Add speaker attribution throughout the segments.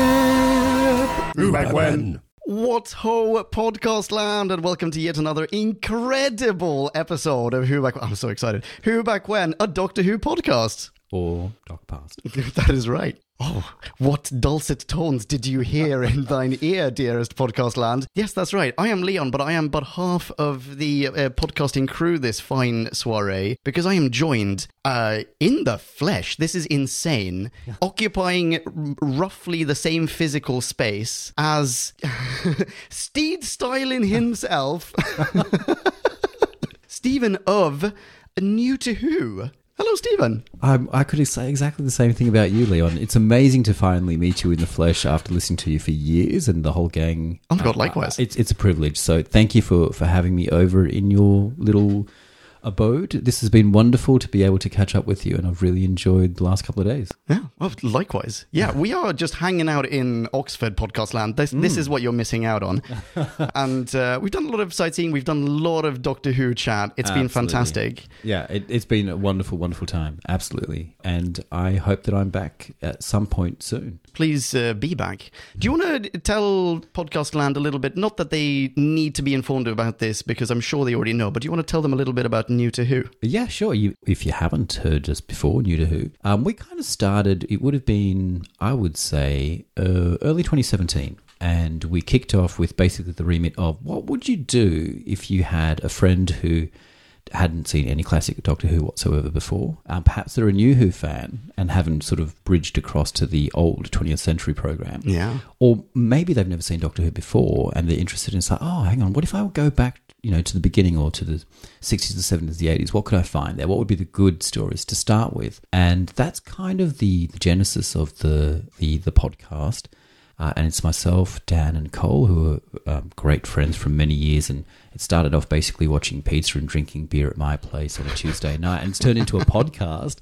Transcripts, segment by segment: Speaker 1: gossip.
Speaker 2: Back when.
Speaker 1: What ho, podcast land, and welcome to yet another incredible episode of Who Back When. I'm so excited. Who Back When, a Doctor Who podcast.
Speaker 2: Or Doc Past.
Speaker 1: That is right. Oh, what dulcet tones did you hear in thine ear, dearest podcast land? Yes, that's right. I am Leon, but I am but half of the uh, podcasting crew this fine soiree because I am joined uh, in the flesh. This is insane. Occupying r- roughly the same physical space as Steed Stylin himself, Stephen of New to Who. Hello, Stephen.
Speaker 2: Um, I could say exactly the same thing about you, Leon. It's amazing to finally meet you in the flesh after listening to you for years and the whole gang.
Speaker 1: Oh my God, likewise.
Speaker 2: It's, it's a privilege. So thank you for, for having me over in your little abode. This has been wonderful to be able to catch up with you, and I've really enjoyed the last couple of days.
Speaker 1: Yeah, well, likewise. Yeah, we are just hanging out in Oxford podcast land. This,
Speaker 2: Hmm.
Speaker 1: this is what you're missing out on. and uh, we've done a lot of sightseeing. We've done a lot of Doctor Who chat. It's been
Speaker 2: Absolutely.
Speaker 1: fantastic.
Speaker 2: Yeah, it, it's been a wonderful, wonderful time. Absolutely. And I hope that I'm back at some point soon.
Speaker 1: Please uh, be back. Do you want to tell podcast land a little bit? Not that they need to be informed about this because I'm sure they already know, but do you want to tell them a little bit about New to Who?
Speaker 2: Yeah, sure. You, if you haven't heard us before, New to Who, um, we kind of started, it would have been, I would say, uh, early 2017. And we kicked off with basically the remit of what would you do if you had a friend who hadn't seen any classic Doctor Who whatsoever before? Um, perhaps they're a new Who fan and haven't sort of bridged across to the old 20th century program.
Speaker 1: Yeah.
Speaker 2: Or maybe they've never seen Doctor Who before and they're interested in, it's like, oh, hang on, what if I would go back, you know, to the beginning or to the 60s, the 70s, the 80s? What could I find there? What would be the good stories to start with? And that's kind of the, the genesis of the, the, the podcast. Uh, and it's myself, Dan, and Cole, who are um, great friends from many years. And it started off basically watching pizza and drinking beer at my place on a Tuesday night, and it's turned into a podcast.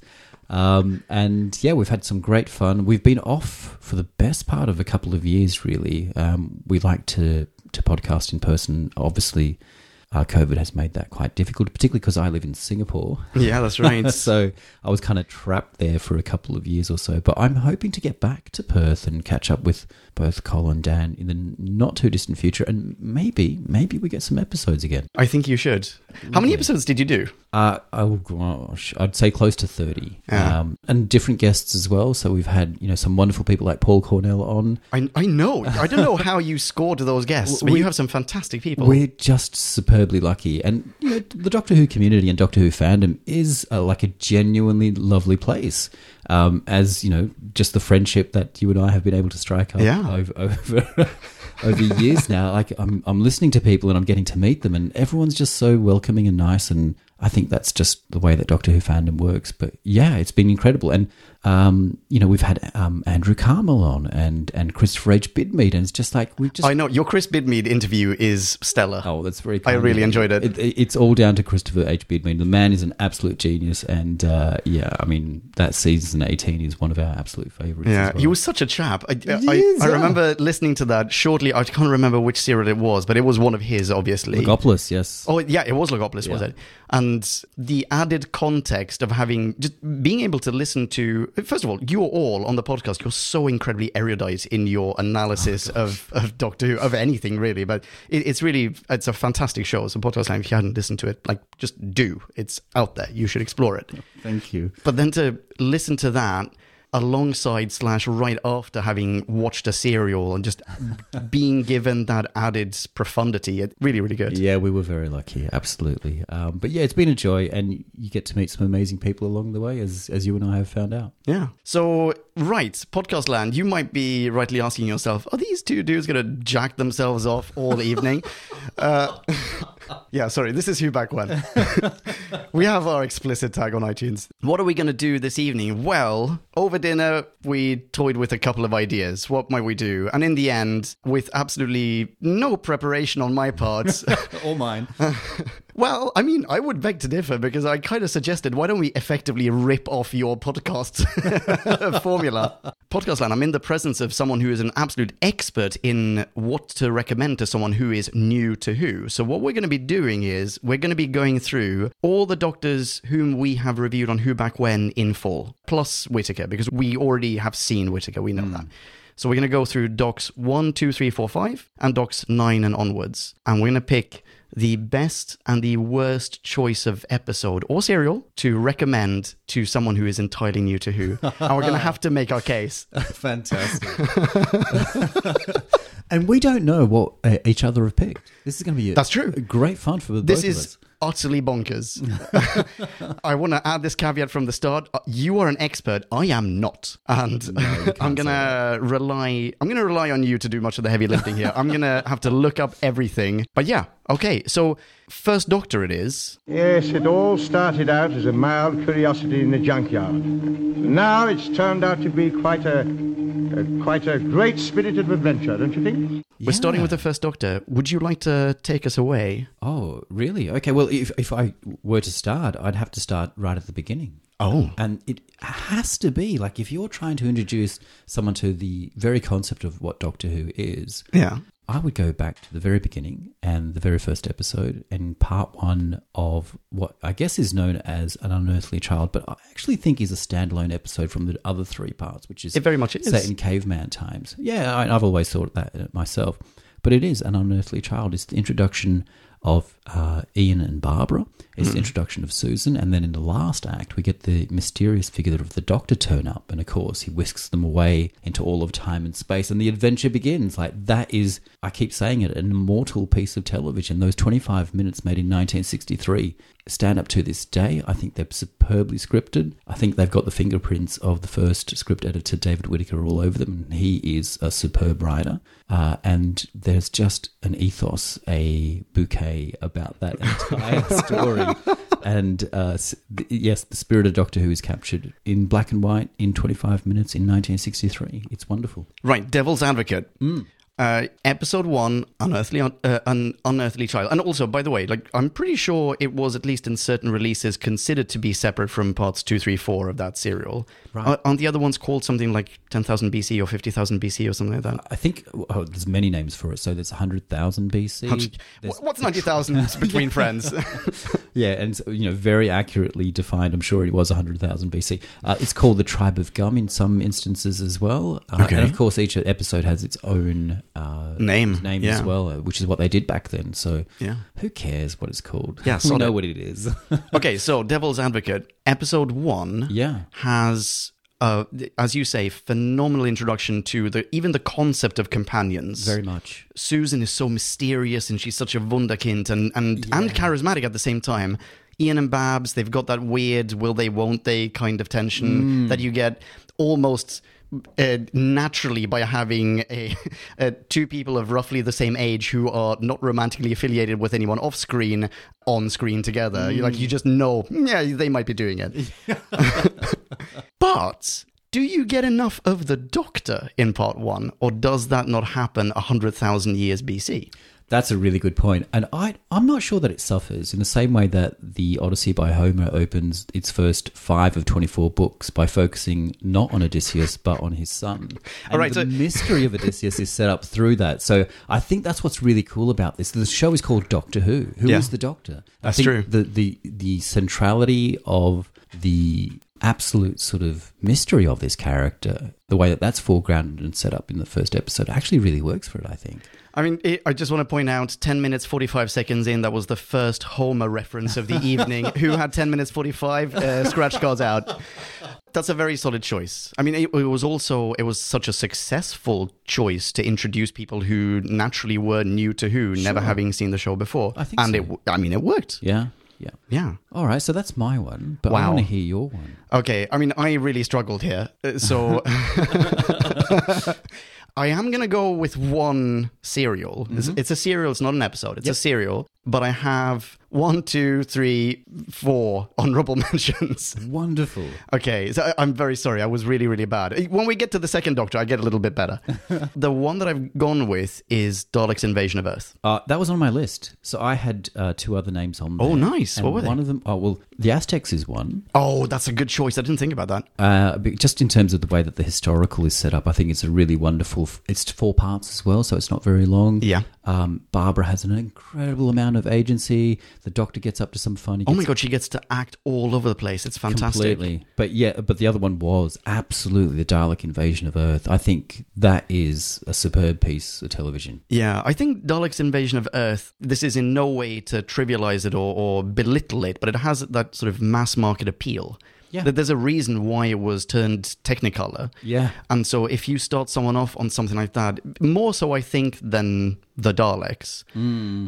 Speaker 2: Um, and yeah, we've had some great fun. We've been off for the best part of a couple of years, really. Um, we like to to podcast in person. Obviously, uh, COVID has made that quite difficult, particularly because I live in Singapore.
Speaker 1: Yeah, that's right.
Speaker 2: So I was kind of trapped there for a couple of years or so, but I'm hoping to get back to Perth and catch up with both Cole and Dan in the not too distant future, and maybe maybe we get some episodes again.
Speaker 1: I think you should. How many episodes did you do?
Speaker 2: Uh, oh gosh, I'd say close to thirty,
Speaker 1: Yeah.
Speaker 2: um, and different guests as well. So we've had you know some wonderful people like Paul Cornell on.
Speaker 1: I, I know. I don't know how you scored those guests, but you have some fantastic people.
Speaker 2: We're just superbly lucky, and you know the Doctor Who community and Doctor Who fandom is uh, like a genuinely lovely place. Um, as you know, just the friendship that you and I have been able to strike up
Speaker 1: Yeah.
Speaker 2: over over over years now. Like I'm I'm listening to people and I'm getting to meet them, and everyone's just so welcoming and nice. And I think that's just the way that Doctor Who fandom works. But yeah, it's been incredible. And um, you know, we've had um, Andrew Carmel on and and Christopher H. Bidmead, and it's just like we've just
Speaker 1: I know. Your Chris Bidmead interview is stellar.
Speaker 2: Oh, that's very.
Speaker 1: I
Speaker 2: kind of
Speaker 1: really
Speaker 2: you.
Speaker 1: enjoyed it.
Speaker 2: It's all down to Christopher H. Beardman. The man is an absolute genius, and uh, yeah, I mean that season eighteen is one of our absolute favorites.
Speaker 1: Yeah,
Speaker 2: as well.
Speaker 1: he was such a chap. I, I,
Speaker 2: is,
Speaker 1: I,
Speaker 2: yeah.
Speaker 1: remember listening to that shortly. I can't remember which serial it was, but it was one of his, obviously.
Speaker 2: Legopolis, yes.
Speaker 1: Oh yeah, it was Logopolis, was
Speaker 2: Yeah.
Speaker 1: it? And the added context of having just being able to listen to first of all, you are all on the podcast. You're so incredibly erudite in your
Speaker 2: Oh
Speaker 1: analysis of, of Doctor Who, of anything really. But it, it's really it's a fantastic show. So podcast line, if you hadn't listened to it, like just do. It's out there. You should explore it.
Speaker 2: Thank you.
Speaker 1: But then to listen to that alongside slash right after having watched a serial and just being given that added profundity, it really, really good.
Speaker 2: Yeah, we were very lucky, absolutely. Um, but yeah, it's been a joy, and you get to meet some amazing people along the way, as as you and I have found out.
Speaker 1: Yeah. So, right, podcast land, you might be rightly asking yourself, are these two dudes going to jack themselves off all evening? uh, yeah, sorry, this is Who Back When. we have our explicit tag on iTunes. What are we going to do this evening? Well, over dinner, we toyed with a couple of ideas. What might we do? And in the end, with absolutely no preparation on my part,
Speaker 2: All mine.
Speaker 1: Well, I mean, I would beg to differ because I kind of suggested why don't we effectively rip off your podcast formula? Podcast land, I'm in the presence of someone who is an absolute expert in what to recommend to someone who is new to who. So, what we're going to be doing is we're going to be going through all the doctors whom we have reviewed on Who Back When in full, plus Whitaker, because we already have seen Whitaker, we know that. So we're going to go through docs one, two, three, four, five, and docs 9 and onwards. And we're going to pick the best and the worst choice of episode or serial to recommend to someone who is entirely new to Who. and we're going to have to make our case.
Speaker 2: Fantastic. and we don't know what uh, each other have picked. This is going to be a,
Speaker 1: That's true.
Speaker 2: a great fun for the
Speaker 1: This
Speaker 2: both of
Speaker 1: is
Speaker 2: us.
Speaker 1: utterly bonkers. I want to add this caveat from the start. Uh, You are an expert. I am not, and I'm gonna rely. I'm gonna rely on you to do much of the heavy lifting here. I'm gonna have to look up everything. But yeah, okay. So first Doctor, it is.
Speaker 3: Yes, it all started out as a mild curiosity in the junkyard. Now it's turned out to be quite a, a quite a great spirit of adventure, don't you think?
Speaker 1: We're starting with the first Doctor. Would you like to take us away?
Speaker 2: Oh, really? Okay. Well, if if I were to start, I'd have to start right at the beginning.
Speaker 1: Oh.
Speaker 2: And it has to be like if you're trying to introduce someone to the very concept of what Doctor Who is,
Speaker 1: Yeah.
Speaker 2: I would go back to the very beginning and the very first episode and part one of what I guess is known as An Unearthly Child, but I actually think is a standalone episode from the other three parts, which is
Speaker 1: It very much is.
Speaker 2: set in caveman times. Yeah, I, I've always thought that uh, myself. But it is An Unearthly Child. It's the introduction of uh, Ian and Barbara, it's the introduction of Susan, and then in the last act, we get the mysterious figure of the Doctor turn up, and of course, he whisks them away into all of time and space, and the adventure begins. Like, that is, I keep saying it, an immortal piece of television. Those 25 minutes made in 1963 stand up to this day. I think they're superbly scripted. I think they've got the fingerprints of the first script editor, David Whittaker, all over them, and he is a superb writer. Uh, and there's just an ethos, a bouquet about that entire story. And uh, s- th- yes, the spirit of Doctor Who is captured in black and white in 25 minutes in 1963. It's wonderful.
Speaker 1: Right, Devil's Advocate.
Speaker 2: Hmm.
Speaker 1: Uh, episode one, unearthly, uh, an unearthly child, and also, by the way, like I'm pretty sure it was at least in certain releases considered to be separate from parts two, three, four of that serial.
Speaker 2: Right.
Speaker 1: Are- aren't the other ones called something like ten thousand BC or fifty thousand BC or something like that?
Speaker 2: I think oh, there's many names for it. So there's 100,000 BC. There's-
Speaker 1: Wh- What's ninety thousand between friends?
Speaker 2: Yeah, and so, you know, very accurately defined. I'm sure it was 100,000 BC. Uh, it's called the Tribe of Gum in some instances as well. Uh,
Speaker 1: Okay.
Speaker 2: And of course, each episode has its own uh,
Speaker 1: Name,
Speaker 2: name
Speaker 1: yeah.
Speaker 2: as well, uh, which is what they did back then. So,
Speaker 1: Yeah.
Speaker 2: who cares what it's called?
Speaker 1: Yeah,
Speaker 2: we
Speaker 1: sod
Speaker 2: know
Speaker 1: it.
Speaker 2: what it is.
Speaker 1: okay, so Devil's Advocate, episode one,
Speaker 2: Yeah.
Speaker 1: has. Uh, th- as you say, phenomenal introduction to the even the concept of companions.
Speaker 2: Very much.
Speaker 1: Susan is so mysterious and she's such a wunderkind and and, and charismatic at the same time. Ian and Babs, they've got that weird will they won't they kind of tension that you get almost uh, naturally by having a, uh, two people of roughly the same age who are not romantically affiliated with anyone off screen on screen together. You like you just know, yeah, they might be doing it. But do you get enough of the Doctor in part one, or does that not happen 100,000 years BC?
Speaker 2: That's a really good point. And I, I'm not sure that it suffers in the same way that the Odyssey by Homer opens its first five of 24 books by focusing not on Odysseus, but on his son. And
Speaker 1: right,
Speaker 2: the
Speaker 1: so-
Speaker 2: mystery of Odysseus is set up through that. So I think that's what's really cool about this. The show is called Doctor Who. Who is
Speaker 1: Yeah.
Speaker 2: the Doctor?
Speaker 1: That's
Speaker 2: I think
Speaker 1: true.
Speaker 2: The, the, the centrality of the absolute sort of mystery of this character, the way that that's foregrounded and set up in the first episode, actually really works for it, I think.
Speaker 1: I mean, it, I just want to point out 10 minutes 45 seconds in, that was the first Homer reference of the evening. Who had 10 minutes 45? Uh, scratch cards out. That's a very solid choice. I mean, it, it was also, it was such a successful choice to introduce people who naturally were new to Who, never having seen the show before.
Speaker 2: I think
Speaker 1: and
Speaker 2: so.
Speaker 1: it, w- I mean, it worked.
Speaker 2: Yeah. Yeah.
Speaker 1: Yeah.
Speaker 2: All right, so that's my one, but I
Speaker 1: Wow.
Speaker 2: want to hear your one.
Speaker 1: Okay, I mean, I really struggled here. Uh, So I am going to go with one serial. It's, it's a serial, it's not an episode, it's a serial, but I have one, two, three, four honorable mentions.
Speaker 2: Wonderful.
Speaker 1: Okay, so I- I'm very sorry. I was really, really bad. Uh, When we get to the second Doctor, I get a little bit better. the one that I've gone with is Dalek's Invasion of Earth.
Speaker 2: Uh, that was on my list, so I had uh, two other names on. There.
Speaker 1: Oh, nice.
Speaker 2: And
Speaker 1: What were they?
Speaker 2: One of them. Oh, well, the Aztecs is one.
Speaker 1: Oh, that's a good choice. I didn't think about that.
Speaker 2: Uh, but just in terms of the way that the historical is set up, I think it's a really wonderful. It's four parts as well, so it's not very long.
Speaker 1: Yeah.
Speaker 2: Uh, Um, Barbara has an incredible amount of agency. The Doctor gets up to some fun. He
Speaker 1: Oh
Speaker 2: gets
Speaker 1: my god, she gets to act all over the place. It's fantastic.
Speaker 2: Completely. But yeah, but the other one was absolutely the Dalek invasion of Earth. I think that is a superb piece of television.
Speaker 1: Yeah, I think Dalek's invasion of Earth, this is in no way to trivialize it or, or belittle it, but it has that sort of mass market appeal.
Speaker 2: Yeah.
Speaker 1: That there's a reason why it was turned Technicolor.
Speaker 2: Yeah.
Speaker 1: And so if you start someone off on something like that, more so I think than the Daleks,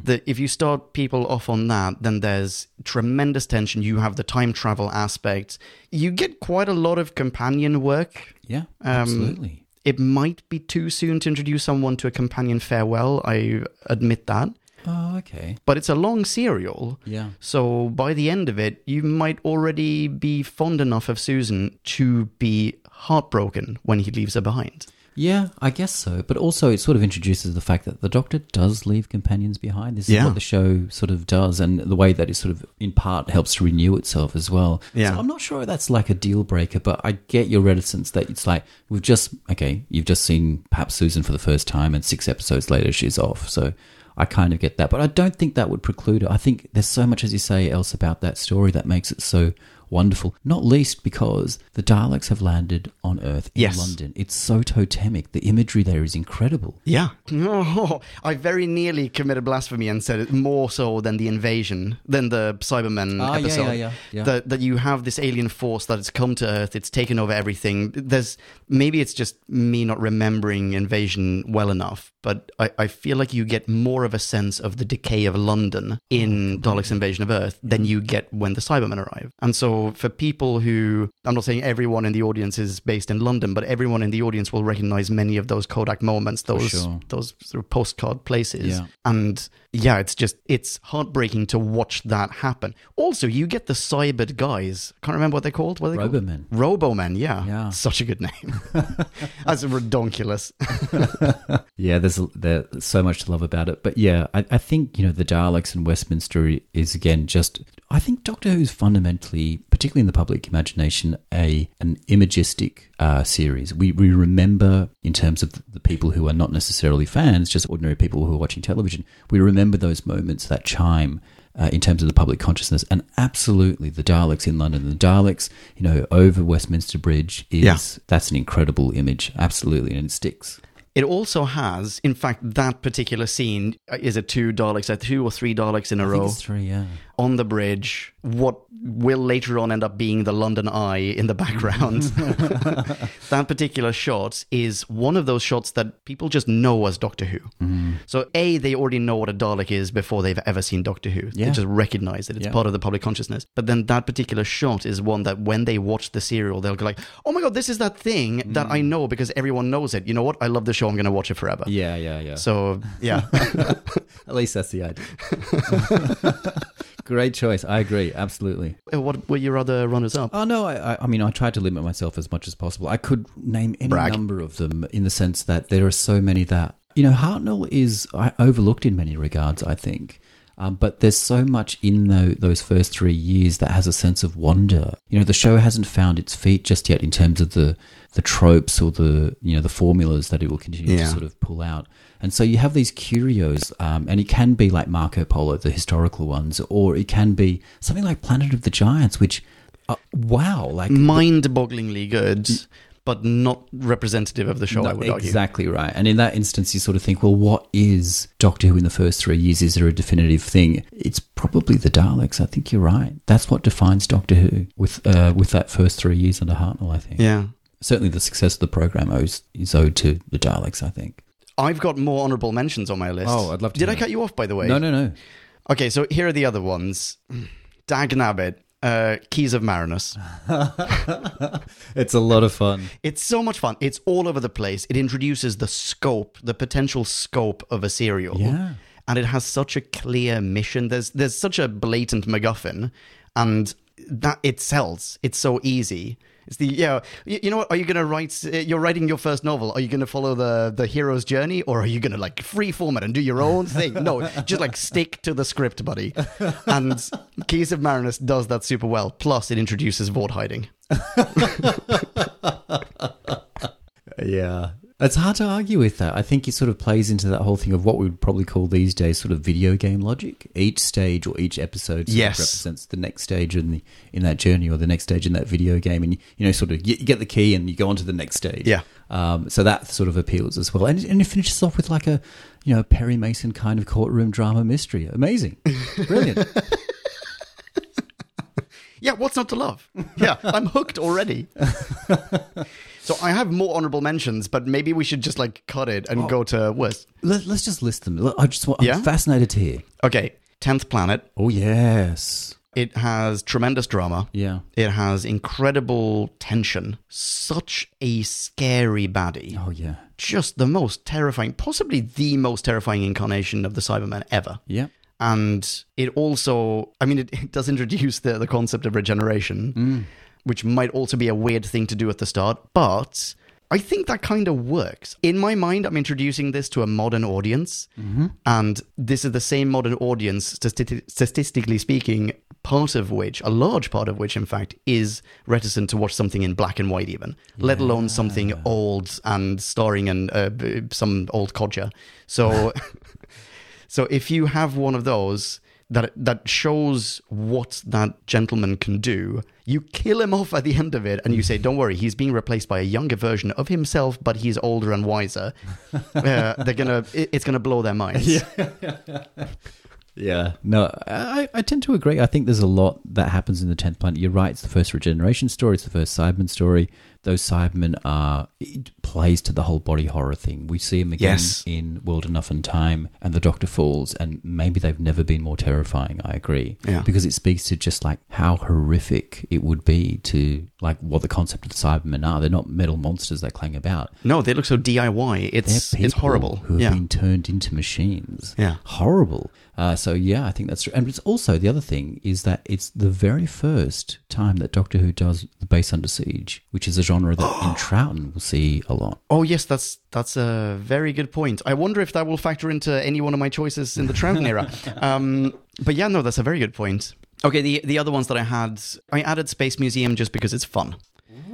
Speaker 1: that if you start people off on that, then there's tremendous tension. You have the time travel aspect. You get quite a lot of companion work.
Speaker 2: Yeah, absolutely.
Speaker 1: It might be too soon to introduce someone to a companion farewell, I admit that.
Speaker 2: Oh, okay.
Speaker 1: But it's a long serial.
Speaker 2: Yeah.
Speaker 1: So by the end of it, you might already be fond enough of Susan to be heartbroken when he leaves her behind.
Speaker 2: Yeah, I guess so. But also, it sort of introduces the fact that the Doctor does leave companions behind. This is
Speaker 1: Yeah.
Speaker 2: what the show sort of does, and the way that it sort of, in part, helps to renew itself as well.
Speaker 1: Yeah.
Speaker 2: So I'm not sure that's like a deal breaker, but I get your reticence that it's like, we've just, okay, you've just seen perhaps Susan for the first time, and six episodes later, she's off. So I kind of get that. But I don't think that would preclude it. I think there's so much, as you say, else about that story that makes it so wonderful, not least because the Daleks have landed on Earth in
Speaker 1: Yes.
Speaker 2: London. London. It's so totemic. The imagery there is incredible.
Speaker 1: Yeah. Oh, I very nearly committed blasphemy and said it more so than the invasion, than the Cybermen
Speaker 2: Ah, yeah, yeah,
Speaker 1: Mm, episode.
Speaker 2: yeah, yeah.
Speaker 1: That, that you have this alien force that has come to Earth, it's taken over everything. There's maybe it's just me not remembering invasion well enough, but I, I feel like you get more of a sense of the decay of London in Dalek's invasion of Earth than you get when the Cybermen arrive. And so for people who I'm not saying everyone in the audience is based in London, but everyone in the audience will recognize many of those Kodak moments, those
Speaker 2: sure.
Speaker 1: those sort of postcard places.
Speaker 2: Yeah.
Speaker 1: And yeah, it's just it's heartbreaking to watch that happen. Also, you get the cybered guys. Can't remember what they're called. What are they
Speaker 2: Robomen.
Speaker 1: called? Robomen. Yeah.
Speaker 2: Yeah.
Speaker 1: Such a good name. That's redonkulous.
Speaker 2: Yeah, there's there's so much to love about it. But yeah, I, I think you know the Daleks and Westminster is again just. I think Doctor Who's fundamentally, particularly in the public imagination, a an imagistic uh, series. We we remember in terms of the people who are not necessarily fans, just ordinary people who are watching television. We remember those moments that chime uh, in terms of the public consciousness. And absolutely, the Daleks in London, the Daleks, you know, over Westminster Bridge is
Speaker 1: Yeah.
Speaker 2: that's an incredible image, absolutely, and it sticks.
Speaker 1: It also has, in fact, that particular scene. uh, Is it two Daleks? Are two or three Daleks in a
Speaker 2: I think
Speaker 1: row?
Speaker 2: it's three, yeah.
Speaker 1: on the bridge, what will later on end up being the London Eye in the background. that particular shot is one of those shots that people just know as Doctor Who.
Speaker 2: Mm.
Speaker 1: So, A, they already know what a Dalek is before they've ever seen Doctor Who. They
Speaker 2: Yeah.
Speaker 1: just recognize it. It's
Speaker 2: Yeah.
Speaker 1: part of the public consciousness. But then that particular shot is one that when they watch the serial, they'll go like, oh my God, this is that thing that I know because everyone knows it. You know what? I love the show. I'm going to watch it forever.
Speaker 2: Mm. Yeah, yeah, yeah.
Speaker 1: So, yeah.
Speaker 2: At least that's the idea. Great choice. I agree. Absolutely.
Speaker 1: Uh, what were your other runners up?
Speaker 2: Oh, no. I, I- I mean, I tried to limit myself as much as possible. I could name any
Speaker 1: Brag.
Speaker 2: number of them in the sense that there are so many that, you know, Hartnell is I, overlooked in many regards, I think. Um, but there's so much in tho- those first three years that has a sense of wonder. You know, the show hasn't found its feet just yet in terms of the the tropes or the you know the formulas that it will continue to
Speaker 1: Yeah.
Speaker 2: sort of sort of pull out. And so you have these curios, um, and it can be like Marco Polo, the historical ones, or it can be something like Planet of the Giants, which, uh, wow, like
Speaker 1: mind-bogglingly good, but not representative of the show. I would
Speaker 2: No,
Speaker 1: argue.
Speaker 2: exactly right. And in that instance, you sort of think, well, what is Doctor Who in the first three years? Is there a definitive thing? It's probably the Daleks. I think you're right. That's what defines Doctor Who with uh, with that first three years under Hartnell. I think
Speaker 1: Yeah,
Speaker 2: certainly the success of the program owes is owed to the Daleks. I think.
Speaker 1: I've got more honourable mentions on my list.
Speaker 2: Oh, I'd love to
Speaker 1: Did
Speaker 2: hear
Speaker 1: I cut you off by the way?
Speaker 2: No, no, no.
Speaker 1: Okay, so here are the other ones: Dag Nabbit, uh, Keys of Marinus.
Speaker 2: It's a lot of fun.
Speaker 1: It's so much fun. It's all over the place. It introduces the scope, the potential scope of a serial.
Speaker 2: Yeah.
Speaker 1: And it has such a clear mission. There's there's such a blatant MacGuffin, and that it sells. It's so easy. It's the yeah. You, you know what? Are you gonna write? uh, You're writing your first novel. Are you gonna follow the the hero's journey, or are you gonna like free form it and do your own thing? No, just like stick to the script, buddy. And Keys of Marinus does that super well. Plus, it introduces Vord hiding.
Speaker 2: Yeah. It's hard to argue with that. I think it sort of plays into that whole thing of what we would probably call these days sort of video game logic. Each stage or each episode sort of
Speaker 1: Yes.
Speaker 2: represents the next stage in the in that journey or the next stage in that video game, and you, you know, sort of you, you get the key and you go on to the next stage.
Speaker 1: Yeah.
Speaker 2: Um, so that sort of appeals as well, and and it finishes off with like a you know Perry Mason kind of courtroom drama mystery. Amazing, brilliant.
Speaker 1: Yeah, what's not to love? Yeah, I'm hooked already. so I have more honorable mentions, but maybe we should just like cut it and go to worst.
Speaker 2: Let, let's just list them. I just want, I'm
Speaker 1: Yeah?
Speaker 2: fascinated to hear.
Speaker 1: Okay, 10th Planet.
Speaker 2: Oh yes,
Speaker 1: It has tremendous drama.
Speaker 2: yeah.
Speaker 1: It has incredible tension. Such a scary baddie.
Speaker 2: Oh yeah,
Speaker 1: Just the most terrifying, possibly the most terrifying incarnation of the Cyberman ever.
Speaker 2: yeah.
Speaker 1: and it also i mean it, it does introduce the, the concept of regeneration which might also be a weird thing to do at the start but i think that kind of works in my mind i'm introducing this to a modern audience and this is the same modern audience stati- statistically speaking part of which a large part of which in fact is reticent to watch something in black and white even let alone something old and starring an, uh, b- some old codger so So if you have one of those that that shows what that gentleman can do, you kill him off at the end of it, and you say, "Don't worry, he's being replaced by a younger version of himself, but he's older and wiser." uh, they're gonna, it- it's gonna blow their minds.
Speaker 2: Yeah. No, I, I tend to agree. I think there's a lot that happens in the 10th planet. You're right. It's the first regeneration story. It's the first Cyberman story. Those Cybermen are, it plays to the whole body horror thing. We see them again
Speaker 1: Yes.
Speaker 2: in World Enough and Time and the Doctor Falls, and maybe they've never been more terrifying. I agree.
Speaker 1: Yeah.
Speaker 2: Because it speaks to just like how horrific it would be to, like, what the concept of the Cybermen are. They're not metal monsters they clang about.
Speaker 1: No, they look so
Speaker 2: They're
Speaker 1: DIY. It's
Speaker 2: people
Speaker 1: it's horrible.
Speaker 2: Who have
Speaker 1: yeah.
Speaker 2: been turned into machines.
Speaker 1: Yeah.
Speaker 2: horrible. Uh, so yeah, I think that's true. And it's also the other thing is that it's the very first time that Doctor Who does the base under siege, which is a genre that in Troughton we'll see a lot.
Speaker 1: Oh yes, that's that's a very good point. I wonder if that will factor into any one of my choices in the Trouton era. Um, but yeah, no, that's a very good point. Okay, the the other ones that I had, I added Space Museum just because it's fun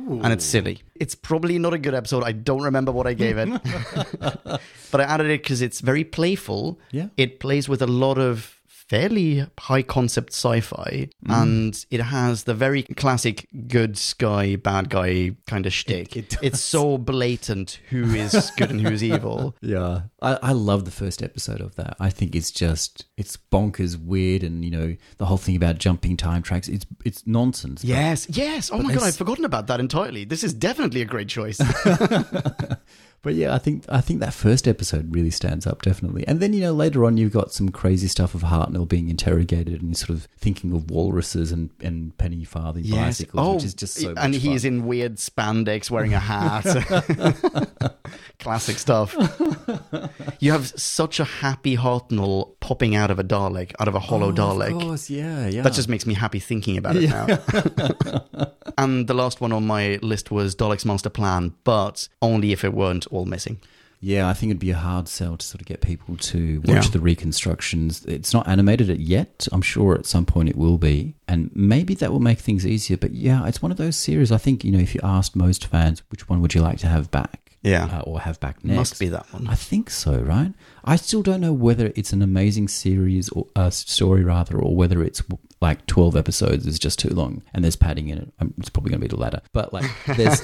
Speaker 1: and it's silly. It's probably not a good episode. I don't remember what I gave it, but I added it because it's very playful.
Speaker 2: Yeah.
Speaker 1: it plays with a lot of fairly high concept sci-fi,
Speaker 2: Mm.
Speaker 1: and it has the very classic good guy bad guy kind of shtick.
Speaker 2: it does.
Speaker 1: it's so blatant who is good and who's evil.
Speaker 2: Yeah, I, I love the first episode of that. I think it's just it's bonkers, weird, and you know the whole thing about jumping time tracks. It's it's nonsense. but
Speaker 1: Yes, yes. Oh my god,
Speaker 2: it's-
Speaker 1: I've forgotten about that entirely. This is definitely a great choice.
Speaker 2: But yeah, I think I think that first episode really stands up definitely. And then you know later on you've got some crazy stuff of Hartnell being interrogated and sort of thinking of walruses and and penny farthing bicycles, which is just so.
Speaker 1: Oh, and
Speaker 2: much
Speaker 1: he's
Speaker 2: fun.
Speaker 1: in weird spandex wearing a hat. Classic stuff. You have such a happy Hartnell popping out of a Dalek, out of a hollow Dalek.
Speaker 2: Oh, Of course, yeah, yeah.
Speaker 1: That just makes me happy thinking about it now. and the last one on my list was Dalek's Master Plan, but only if it weren't all missing.
Speaker 2: yeah. I think it'd be a hard sell to sort of get people to watch
Speaker 1: Yeah.
Speaker 2: the reconstructions. It's not animated it yet. I'm sure at some point it will be, and maybe that will make things easier. But yeah, it's one of those series. I think you know if you asked most fans which one would you like to have back,
Speaker 1: Yeah.
Speaker 2: uh, or have back next,
Speaker 1: Must be that one.
Speaker 2: I think so, right? I still don't know whether it's an amazing series or uh, story rather, or whether it's like twelve episodes is just too long and there's padding in it. Um, It's probably going to be the latter, but like there's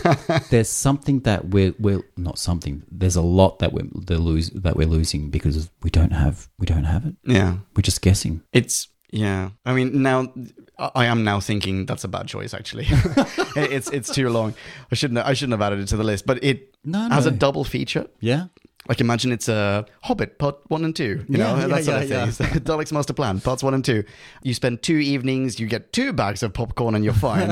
Speaker 2: there's something that we're we're not something. There's a lot that we're they lose that we're losing because we don't have we don't have it.
Speaker 1: Yeah.
Speaker 2: We're just guessing.
Speaker 1: It's yeah. I mean, now I I am now thinking that's a bad choice. Actually, it's it's too long. I shouldn't I shouldn't have added it to the list. But it
Speaker 2: No,
Speaker 1: has a
Speaker 2: no.
Speaker 1: double feature.
Speaker 2: Yeah,
Speaker 1: Like imagine it's a Hobbit part one and two. You
Speaker 2: Yeah,
Speaker 1: know
Speaker 2: yeah,
Speaker 1: that sort of
Speaker 2: yeah,
Speaker 1: thing. It's Dalek's Master Plan parts one and two. You spend two evenings. You get two bags of popcorn, and you're fine.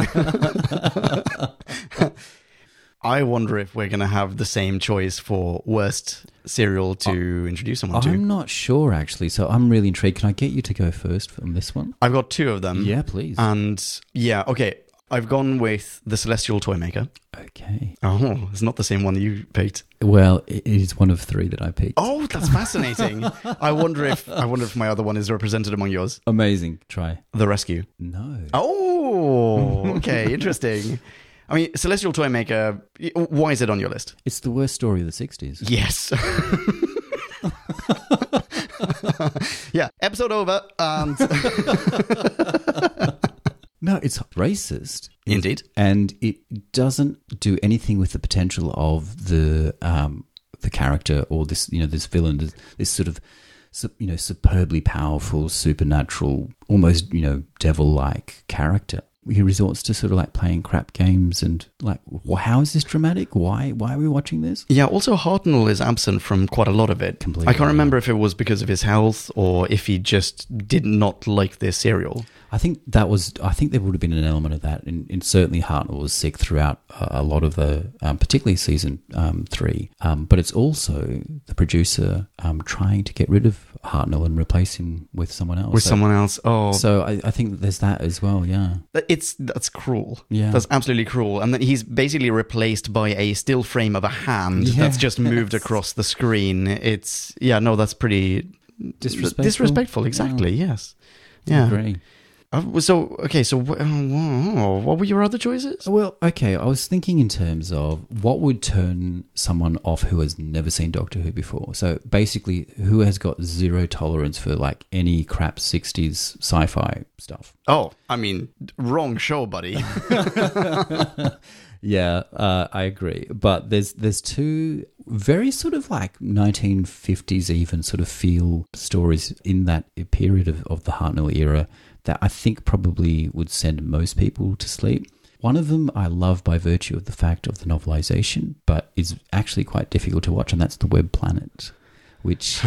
Speaker 1: I wonder if we're going to have the same choice for worst serial to
Speaker 2: Uh,
Speaker 1: introduce someone to.
Speaker 2: I'm not sure actually. So I'm really intrigued. Can I get you to go first on this one?
Speaker 1: I've got two of them.
Speaker 2: Yeah, please.
Speaker 1: And yeah, okay. I've gone with the Celestial Toymaker.
Speaker 2: okay.
Speaker 1: Oh, it's not the same one that you picked.
Speaker 2: Well, it it is one of three that I picked.
Speaker 1: Oh, that's fascinating. I wonder if I wonder if my other one is represented among yours.
Speaker 2: Amazing. Try. Oh.
Speaker 1: The Rescue.
Speaker 2: No.
Speaker 1: Oh, okay, interesting. I mean, Celestial Toymaker, why is it on your list?
Speaker 2: It's the worst story of the 60s.
Speaker 1: Yes. yeah, episode over. Um,
Speaker 2: No, it's racist.
Speaker 1: Indeed.
Speaker 2: And it doesn't do anything with the potential of the um, the character or this you know this villain this, this sort of su- you know superbly powerful supernatural almost you know devil like character. He resorts to sort of like playing crap games and like wh- how is this dramatic? Why why are we watching this?
Speaker 1: yeah, also Hartnell is absent from quite a lot of it.
Speaker 2: Completely,
Speaker 1: I can't remember if it was because of his health or if he just did not like this serial.
Speaker 2: I think that was. I think there would have been an element of that, and, and certainly Hartnell was sick throughout a, a lot of the, um, particularly season um, three. Um, but it's also the producer um, trying to get rid of Hartnell and replace him with someone else.
Speaker 1: With
Speaker 2: so,
Speaker 1: someone else. Oh,
Speaker 2: So I, I think that there's that as well. Yeah.
Speaker 1: That- It's that's cruel.
Speaker 2: Yeah.
Speaker 1: that's absolutely cruel. And then he's basically replaced by a still frame of a hand that's just moved across the screen. It's yeah, no, that's pretty
Speaker 2: Disrespectful.
Speaker 1: Disrespectful, exactly. Yes. Yeah.
Speaker 2: Agree.
Speaker 1: Uh, so okay, so wh- oh, what were your other choices?
Speaker 2: Well, okay. I was thinking in terms of what would turn someone off who has never seen Doctor Who before. So basically, who has got zero tolerance for like any crap '60s sci-fi stuff.
Speaker 1: Oh, I mean, wrong show, buddy.
Speaker 2: Yeah, uh, I agree. But there's there's two very sort of like 1950s even sort of feel stories in that period of, of the Hartnell era that I think probably would send most people to sleep. One of them I love by virtue of the fact of the novelization, but is actually quite difficult to watch, and that's The Web Planet. Which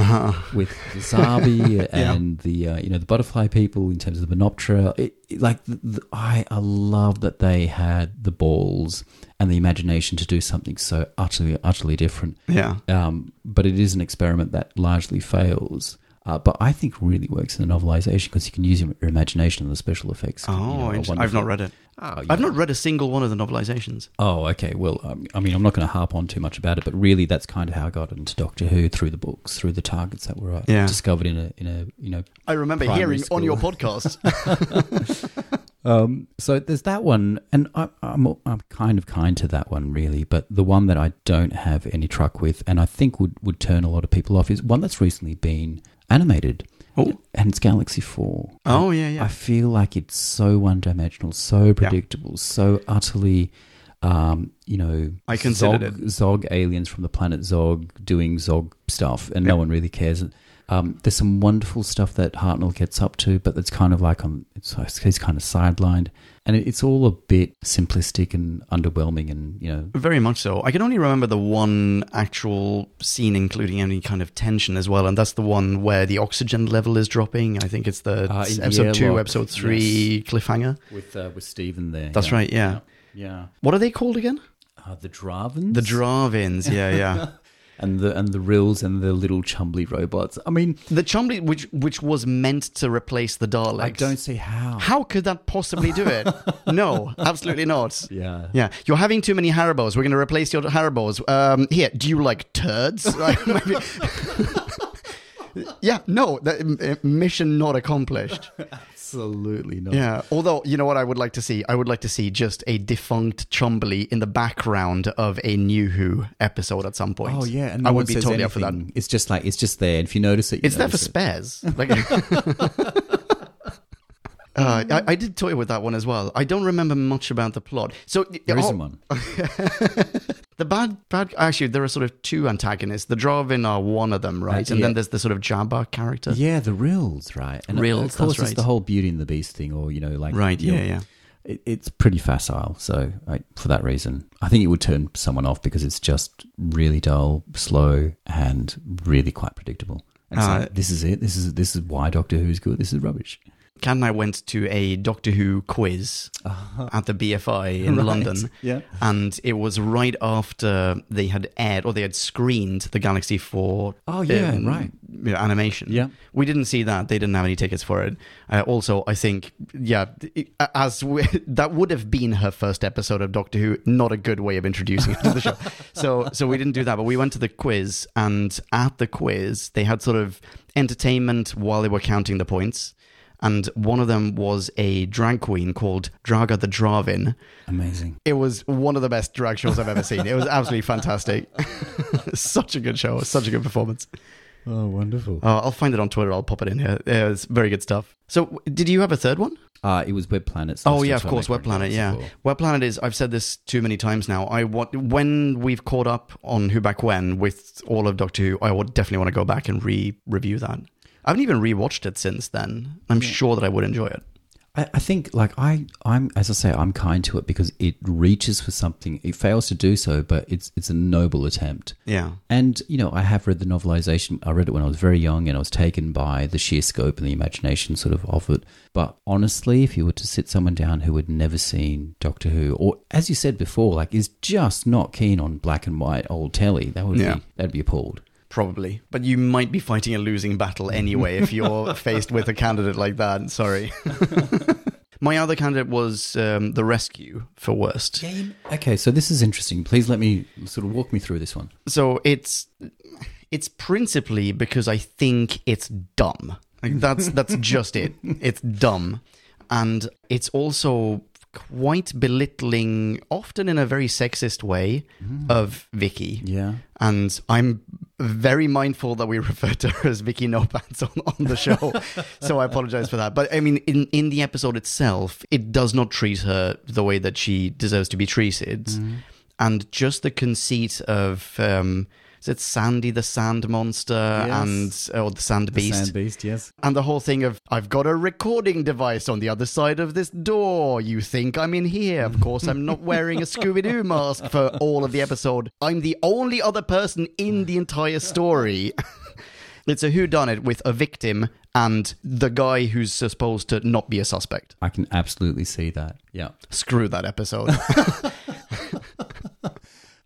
Speaker 2: with the Zabi and the uh, you know the butterfly people in terms of the Monoptera, it, it- like the, the, I, I love that they had the balls and the imagination to do something so utterly utterly different.
Speaker 1: yeah.
Speaker 2: Um, but it is an experiment that largely fails. Uh, but I think really works in the novelization because you can use your, your imagination and the special effects. you know,
Speaker 1: Oh,
Speaker 2: are
Speaker 1: interesting. I've
Speaker 2: wonderful.
Speaker 1: not read it.
Speaker 2: Oh,
Speaker 1: I've not read a single one of the novelizations.
Speaker 2: Oh, okay. Well, um, I mean, I'm not going to harp on too much about it, but really, that's kind of how I got into Doctor Who through the books, through the targets that were uh,
Speaker 1: Yeah.
Speaker 2: discovered in a in a you know.
Speaker 1: I remember
Speaker 2: Primary
Speaker 1: hearing
Speaker 2: school.
Speaker 1: on your podcast.
Speaker 2: Um, so there's that one, and I, I'm I'm kind of kind to that one really, but the one that I don't have any truck with, and I think would would turn a lot of people off, is one that's recently been animated,
Speaker 1: Oh.
Speaker 2: and it's Galaxy Four.
Speaker 1: oh yeah, yeah.
Speaker 2: I feel like it's so one dimensional, so predictable, so utterly, um, you know,
Speaker 1: I considered
Speaker 2: Zog, Zog aliens from the planet Zog doing Zog stuff, and no
Speaker 1: Yeah.
Speaker 2: one really cares. Um, there's some wonderful stuff that Hartnell gets up to, but it's kind of like on it's, he's kind of sidelined, and it's all a bit simplistic and underwhelming, and you know,
Speaker 1: Very much so. I can only remember the one actual scene including any kind of tension as well, and that's the one where the oxygen level is dropping. I think it's the
Speaker 2: Ah, in the
Speaker 1: episode two,
Speaker 2: airlock.
Speaker 1: episode three cliffhanger.
Speaker 2: with uh, with Stephen there.
Speaker 1: That's
Speaker 2: yeah.
Speaker 1: right, yeah.
Speaker 2: Yeah,
Speaker 1: What are they called again?
Speaker 2: uh, the Dravens.
Speaker 1: The Dravins, yeah, yeah.
Speaker 2: and the and the Rills and the little Chumbly robots. I mean,
Speaker 1: the Chumley, which which was meant to replace the Daleks.
Speaker 2: I don't see how.
Speaker 1: How could that possibly do it? no, absolutely not.
Speaker 2: Yeah.
Speaker 1: Yeah, you're having too many Haribos. We're going to replace your Haribos. Um, here, do you like turds? Like, maybe- yeah, no, that, m- m- mission not accomplished.
Speaker 2: Absolutely not.
Speaker 1: Yeah, although you know what I would like to see, I would like to see just a defunct Chumbly in the background of a New Who episode at some point.
Speaker 2: Oh yeah, and
Speaker 1: I
Speaker 2: no
Speaker 1: would
Speaker 2: one
Speaker 1: be
Speaker 2: says
Speaker 1: totally up for that.
Speaker 2: anything. It's just like it's just there. And if you notice it, you
Speaker 1: It's there for
Speaker 2: notice it.
Speaker 1: spares. Like, Uh, I, I did toy with that one as well. I don't remember much about the plot. So
Speaker 2: There
Speaker 1: oh,
Speaker 2: isn't one.
Speaker 1: The bad, bad. Actually, there are sort of two antagonists. The Dravin are one of them, right?
Speaker 2: Uh,
Speaker 1: And
Speaker 2: yeah.
Speaker 1: then there's the sort of Jabba character.
Speaker 2: Yeah, the rills, right? And
Speaker 1: Rills,
Speaker 2: of course,
Speaker 1: that's
Speaker 2: it's
Speaker 1: right.
Speaker 2: the whole Beauty and the Beast thing, or you know, like
Speaker 1: Right.
Speaker 2: you
Speaker 1: Yeah.
Speaker 2: know,
Speaker 1: Yeah.
Speaker 2: It, it's pretty facile. So I, for that reason, I think it would turn someone off because it's just really dull, slow, and really quite predictable. And it's
Speaker 1: Uh,
Speaker 2: like, this is it. This is this is why Doctor Who is good. This is rubbish.
Speaker 1: Kat and I went to a Doctor Who quiz at the BFI in
Speaker 2: Uh-huh. Right.
Speaker 1: London.
Speaker 2: Yeah.
Speaker 1: And it was right after they had aired or they had screened the Galaxy 4
Speaker 2: Oh, yeah, right.
Speaker 1: you know, animation.
Speaker 2: Yeah.
Speaker 1: We didn't see that. They didn't have any tickets for it. Uh, also, I think, yeah, it- as we, that would have been her first episode of Doctor Who, not a good way of introducing her to the show. So, so we didn't do that. But we went to the quiz, and at the quiz, they had sort of entertainment while they were counting the points. and one of them was a drag queen called Draga the Dravin.
Speaker 2: Amazing.
Speaker 1: It was one of the best drag shows I've ever seen. It was absolutely fantastic. such a good show, such a good performance.
Speaker 2: Oh, wonderful.
Speaker 1: Uh, I'll find it on Twitter. I'll pop it in here. Yeah, it's very good stuff. So, w- did you have a third one?
Speaker 2: Uh, it was Web Planet. so
Speaker 1: Oh
Speaker 2: that's
Speaker 1: yeah,
Speaker 2: what
Speaker 1: of
Speaker 2: I
Speaker 1: course,
Speaker 2: make
Speaker 1: Web Planet.
Speaker 2: reference
Speaker 1: Yeah,
Speaker 2: for.
Speaker 1: Web Planet is. I've said this too many times now. I want when we've caught up on Who Back When with all of Doctor Who, I would definitely want to go back and re-review that. I haven't even rewatched it since then. I'm sure that I would enjoy it.
Speaker 2: I, I think like I I'm as I say I'm kind to it because it reaches for something it fails to do so but it's it's a noble attempt
Speaker 1: Yeah,
Speaker 2: and you know I have read the novelization I read it when I was very young and I was taken by the sheer scope and the imagination sort of of it but honestly if you were to sit someone down who had never seen Doctor Who or as you said before like is just not keen on black and white old telly that would
Speaker 1: Yeah.
Speaker 2: be that'd be appalled
Speaker 1: probably. But you might be fighting a losing battle anyway if you're faced with a candidate like that. Sorry. My other candidate was um, the rescue for worst.
Speaker 2: okay so this is interesting please let me sort of walk me through this one
Speaker 1: so it's it's principally because I think it's dumb. Like that's that's just it. It's dumb, and it's also quite belittling, often in a very sexist way, of Vicky.
Speaker 2: yeah
Speaker 1: And I'm very mindful that we refer to her as Vicky No Pants on, on the show. so I apologize for that. But I mean, in, in the episode itself, it does not treat her the way that she deserves to be treated. And just the conceit of. Um, is it Sandy the Sand Monster
Speaker 2: Yes.
Speaker 1: and or the Sand Beast?
Speaker 2: beast yes
Speaker 1: And the whole thing of, I've got a recording device on the other side of this door. You think I'm in here. Of course, I'm not wearing a Scooby Doo mask for all of the episode. I'm the only other person in the entire story. it's a whodunit with a victim and the guy who's supposed to not be a suspect.
Speaker 2: I can absolutely see that. Yeah.
Speaker 1: Screw that episode.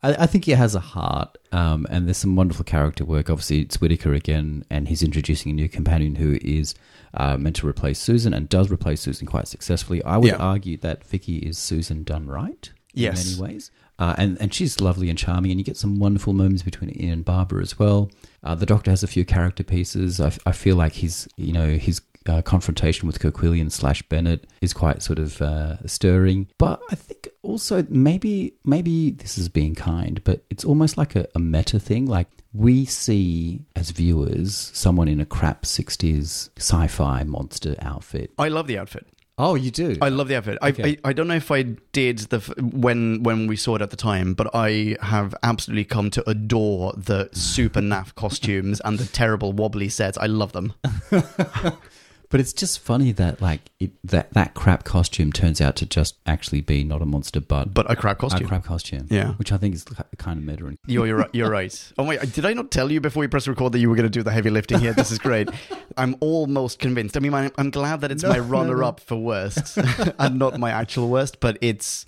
Speaker 2: I, I think he has a heart, um, and there's some wonderful character work. Obviously, it's Whitaker again, and he's introducing a new companion who is uh, meant to replace Susan and does replace Susan quite successfully. I would
Speaker 1: Yeah.
Speaker 2: argue that Vicky is Susan done right
Speaker 1: Yes.
Speaker 2: in many ways. Uh, and, and she's lovely and charming, and you get some wonderful moments between Ian and Barbara as well. Uh, the Doctor has a few character pieces. I, f- I feel like his, you know, his uh, confrontation with Kirkwillian slash Bennett is quite sort of uh, stirring. But I think also maybe maybe this is being kind, but it's almost like a, a meta thing. Like we see as viewers someone in a crap '60s sci-fi monster outfit.
Speaker 1: I love the outfit.
Speaker 2: Oh, you do?
Speaker 1: I love the outfit. I,
Speaker 2: Okay.
Speaker 1: I I don't know if I did the f- when when we saw it at the time, but I have absolutely come to adore the super naff costumes and the terrible wobbly sets. I love them.
Speaker 2: But it's just funny that like it, that that crap costume turns out to just actually be not a monster, but,
Speaker 1: But a crap
Speaker 2: a
Speaker 1: costume.
Speaker 2: crap costume.
Speaker 1: Yeah.
Speaker 2: which I think is ki- kind of meta. And
Speaker 1: You're, you're right. You're right. Oh my! Did I not tell you before we press record that you were going to do the heavy lifting here? This is great. I'm almost convinced. I mean, I'm, I'm glad that it's my runner-up for worst and not my actual worst. But it's,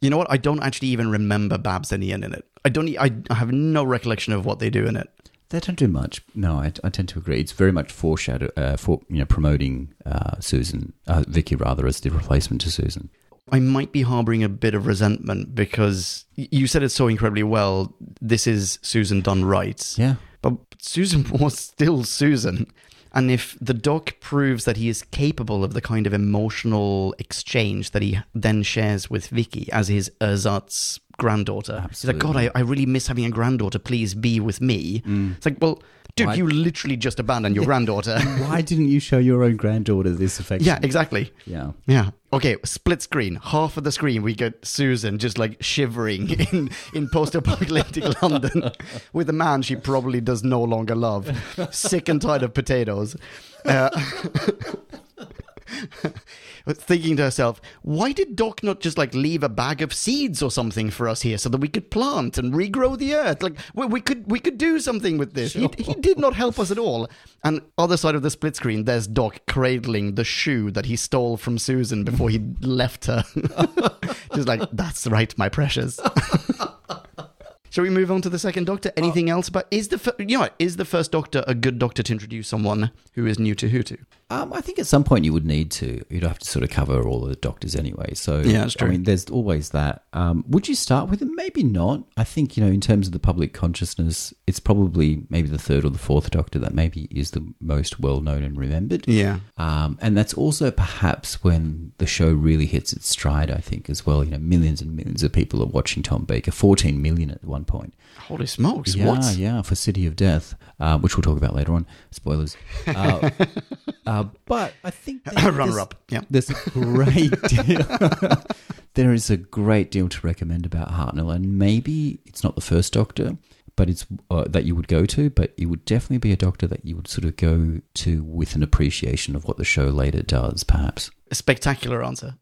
Speaker 1: you know what? I don't actually even remember Babs and Ian in it. I don't. e- I, I have no recollection of what they do in it.
Speaker 2: they don't do much. No, I, I tend to agree. It's very much foreshadow uh, for you know promoting uh, Susan, uh, Vicky rather, as the replacement to Susan.
Speaker 1: I might be harboring a bit of resentment because y- you said it so incredibly well. This is Susan done right.
Speaker 2: Yeah,
Speaker 1: But Susan was still Susan. And if the doc proves that he is capable of the kind of emotional exchange that he then shares with Vicky as his Erzat's granddaughter, he's like,
Speaker 2: Absolutely. Mm.
Speaker 1: God, I, I really miss having a granddaughter. Please be with me. It's like, well, dude,
Speaker 2: Why-
Speaker 1: you literally just abandoned your granddaughter.
Speaker 2: why didn't you show your own granddaughter this affection?
Speaker 1: yeah, exactly.
Speaker 2: yeah.
Speaker 1: Yeah. Okay, split screen. Half of the screen, we get Susan just like shivering in, in post apocalyptic London with a man she probably does no longer love, sick and tired of potatoes. Uh, thinking to herself, why did Doc not just like leave a bag of seeds or something for us here so that we could plant and regrow the earth? Like we, we could we could do something with this. He, he did not help us at all. And other side of the split screen, there's Doc cradling the shoe that he stole from Susan before he left her. just like that's right, my precious. Shall we move on to the second Doctor? Anything else? But is the fir- you know what? is the first Doctor a good Doctor to introduce someone who is new to Hutu?
Speaker 2: Um, I think at some point you would need to. You'd have to sort of cover all of the doctors anyway. So
Speaker 1: Yeah, that's
Speaker 2: I
Speaker 1: true.
Speaker 2: mean, there's always that. Um, would you start with it? Maybe not. I think you know, in terms of the public consciousness, it's probably maybe the third or the fourth Doctor that maybe is the most well known and remembered.
Speaker 1: Yeah,
Speaker 2: Um, and that's also perhaps when the show really hits its stride. I think as well. You know, millions and millions of people are watching Tom Baker. Fourteen million at one point.
Speaker 1: holy smokes!
Speaker 2: Yeah,
Speaker 1: what?
Speaker 2: yeah, for City of Death, uh, which we'll talk about later on. Spoilers. Uh, uh, but I think that there's-
Speaker 1: Runner up. Yeah.
Speaker 2: There's a great deal. there is a great deal to recommend about Hartnell, and maybe it's not the first Doctor, but it's uh, that you would go to. But it would definitely be a Doctor that you would sort of go to with an appreciation of what the show later does, perhaps.
Speaker 1: A spectacular answer.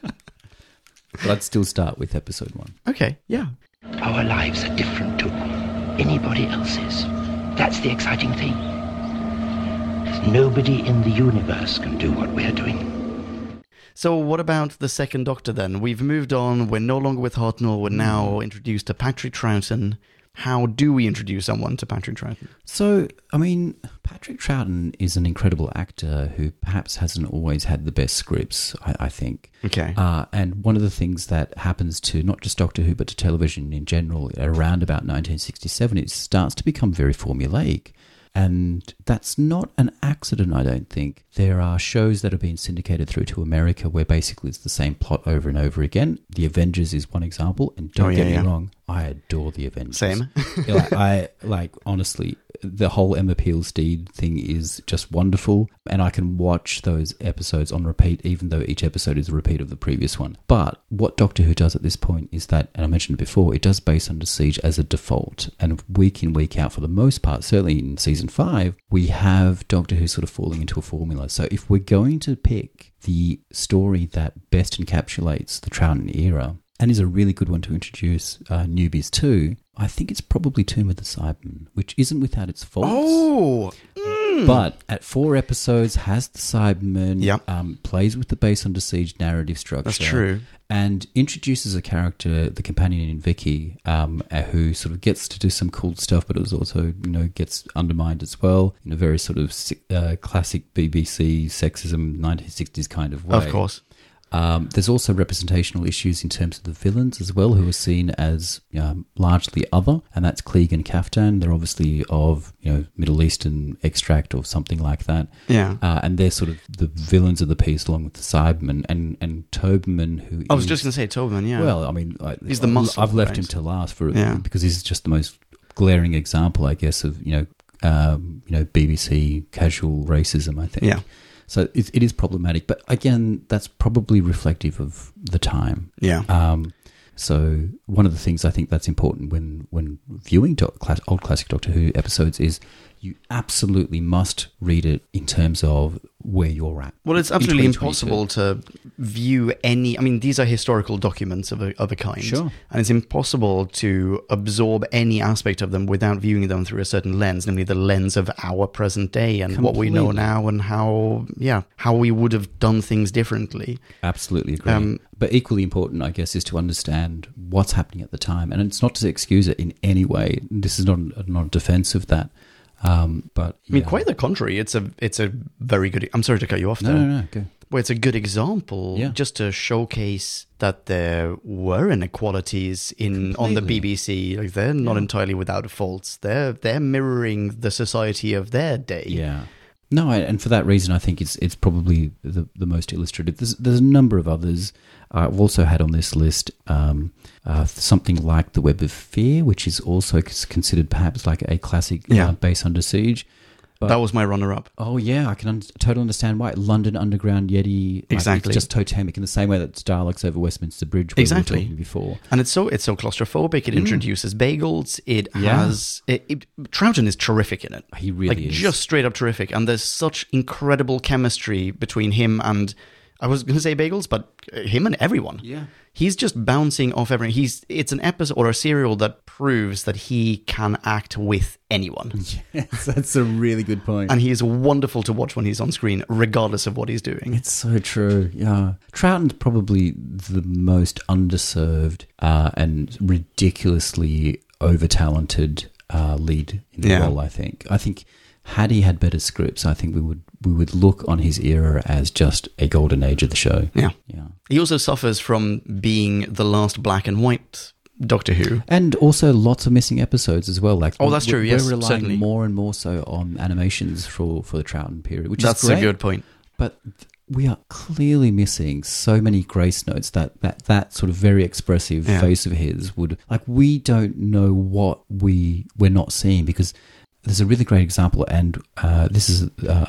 Speaker 2: But I'd still start with Episode One.
Speaker 1: Okay, yeah.
Speaker 4: Our lives are different to anybody else's. That's the exciting thing. 'Cause Nobody in the universe can do what we're doing.
Speaker 1: So, what about the second Doctor then? We've moved on. We're no longer with Hartnell. We're now
Speaker 2: Hmm.
Speaker 1: introduced to Patrick Troughton. How do we introduce someone to Patrick Troughton?
Speaker 2: So, I mean, Patrick Troughton is an incredible actor who perhaps hasn't always had the best scripts, I, I think.
Speaker 1: Okay.
Speaker 2: Uh, and one of the things that happens to not just Doctor Who, but to television in general, around about 1967, it starts to become very formulaic. And that's not an accident, I don't think. There are shows that are being syndicated through to America where basically it's the same plot over and over again. The Avengers is one example. And don't
Speaker 1: Oh, yeah,
Speaker 2: get me
Speaker 1: yeah.
Speaker 2: wrong, I adore The Avengers.
Speaker 1: Same.
Speaker 2: Yeah, like, I like honestly, the whole Emma Peel Steed thing is just wonderful, and I can watch those episodes on repeat, even though each episode is a repeat of the previous one. But what Doctor Who does at this point is that, and I mentioned it before, it does base under siege as a default, and week in week out for the most part, certainly in season five, we have Doctor Who sort of falling into a formula. So if we're going to pick the story that best encapsulates the Troughton era and is a really good one to introduce uh, newbies to. I think it's probably Tomb of the Cybermen, which isn't without its faults,
Speaker 1: oh,
Speaker 2: but at four episodes has the Cybermen,
Speaker 1: Yep.
Speaker 2: um, plays with the base under siege narrative structure.
Speaker 1: true.
Speaker 2: And introduces a character, the companion in Vicky, um, uh, who sort of gets to do some cool stuff, but is also you know gets undermined as well in a very sort of si- uh, classic BBC sexism, 1960s kind of way.
Speaker 1: of course.
Speaker 2: Um, there's also representational issues in terms of the villains as well, who are seen as um, largely other, and that's Klieg and Kaftan. They're obviously of you know Middle Eastern extract or something like that.
Speaker 1: Yeah.
Speaker 2: Uh, and they're sort of the villains of the piece, along with the Cybermen and and Toberman, who
Speaker 1: I was
Speaker 2: is-
Speaker 1: just going to say Tobin, yeah.
Speaker 2: mm. well, I mean, I,
Speaker 1: He's the muscle,
Speaker 2: I've left
Speaker 1: right?
Speaker 2: him to last for
Speaker 1: Yeah.
Speaker 2: because he's just the most glaring example, I guess, of you know, um, you know, BBC casual racism. I think.
Speaker 1: Yeah.
Speaker 2: So it, it is problematic, but again, that's probably reflective of the time.
Speaker 1: yeah.
Speaker 2: Um, so one of the things I think that's important when when viewing doc, class, old classic Doctor Who episodes is you absolutely must read it in terms of where you're at.
Speaker 1: Well, it's
Speaker 2: in
Speaker 1: absolutely
Speaker 2: 2022.
Speaker 1: impossible to view any. I mean, these are historical documents of a, of a kind.
Speaker 2: Sure.
Speaker 1: And it's impossible to absorb any aspect of them without viewing them through a certain lens, namely the lens of our present day and what we know
Speaker 2: Completely.
Speaker 1: now and how, yeah, how we would have done things differently.
Speaker 2: Absolutely agree.
Speaker 1: Um,
Speaker 2: but equally important, I guess, is to understand what's happening at the time. And it's not to excuse it in any way. This is not not a defense of that. Um, but
Speaker 1: I mean,
Speaker 2: yeah.
Speaker 1: quite the contrary. It's a it's a very good. I'm sorry to cut you off.
Speaker 2: no,
Speaker 1: there.
Speaker 2: no, no. Go.
Speaker 1: Well, it's a good example
Speaker 2: Yeah.
Speaker 1: just to showcase that there were inequalities in on the
Speaker 2: Completely.
Speaker 1: BBC. Like they're not entirely without faults. They're they're mirroring the society of their day.
Speaker 2: Yeah. No, I, and for that reason, I think it's it's probably the, the most illustrative. There's, there's a number of others. I've also had on this list um, uh, something like The Web of Fear, which is also c- considered perhaps like a classic
Speaker 1: Yeah.
Speaker 2: uh, base under siege.
Speaker 1: that was my runner-up.
Speaker 2: Oh yeah, I can un- totally understand why London Underground Yeti like, it's
Speaker 1: Exactly.
Speaker 2: just totemic in the same way that Daleks over Westminster Bridge. where
Speaker 1: Exactly.
Speaker 2: we were talking before.
Speaker 1: And it's so it's so claustrophobic. It introduces bagels. It
Speaker 2: Mm. Yeah.
Speaker 1: has it, it, Troughton is terrific in it.
Speaker 2: He really
Speaker 1: like
Speaker 2: is.
Speaker 1: just straight up terrific. And there's such incredible chemistry between him and I was going to say bagels, but uh, him and everyone.
Speaker 2: Yeah.
Speaker 1: He's just bouncing off everyone. He's it's an episode or a serial that proves that he can act with anyone.
Speaker 2: Yes, that's a really good point.
Speaker 1: And he is wonderful to watch when he's on screen, regardless of what he's doing.
Speaker 2: It's so true. Yeah, Trouton's probably the most underserved uh, and ridiculously over-talented uh, lead in the
Speaker 1: Yeah.
Speaker 2: role. I think. I think had he had better scripts, I think we would we would look on his era as just a golden age of the show.
Speaker 1: Yeah.
Speaker 2: Yeah.
Speaker 1: He also suffers from being the last black and white Doctor Who.
Speaker 2: And also lots of missing episodes as well. Like
Speaker 1: Oh, that's
Speaker 2: we're-
Speaker 1: true, yes,
Speaker 2: we're relying
Speaker 1: certainly.
Speaker 2: more and more so on animations for for the Trouton period, which
Speaker 1: That's
Speaker 2: is great.
Speaker 1: a good point.
Speaker 2: But th- we are clearly missing so many grace notes that that, that sort of very expressive
Speaker 1: Yeah.
Speaker 2: face of his would like we don't know what we we're not seeing because there's a really great example and uh, this is uh,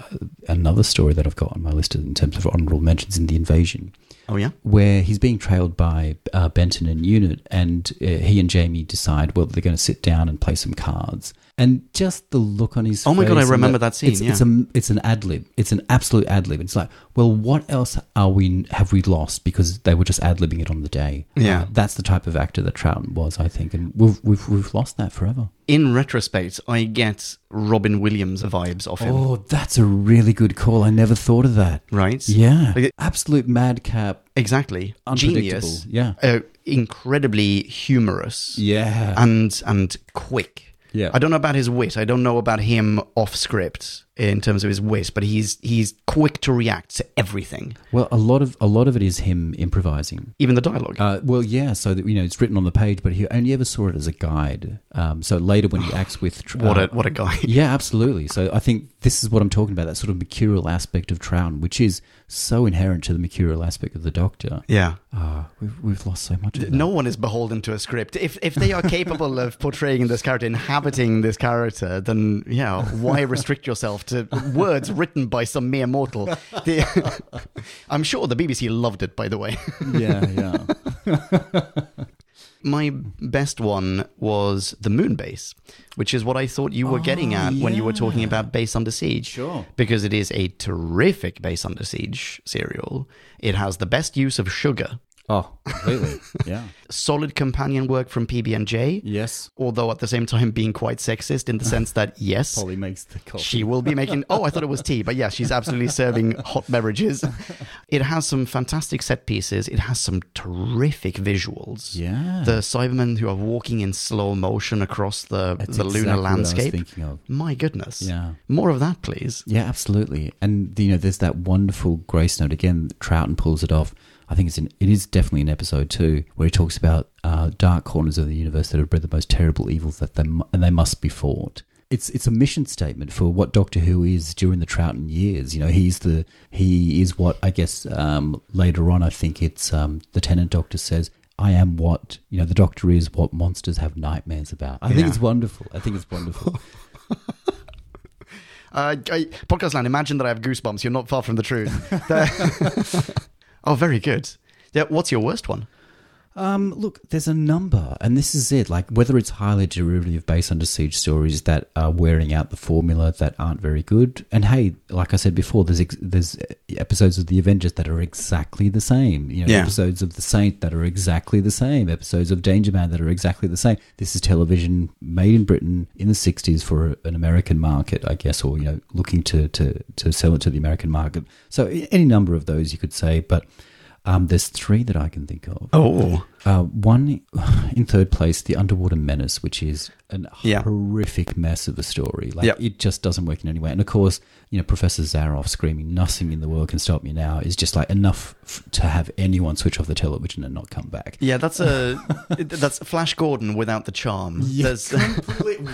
Speaker 2: another story that I've got on my list in terms of honorable mentions in the invasion
Speaker 1: Oh yeah.
Speaker 2: where he's being trailed by uh, Benton and Unit, and uh, he and Jamie decide well they're going to sit down and play some cards. And just the look on his
Speaker 1: Oh my God,
Speaker 2: face
Speaker 1: I
Speaker 2: and
Speaker 1: remember that scene,
Speaker 2: It's, it's, a, it's an ad lib. It's an absolute ad lib. It's like, well, what else are we have we lost because they were just ad libbing it on the day?
Speaker 1: Yeah.
Speaker 2: Uh, that's the type of actor that Trouton was, I think, and we've we've, we've lost that forever.
Speaker 1: In retrospect, I get Robin Williams vibes off him.
Speaker 2: Oh, that's a really good call. I never thought of that.
Speaker 1: Right?
Speaker 2: Yeah,
Speaker 1: Like,
Speaker 2: absolute madcap,
Speaker 1: Exactly.
Speaker 2: unpredictable.
Speaker 1: Genius.
Speaker 2: Yeah,
Speaker 1: Uh, incredibly humorous.
Speaker 2: yeah.
Speaker 1: and and quick.
Speaker 2: Yeah.
Speaker 1: I don't know about his wit. I don't know about him off script in terms of his wit, but he's he's quick to react to everything,
Speaker 2: Well, a lot of a lot of it is him improvising.
Speaker 1: even the dialogue.
Speaker 2: Uh, well, yeah, so that you know it's written on the page, but he only ever saw it as a guide. Um, so later, when he acts with tr-
Speaker 1: what
Speaker 2: uh,
Speaker 1: a what a guy.
Speaker 2: yeah, absolutely. So I think this is what I'm talking about—that sort of mercurial aspect of Trown, which is so inherent to the mercurial aspect of the Doctor.
Speaker 1: Yeah.
Speaker 2: Ah, we've we've lost so much. Of that.
Speaker 1: No one is beholden to a script. If if they are capable of portraying this character, inhabiting this character, then yeah, why restrict yourself to words written by some mere mortal? The- I'm sure the BBC loved it, by the way.
Speaker 2: yeah, yeah.
Speaker 1: My best one was the moon base, which is what I thought you were getting at when you were talking about Base Under Siege.
Speaker 2: Sure.
Speaker 1: Because it is a terrific Base Under Siege serial. It has the best use of sugar,
Speaker 2: Oh, completely. Yeah.
Speaker 1: solid companion work from PB&J,
Speaker 2: Yes.
Speaker 1: although at the same time being quite sexist in the sense that, yes,
Speaker 2: makes the call.
Speaker 1: she will be making. Oh, I thought it was tea, but yeah, she's absolutely serving hot beverages. It has some fantastic set pieces. It has some terrific visuals.
Speaker 2: Yeah.
Speaker 1: the Cybermen who are walking in slow motion across the
Speaker 2: That's
Speaker 1: the lunar
Speaker 2: exactly what I was
Speaker 1: landscape.
Speaker 2: thinking of.
Speaker 1: My goodness.
Speaker 2: Yeah.
Speaker 1: More of that, please.
Speaker 2: Yeah, absolutely. And you know, there's that wonderful grace note again. Trouton pulls it off. I think it's in, it is definitely in episode two where he talks about uh, dark corners of the universe that have bred the most terrible evils that they mu- and they must be fought. It's it's a mission statement for what Doctor Who is during the Trouton years. You know, he's the he is what I guess um, later on. I think it's um, the Tenant Doctor says. I am what you know. The Doctor is what monsters have nightmares about. I think
Speaker 1: Yeah.
Speaker 2: it's wonderful. I think it's wonderful.
Speaker 1: Uh, I, Podcast Land, imagine that I have goosebumps. You're not far from the truth. The- oh, very good. Yeah, what's your worst one?
Speaker 2: Um, look, there's a number, and this is it. Like whether it's highly derivative based under siege stories that are wearing out the formula that aren't very good, and hey, like I said before, there's ex- there's episodes of the Avengers that are exactly the same. You know,
Speaker 1: Yeah.
Speaker 2: episodes of the Saint that are exactly the same. Episodes of Danger Man that are exactly the same. This is television made in Britain in the '60s for an American market, I guess, or you know, looking to to to sell it to the American market. So a- any number of those you could say, but. Um, there's three that I can think of.
Speaker 1: Oh,
Speaker 2: Uh, one in third place, the Underwater Menace, which is an
Speaker 1: Yeah.
Speaker 2: horrific mess of a story. Like
Speaker 1: Yep.
Speaker 2: it just doesn't work in any way. And of course, you know, Professor Zaroff screaming "Nothing in the world can stop me now" is just like enough f- to have anyone switch off the television and not come back.
Speaker 1: yeah. That's a that's Flash Gordon without the charm.
Speaker 2: Mm.
Speaker 1: There's-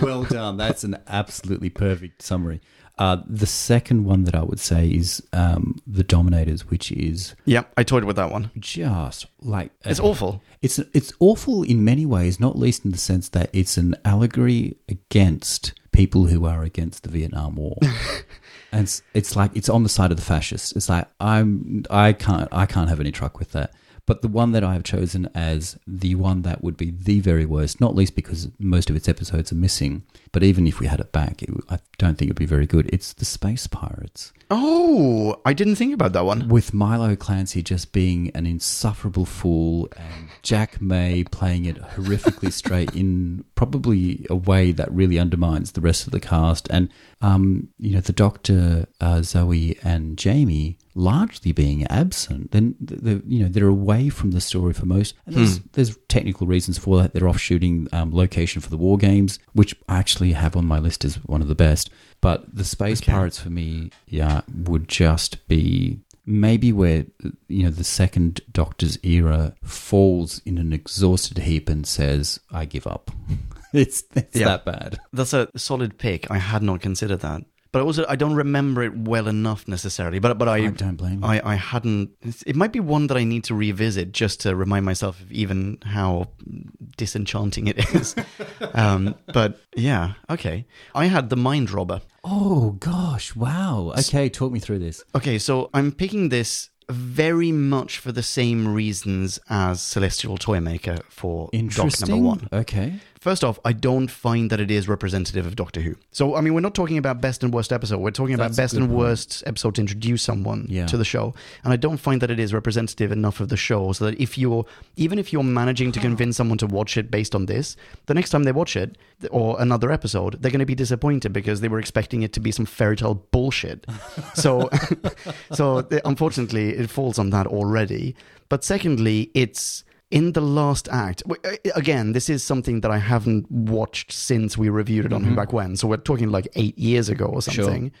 Speaker 2: well done. That's an absolutely perfect summary. Uh, the second one that I would say is um, the Dominators, which is
Speaker 1: yeah, I toyed with that one.
Speaker 2: just like
Speaker 1: It's awful.
Speaker 2: It's it's awful in many ways, not least in the sense that it's an allegory against people who are against the Vietnam War. and it's, it's like it's on the side of the fascists. It's like I'm I can't I can't have any truck with that. But the one that I have chosen as the one that would be the very worst, not least because most of its episodes are missing, but even if we had it back, it, I don't think it would be very good. It's The Space Pirates,
Speaker 1: Oh, I didn't think about that one.
Speaker 2: with Milo Clancy just being an insufferable fool and Jack May playing it horrifically straight in probably a way that really undermines the rest of the cast. And, um, you know, the Doctor, uh, Zoe, and Jamie largely being absent. Then, th- the, you know, they're away from the story for most. And there's, there's technical reasons for that. They're off shooting um, location for the War Games, which I actually have on my list as one of the best. But the Space Pirates for me, yeah, would just be maybe where you know the second Doctor's era falls in an exhausted heap and says, "I give up." it's it's
Speaker 1: Yeah.
Speaker 2: that bad.
Speaker 1: That's a solid pick. I had not considered that. But also, I don't remember it well enough necessarily. But but I,
Speaker 2: I don't blame you.
Speaker 1: I, I hadn't. it's- It might be one that I need to revisit just to remind myself of even how disenchanting it is. um, but yeah, okay. I had the Mind Robber.
Speaker 2: Oh gosh, wow. Okay, talk me through this.
Speaker 1: Okay, so I'm picking this very much for the same reasons as Celestial Toymaker for Doc
Speaker 2: Interesting.
Speaker 1: number one.
Speaker 2: Okay.
Speaker 1: First off, I don't find that it is representative of Doctor Who. So, I mean, we're not talking about best and worst episode. We're talking about
Speaker 2: That's a
Speaker 1: best
Speaker 2: good
Speaker 1: and
Speaker 2: point.
Speaker 1: worst episode to introduce someone
Speaker 2: Yeah.
Speaker 1: to the show. And I don't find that it is representative enough of the show so that if you're, even if you're managing to convince someone to watch it based on this, the next time they watch it th- or another episode, they're going to be disappointed because they were expecting it to be some fairy tale bullshit. so, so th- unfortunately, it falls on that already. But secondly, it's in the last act w- uh, again this is something that i haven't watched since we reviewed it on
Speaker 2: Mm-hmm.
Speaker 1: who back when so we're talking like eight years ago or something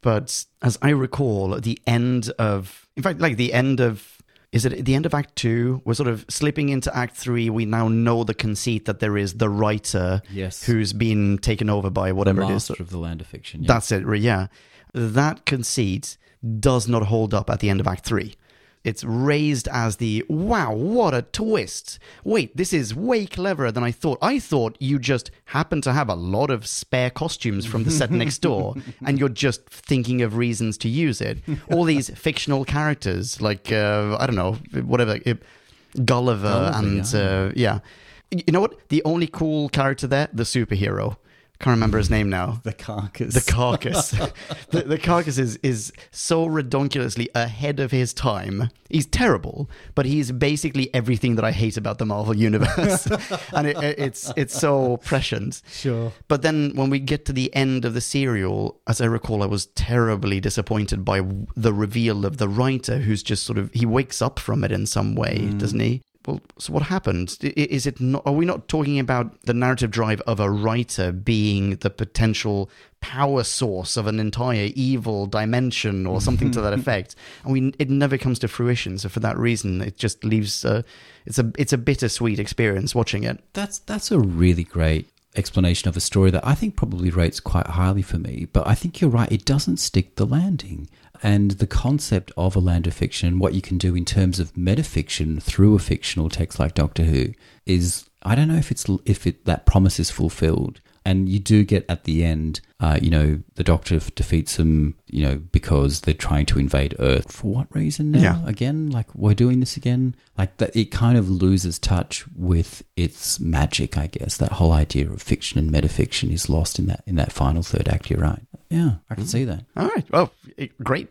Speaker 1: but as i recall the end of in fact like the end of is it the end of act two we're sort of slipping into act three we now know the conceit that there is the writer
Speaker 2: Yes.
Speaker 1: who's been taken over by whatever it is
Speaker 2: Master of the land of fiction. Yeah.
Speaker 1: that's it, re- yeah. That conceit does not hold up at the end of Act 3. It's raised as the wow, what a twist. Wait, this is way cleverer than I thought. I thought you just happen to have a lot of spare costumes from the set next door and you're just thinking of reasons to use it. All these fictional characters, like, uh, I don't know, whatever, uh, Gulliver and,
Speaker 2: yeah.
Speaker 1: Uh, yeah. You know what? The only cool character there, the superhero. Can't remember his name now.
Speaker 2: the carcass.
Speaker 1: The carcass. the, the carcass is, is so redonkulously ahead of his time. He's terrible, but he's basically everything that I hate about the Marvel universe. and it, it- it's it's so prescient.
Speaker 2: Sure.
Speaker 1: But then when we get to the end of the serial, as I recall, I was terribly disappointed by w- the reveal of the writer who's just sort of, he wakes up from it in some way, doesn't he? Well, so what happened? I- i- Is it not, are we not talking about the narrative drive of a writer being the potential power source of an entire evil dimension or something to that effect? And we, it never comes to fruition. So for that reason, it just leaves, a, it's a, it's a bittersweet experience watching it.
Speaker 2: That's that's a really great explanation of a story that I think probably rates quite highly for me. But I think you're right; it doesn't stick the landing. And the concept of a land of fiction, what you can do in terms of metafiction through a fictional text like Doctor Who, is I don't know if it's if it, that promise is fulfilled. And you do get at the end, uh, you know, the Doctor f- defeats them, you know, because they're trying to invade Earth. For what reason now?
Speaker 1: Yeah.
Speaker 2: Again, like we're doing this again. Like that, it kind of loses touch with its magic. I guess that whole idea of fiction and metafiction is lost in that in that final third act. You're right. Yeah, I can see that.
Speaker 1: All right. Well, i- great.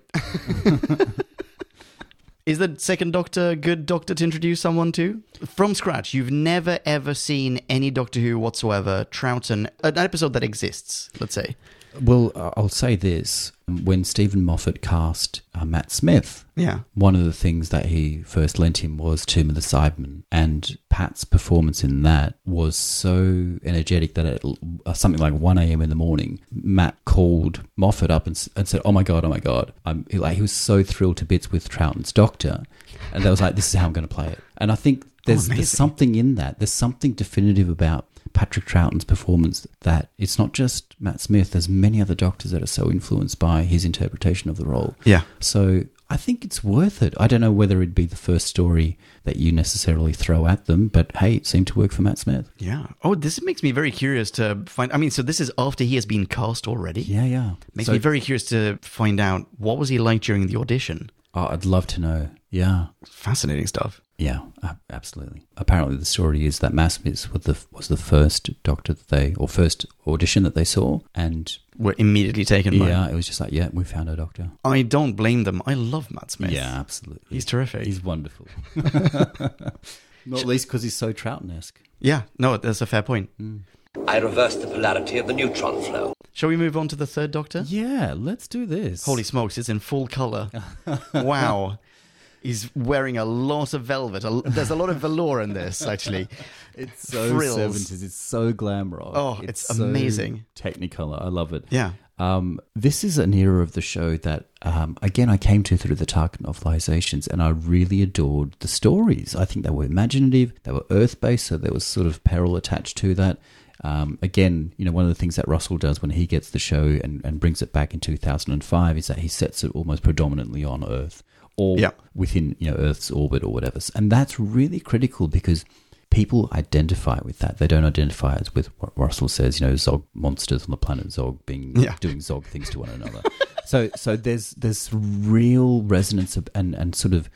Speaker 1: Is the second Doctor a good Doctor to introduce someone to? From scratch, you've never ever seen any Doctor Who whatsoever, Troughton, an episode that exists, let's say.
Speaker 2: Well, I- I'll say this: when Stephen Moffat cast uh, Matt Smith,
Speaker 1: Yeah.
Speaker 2: one of the things that he first lent him was Tomb of the Sidemen, and Pat's performance in that was so energetic that at l- uh, something like 1 a.m. in the morning, Matt called Moffat up and, s- and said, "Oh my god, oh my god!" I'm, he, like he was so thrilled to bits with Troughton's Doctor, and they was like, "This is how I'm going to play it." And I think there's,
Speaker 1: amazing.
Speaker 2: there's something in that. There's something definitive about Patrick Troughton's performance that it's not just Matt Smith. There's many other doctors that are so influenced by his interpretation of the role.
Speaker 1: Yeah.
Speaker 2: So I think it's worth it. I don't know whether it'd be the first story that you necessarily throw at them, but hey, it seemed to work for Matt Smith.
Speaker 1: Yeah. Oh, this makes me very curious to find. I mean, so this is after he has been cast already.
Speaker 2: Yeah, yeah.
Speaker 1: Makes
Speaker 2: So-
Speaker 1: me very curious to find out what was he like during the audition.
Speaker 2: Oh, I'd love to know. Yeah.
Speaker 1: Fascinating stuff.
Speaker 2: Yeah, ab- absolutely. Apparently, the story is that Massmith was the was the first doctor that they or first audition that they saw, and
Speaker 1: Were immediately taken by.
Speaker 2: yeah, it was just like, yeah, we found our doctor.
Speaker 1: I don't blame them. I love Matt Smith.
Speaker 2: Yeah, absolutely.
Speaker 1: He's terrific.
Speaker 2: He's wonderful. Not least because he's so Troughton-esque.
Speaker 1: Yeah, no, that's a fair point.
Speaker 5: I reversed the polarity of the neutron flow.
Speaker 1: Shall we move on to the third Doctor?
Speaker 2: Yeah, let's do this.
Speaker 1: Holy smokes, it's in full color. wow. He's wearing a lot of velvet. A- There's a lot of velour in this, actually.
Speaker 2: it's so
Speaker 1: frills.
Speaker 2: 70s. It's so glam rock.
Speaker 1: Oh, it's amazing.
Speaker 2: Technicolor. I love it.
Speaker 1: Yeah.
Speaker 2: Um, this is an era of the show that, um, again, I came to through the Tarkin novelizations, and I really adored the stories. I think they were imaginative, they were earth based, so there was sort of peril attached to that. Um, again, you know, one of the things that Russell does when he gets the show and, and brings it back in 2005 is that he sets it almost predominantly on Earth or
Speaker 1: Yeah.
Speaker 2: within you know Earth's orbit or whatever, and that's really critical because people identify with that. They don't identify as with what Russell says, you know, Zog monsters on the planet Zog being
Speaker 1: Yeah.
Speaker 2: doing Zog things to one another. so so there's there's real resonance of, and and sort of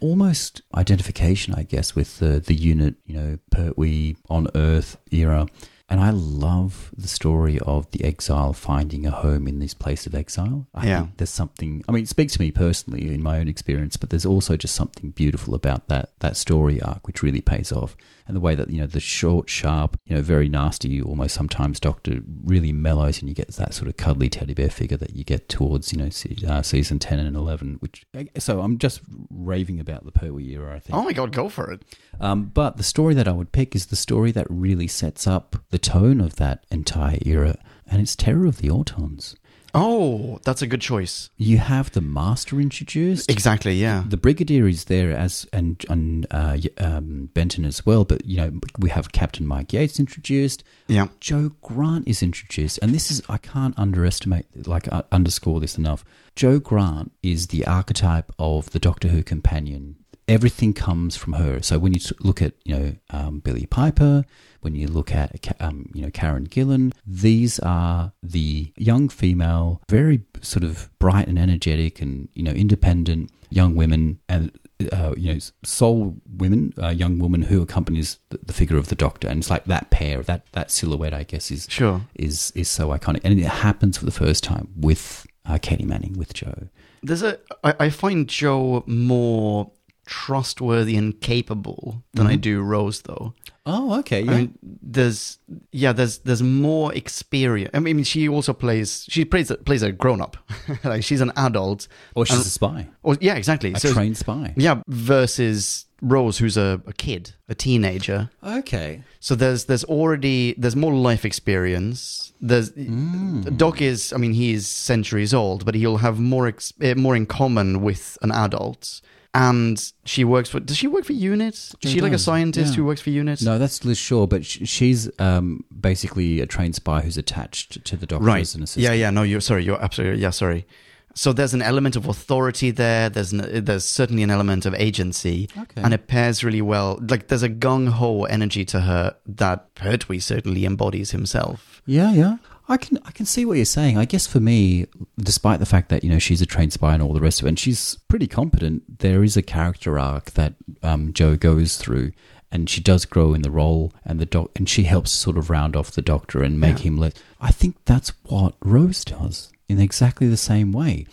Speaker 2: almost identification, I guess, with the the unit, you know, Pertwee on Earth era. And I love the story of the exile finding a home in this place of exile. I
Speaker 1: Yeah.
Speaker 2: think there's something. I mean, it speaks to me personally in my own experience, but there's also just something beautiful about that that story arc, which really pays off, and the way that you know the short, sharp, you know, very nasty, almost sometimes Doctor really mellows, and you get that sort of cuddly teddy bear figure that you get towards you know se- uh, season ten and eleven. Which so I'm just raving about the Pertwee era. I think.
Speaker 1: Oh my God, go for it.
Speaker 2: Um, but the story that I would pick is the story that really sets up the tone of that entire era, and it's Terror of the Autons.
Speaker 1: Oh, that's a good choice.
Speaker 2: You have the Master introduced.
Speaker 1: Exactly, yeah.
Speaker 2: The Brigadier is there as and and uh, y- um, Benton as well, but you know we have Captain Mike Yates introduced.
Speaker 1: Yeah.
Speaker 2: Joe Grant is introduced, and this is I can't underestimate like uh, underscore this enough. Joe Grant is the archetype of the Doctor Who companion. Everything comes from her. So when you s- look at you know um, Billy Piper, when you look at Ca- um, you know Karen Gillan, these are the young female, very sort of bright and energetic, and you know independent young women, and uh, you know, soul women, uh, young woman who accompanies the, the figure of the doctor, and it's like that pair, that that silhouette, I guess, is
Speaker 1: Sure.
Speaker 2: is is so iconic, and it happens for the first time with uh, Katie Manning with Joe.
Speaker 1: There's a. I, I find Joe more trustworthy and capable than
Speaker 2: Mm-hmm.
Speaker 1: I do Rose, though.
Speaker 2: Oh, okay,
Speaker 1: I mean, there's yeah, there's there's more experience. I mean, she also plays she plays plays a grown up, like she's an adult.
Speaker 2: or she's
Speaker 1: and-
Speaker 2: a spy,
Speaker 1: or yeah, exactly.
Speaker 2: a
Speaker 1: Um, So-
Speaker 2: trained spy.
Speaker 1: Yeah, versus Rose, who's a, a kid, a teenager.
Speaker 2: Okay,
Speaker 1: So there's there's already there's more life experience. There's
Speaker 2: Mm.
Speaker 1: Doc is I mean he is centuries old, but he'll have more ex, eh, more in common with an adult. And she works for does she work for Unit? Is
Speaker 2: She
Speaker 1: she like a
Speaker 2: does,
Speaker 1: scientist
Speaker 2: yeah.
Speaker 1: who works for Unit?
Speaker 2: no, that's Liz Shaw, but sh- she's um, basically a trained spy who's attached to the doctor
Speaker 1: right.
Speaker 2: as an assistant.
Speaker 1: Yeah, yeah. No, you're sorry. You're absolutely yeah. Sorry. So there's an element of authority there. There's an, there's certainly an element of agency,
Speaker 2: Okay.
Speaker 1: and it pairs really well. Like there's a gung ho energy to her that Pertwee certainly embodies himself.
Speaker 2: Yeah, yeah. I can I can see what you're saying. I guess for me, despite the fact that you know she's a trained spy and all the rest of it, and she's pretty competent, there is a character arc that um, Joe goes through, and she does grow in the role, and the doc, and she helps sort of round off the Doctor and make him less. I think that's what Rose does in exactly the same way.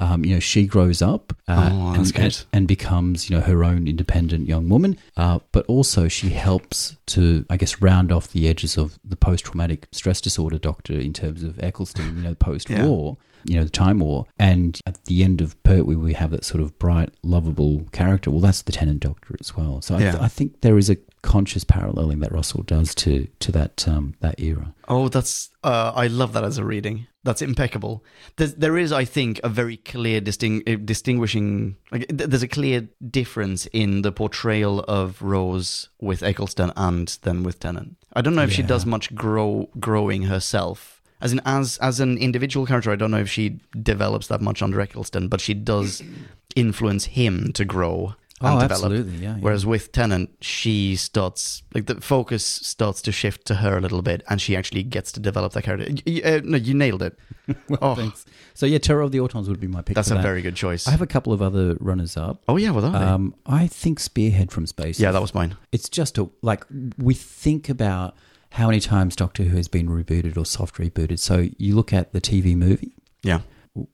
Speaker 2: Um, you know, she grows up uh,
Speaker 1: Oh,
Speaker 2: and,
Speaker 1: that's good.
Speaker 2: and- and becomes, you know, her own independent young woman. Uh, but also, she helps to, I guess, round off the edges of the post-traumatic stress disorder doctor in terms of Eccleston, you know, post-war, you know, the time war. And at the end of Pertwee, we have that sort of bright, lovable character. Well, that's the tenant doctor as well. So I, th-
Speaker 1: Yeah.
Speaker 2: I think there is a conscious paralleling that Russell does to to that um, that era.
Speaker 1: Oh, that's uh, I love that as a reading. That's impeccable. There's, there is, I think, a very clear disting, uh, distinguishing. Like, th- there's a clear difference in the portrayal of Rose with Eccleston and then with Tennant. I don't know if she does much grow growing herself. As in, as as an individual character, I don't know if she develops that much under Eccleston, but she does influence him to grow and
Speaker 2: Oh,
Speaker 1: develop.
Speaker 2: absolutely, yeah, yeah.
Speaker 1: Whereas with Tennant, she starts like the focus starts to shift to her a little bit, and she actually gets to develop that character. Y- y- uh, no, you nailed it. oh,
Speaker 2: Thanks. So yeah, Terror of the Autons would be my pick.
Speaker 1: that's
Speaker 2: for
Speaker 1: a
Speaker 2: that.
Speaker 1: very good choice.
Speaker 2: I have a couple of other runners up.
Speaker 1: oh yeah, well, are they?
Speaker 2: Um, I think Spearhead from Space.
Speaker 1: yeah,
Speaker 2: is-
Speaker 1: that was mine.
Speaker 2: It's just a like we think about how many times Doctor Who has been rebooted or soft rebooted. So you look at the TV movie,
Speaker 1: Yeah.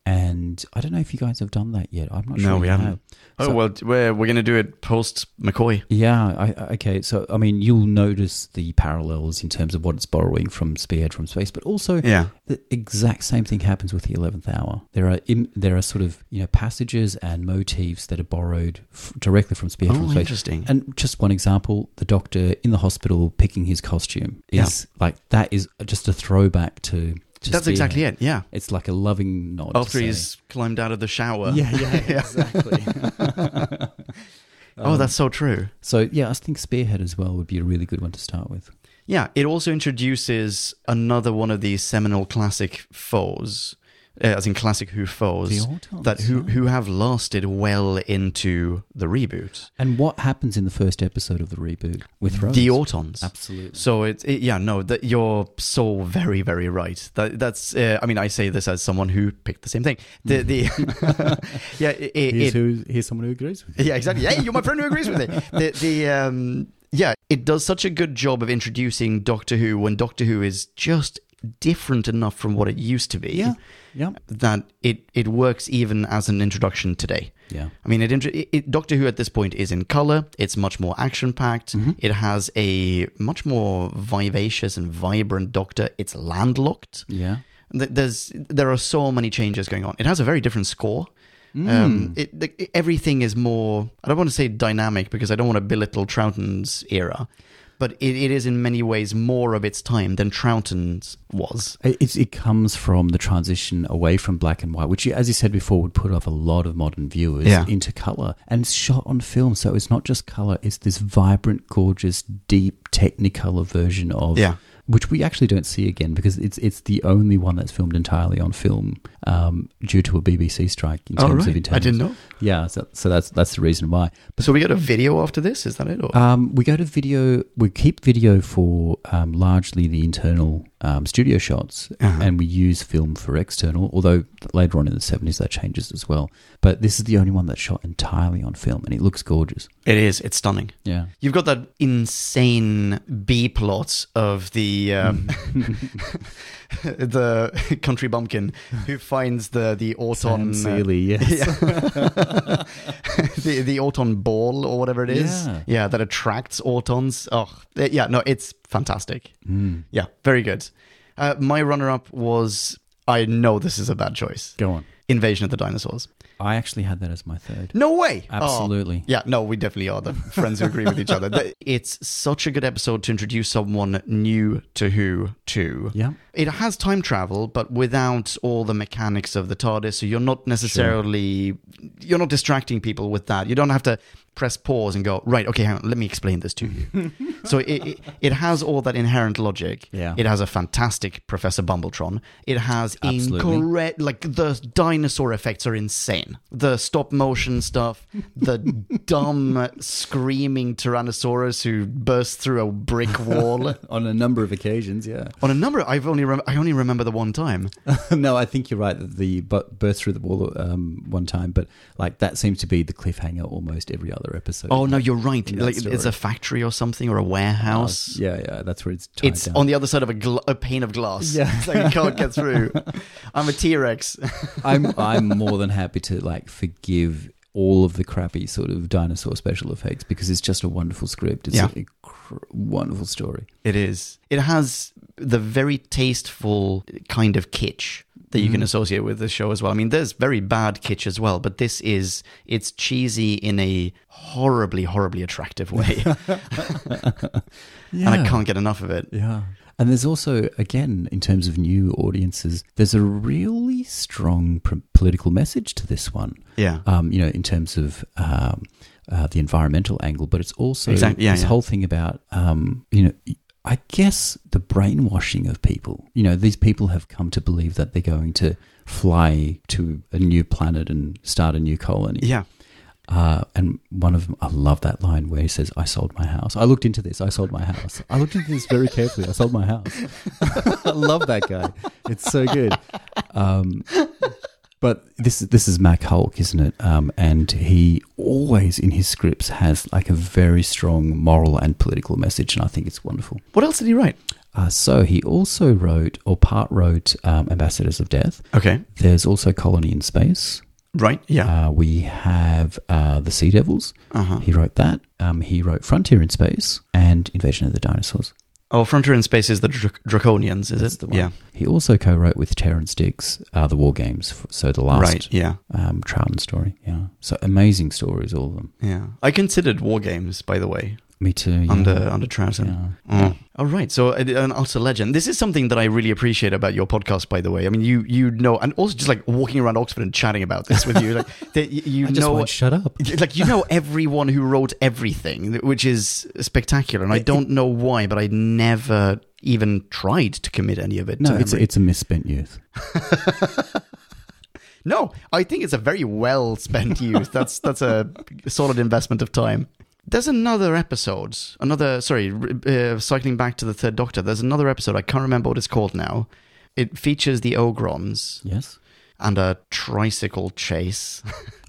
Speaker 2: and I don't know if you guys have done that yet. I'm not sure.
Speaker 1: No, we
Speaker 2: you
Speaker 1: haven't.
Speaker 2: have.
Speaker 1: Oh
Speaker 2: So-
Speaker 1: well, t- we're we're gonna do it post McCoy.
Speaker 2: Yeah. I, I- okay. So I mean, you'll notice the parallels in terms of what it's borrowing from Spearhead from Space, but also
Speaker 1: Yeah.
Speaker 2: the exact same thing happens with the Eleventh Hour. There are im there are sort of you know passages and motifs that are borrowed f- directly from Spearhead
Speaker 1: Oh,
Speaker 2: from Space.
Speaker 1: interesting.
Speaker 2: And just one example: the Doctor in the hospital picking his costume is like that is just a throwback to. to
Speaker 1: That's exactly it. Yeah.
Speaker 2: It's like a loving nod. to
Speaker 1: After
Speaker 2: say-
Speaker 1: he's climbed out of the shower.
Speaker 2: yeah, yeah, exactly.
Speaker 1: oh, that's so true.
Speaker 2: so yeah, I think Spearhead as well would be a really good one to start with.
Speaker 1: Yeah, it also introduces another one of these seminal classic foes, uh, as in classic Who foes
Speaker 2: The Autons,
Speaker 1: that who
Speaker 2: yeah.
Speaker 1: who have lasted well into the reboot.
Speaker 2: And what happens in the first episode of the reboot with Rose?
Speaker 1: The Autons.
Speaker 2: Absolutely.
Speaker 1: So it's it, yeah no that you're so very very right that that's uh, I mean I say this as someone who picked the same thing the the yeah it, it,
Speaker 6: Mm-hmm. Here's,
Speaker 1: it-
Speaker 6: who, here's someone who agrees with you.
Speaker 1: Yeah, exactly. Hey, you're my friend who agrees with me. The, the um, yeah, it does such a good job of introducing Doctor Who when Doctor Who is just different enough from what it used to be.
Speaker 2: Yeah. Yeah.
Speaker 1: That it it works even as an introduction today.
Speaker 2: Yeah.
Speaker 1: I mean, it, intro- it, it Doctor Who at this point is in color. It's much more action packed. It has a much more vivacious and vibrant Doctor. It's landlocked.
Speaker 2: Yeah.
Speaker 1: Th- There's there are so many changes going on. It has a very different score. Um, it, the, everything is more. I don't want to say dynamic because I don't want to belittle Troughton's era, but it, it is in many ways more of its time than Troughton's was.
Speaker 2: It, it's- it comes from the transition away from black and white, which, as you said before, would put off a lot of modern viewers
Speaker 1: Yeah.
Speaker 2: into color. And it's shot on film, so it's not just color; it's this vibrant, gorgeous, deep Technicolor version of
Speaker 1: Yeah.
Speaker 2: Which we actually don't see again because it's it's the only one that's filmed entirely on film um, due to a BBC strike in terms of internal.
Speaker 1: Oh, I didn't know.
Speaker 2: Yeah, so, so that's that's the reason why.
Speaker 1: So we got a video after this. Is that it? Or?
Speaker 2: Um, we go to video. We keep video for um, largely the internal um, studio shots,
Speaker 1: Uh-huh.
Speaker 2: and we use film for external. Although later on in the seventies that changes as well. But this is the only one that's shot entirely on film, and it looks gorgeous.
Speaker 1: it is. It's stunning.
Speaker 2: Yeah,
Speaker 1: You've got that insane B plot of the um, the country bumpkin who finds the the
Speaker 2: uh,
Speaker 1: auton
Speaker 6: Sam Seeley, yes.
Speaker 1: Yeah. the the auton ball or whatever it is.
Speaker 2: Yeah.
Speaker 1: that attracts autons. Oh, eh, yeah, no, it's fantastic.
Speaker 2: Mm.
Speaker 1: Yeah, very good. Uh, my runner up was I know this is a bad choice.
Speaker 2: go on.
Speaker 1: Invasion of the dinosaurs.
Speaker 2: I actually had that as my third.
Speaker 1: No way. Oh,
Speaker 2: Absolutely.
Speaker 1: yeah, no, we definitely are the friends who agree with each other. Th- It's such a good episode to introduce someone new to Who to.
Speaker 2: Yeah.
Speaker 1: It has time travel, but without all the mechanics of the TARDIS. So you're not necessarily you're not distracting people with that. You don't have to press pause and go, right, okay, hang on, let me explain this to you. so it, it it has all that inherent logic.
Speaker 2: Yeah.
Speaker 1: It has a fantastic Professor Bumbletron. It has
Speaker 2: Absolutely.
Speaker 1: incredible red like the dinosaur effects are insane the stop motion stuff the dumb screaming tyrannosaurus who bursts through a brick wall
Speaker 2: On a number of occasions, yeah.
Speaker 1: on a number i've only rem- i only remember the one time
Speaker 2: no, I think you're right. that The bu- burst through the wall um, one time, but like that seems to be the cliffhanger almost every other episode.
Speaker 1: oh no you're right Oh,
Speaker 2: In that
Speaker 1: like, it's
Speaker 2: story.
Speaker 1: a factory or something or a warehouse
Speaker 2: Uh, yeah, yeah. That's where it's. tied
Speaker 1: It's
Speaker 2: down.
Speaker 1: on the other side of a, gl- a pane of glass.
Speaker 2: Yeah.
Speaker 1: it's like you can't get through. I'm a T Rex.
Speaker 2: I'm I'm more than happy to like forgive all of the crappy sort of dinosaur special effects because it's just a wonderful script. It's
Speaker 1: Yeah.
Speaker 2: a cr- wonderful story.
Speaker 1: It is. It has the very tasteful kind of kitsch that you can associate with the show as well. I mean, there's very bad kitsch as well, but this is it's cheesy in a horribly, horribly attractive way, and I can't get enough of it.
Speaker 2: Yeah. And there's also, again, in terms of new audiences, there's a really strong pr- political message to this one.
Speaker 1: Yeah.
Speaker 2: Um, you know, in terms of um, uh, the environmental angle, but it's also
Speaker 1: Exactly, yeah,
Speaker 2: this
Speaker 1: yeah.
Speaker 2: whole thing about, um, you know, I guess the brainwashing of people. You know, these people have come to believe that they're going to fly to a new planet and start a new colony.
Speaker 1: Yeah.
Speaker 2: Uh, and one of them, I love that line where he says, I sold my house. I looked into this. I sold my house. I looked into this very carefully. I sold my house. I love that guy. It's so good. Um, but this this is Mac Hulk, isn't it? Um, and he always in his scripts has like a very strong moral and political message, and I think it's wonderful.
Speaker 1: What else did he write?
Speaker 2: Uh, so he also wrote or part wrote um, Ambassadors of Death.
Speaker 1: Okay.
Speaker 2: There's also Colony in Space.
Speaker 1: Right. Yeah.
Speaker 2: Uh, we have uh, the Sea Devils.
Speaker 1: Uh-huh.
Speaker 2: He wrote that. Um, he wrote Frontier in Space and Invasion of the Dinosaurs.
Speaker 1: oh, Frontier in Space is the Drac- Draconians, is
Speaker 2: That's
Speaker 1: it?
Speaker 2: the one.
Speaker 1: Yeah.
Speaker 2: He also co-wrote with Terrence Dix uh, the War Games. f- So the last
Speaker 1: Right. Yeah.
Speaker 2: um, Trouton story. Yeah, so amazing stories, all of them.
Speaker 1: Yeah. I considered War Games, by the way,
Speaker 2: Me too. Yeah.
Speaker 1: under under Trouton.
Speaker 2: Yeah.
Speaker 1: Oh. All right. So uh, an utter legend. This is something that I really appreciate about your podcast, by the way. I mean, you you know, and also just like walking around Oxford and chatting about this with you, like that y- you
Speaker 2: I just
Speaker 1: know.
Speaker 2: won't shut up.
Speaker 1: like you know everyone who wrote everything which is spectacular and i don't know why but i never even tried to commit any of it
Speaker 2: No,
Speaker 1: to
Speaker 2: it's a,
Speaker 1: memory.
Speaker 2: it's a misspent youth.
Speaker 1: no i think it's a very well spent use that's that's a solid investment of time there's another episode another sorry r- uh, cycling back to the third doctor there's another episode i can't remember what it's called now it features the ogrons
Speaker 2: Yes,
Speaker 1: and a tricycle chase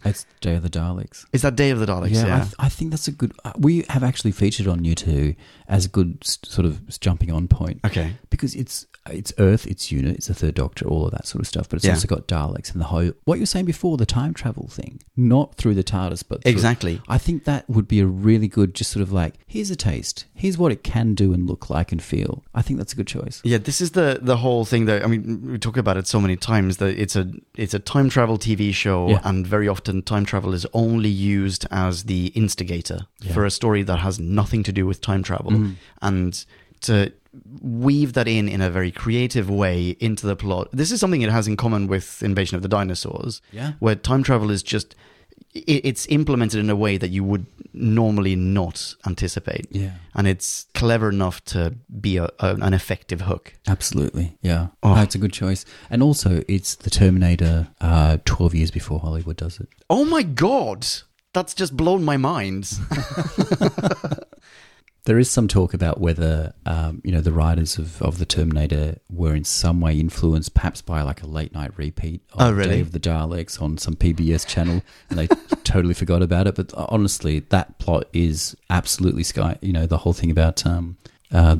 Speaker 2: it's Day of the Daleks.
Speaker 1: is that day of the daleks yeah,
Speaker 2: I, th- I think that's a good. Uh, we have actually featured on you two as a good s- sort of s- jumping on point.
Speaker 1: okay
Speaker 2: because it's it's Earth, it's unit, it's the Third Doctor, all of that sort of stuff. But it's
Speaker 1: Yeah.
Speaker 2: also got Daleks and the whole what you were saying before the time travel thing, not through the TARDIS, but through-
Speaker 1: Exactly.
Speaker 2: I think that would be a really good, just sort of like here's a taste, here's what it can do and look like and feel. I think that's a good choice.
Speaker 1: Yeah, this is the the whole thing that I mean we talk about it so many times that it's a it's a time travel TV show
Speaker 2: Yeah.
Speaker 1: and very often time travel is only used as the instigator for a story that has nothing to do with time travel and to weave that in in a very creative way into the plot. This is something it has in common with Invasion of the Dinosaurs.
Speaker 2: Yeah.
Speaker 1: Where time travel is just i- it's implemented in a way that you would normally not anticipate.
Speaker 2: Yeah.
Speaker 1: And it's clever enough to be a, a, an effective hook.
Speaker 2: Absolutely, yeah.
Speaker 1: Oh.
Speaker 2: No, it's a good choice, and also it's the Terminator. Uh, Twelve years before Hollywood does it.
Speaker 1: Oh my god! That's just blown my mind.
Speaker 2: There is some talk about whether um, you know the writers of, of the Terminator were in some way influenced, perhaps by like a late night repeat of
Speaker 1: Oh, really?
Speaker 2: Day of the Daleks on some PBS channel, and they totally forgot about it. But uh, honestly, that plot is absolutely sky. You know the whole thing about um, uh,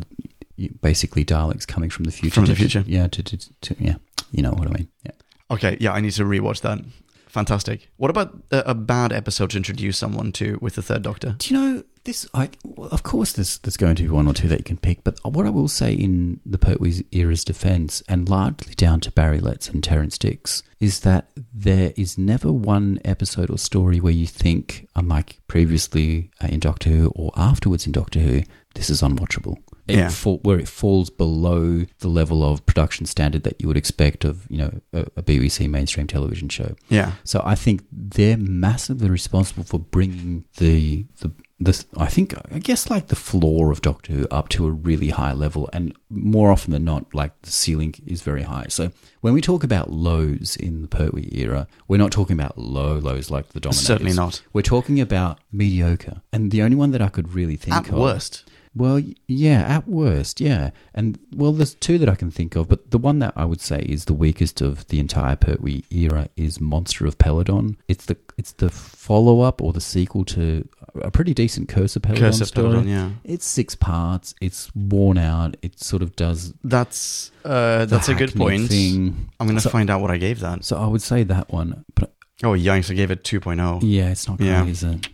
Speaker 2: basically Daleks coming from the future,
Speaker 1: From the
Speaker 2: to-
Speaker 1: future.
Speaker 2: yeah, to, to, to yeah, you know what I mean, yeah.
Speaker 1: okay, yeah, I need to rewatch that. Fantastic. What about a, a bad episode to introduce someone to with the Third Doctor?
Speaker 2: Do you know this? I well, of course there's there's going to be one or two that you can pick, but what I will say in the Pertwee's era's defence, and largely down to Barry Letts and Terence Dix, is that there is never one episode or story where you think, unlike previously uh, in Doctor Who or afterwards in Doctor Who, this is unwatchable. It
Speaker 1: Yeah.
Speaker 2: fa- where it falls below the level of production standard that you would expect of you know a, a BBC mainstream television show.
Speaker 1: Yeah.
Speaker 2: So I think they're massively responsible for bringing the the the I think I guess like the floor of Doctor Who up to a really high level, and more often than not, like the ceiling is very high. So when we talk about lows in the Pertwee era, we're not talking about low lows like the Dominators.
Speaker 1: Certainly not.
Speaker 2: We're talking about mediocre, and the only one that I could really think
Speaker 1: At
Speaker 2: of
Speaker 1: worst.
Speaker 2: well, y- yeah, at worst, yeah. And well, there's two that I can think of, but the one that I would say is the weakest of the entire Pertwee era is Monster of Peladon. It's the it's the follow up or the sequel to a pretty decent Curse of Peladon
Speaker 1: Curse of
Speaker 2: story.
Speaker 1: Peladon, yeah.
Speaker 2: It's six parts. It's worn out. It sort of does.
Speaker 1: That's uh, that's a good
Speaker 2: hackneyed
Speaker 1: point.
Speaker 2: Thing.
Speaker 1: I'm going to
Speaker 2: So-
Speaker 1: find out what I gave that.
Speaker 2: So I would say that one, but
Speaker 1: Oh, yikes, I gave it oh. 2.0.
Speaker 2: yeah, it's not great,
Speaker 1: Yeah.
Speaker 2: is it?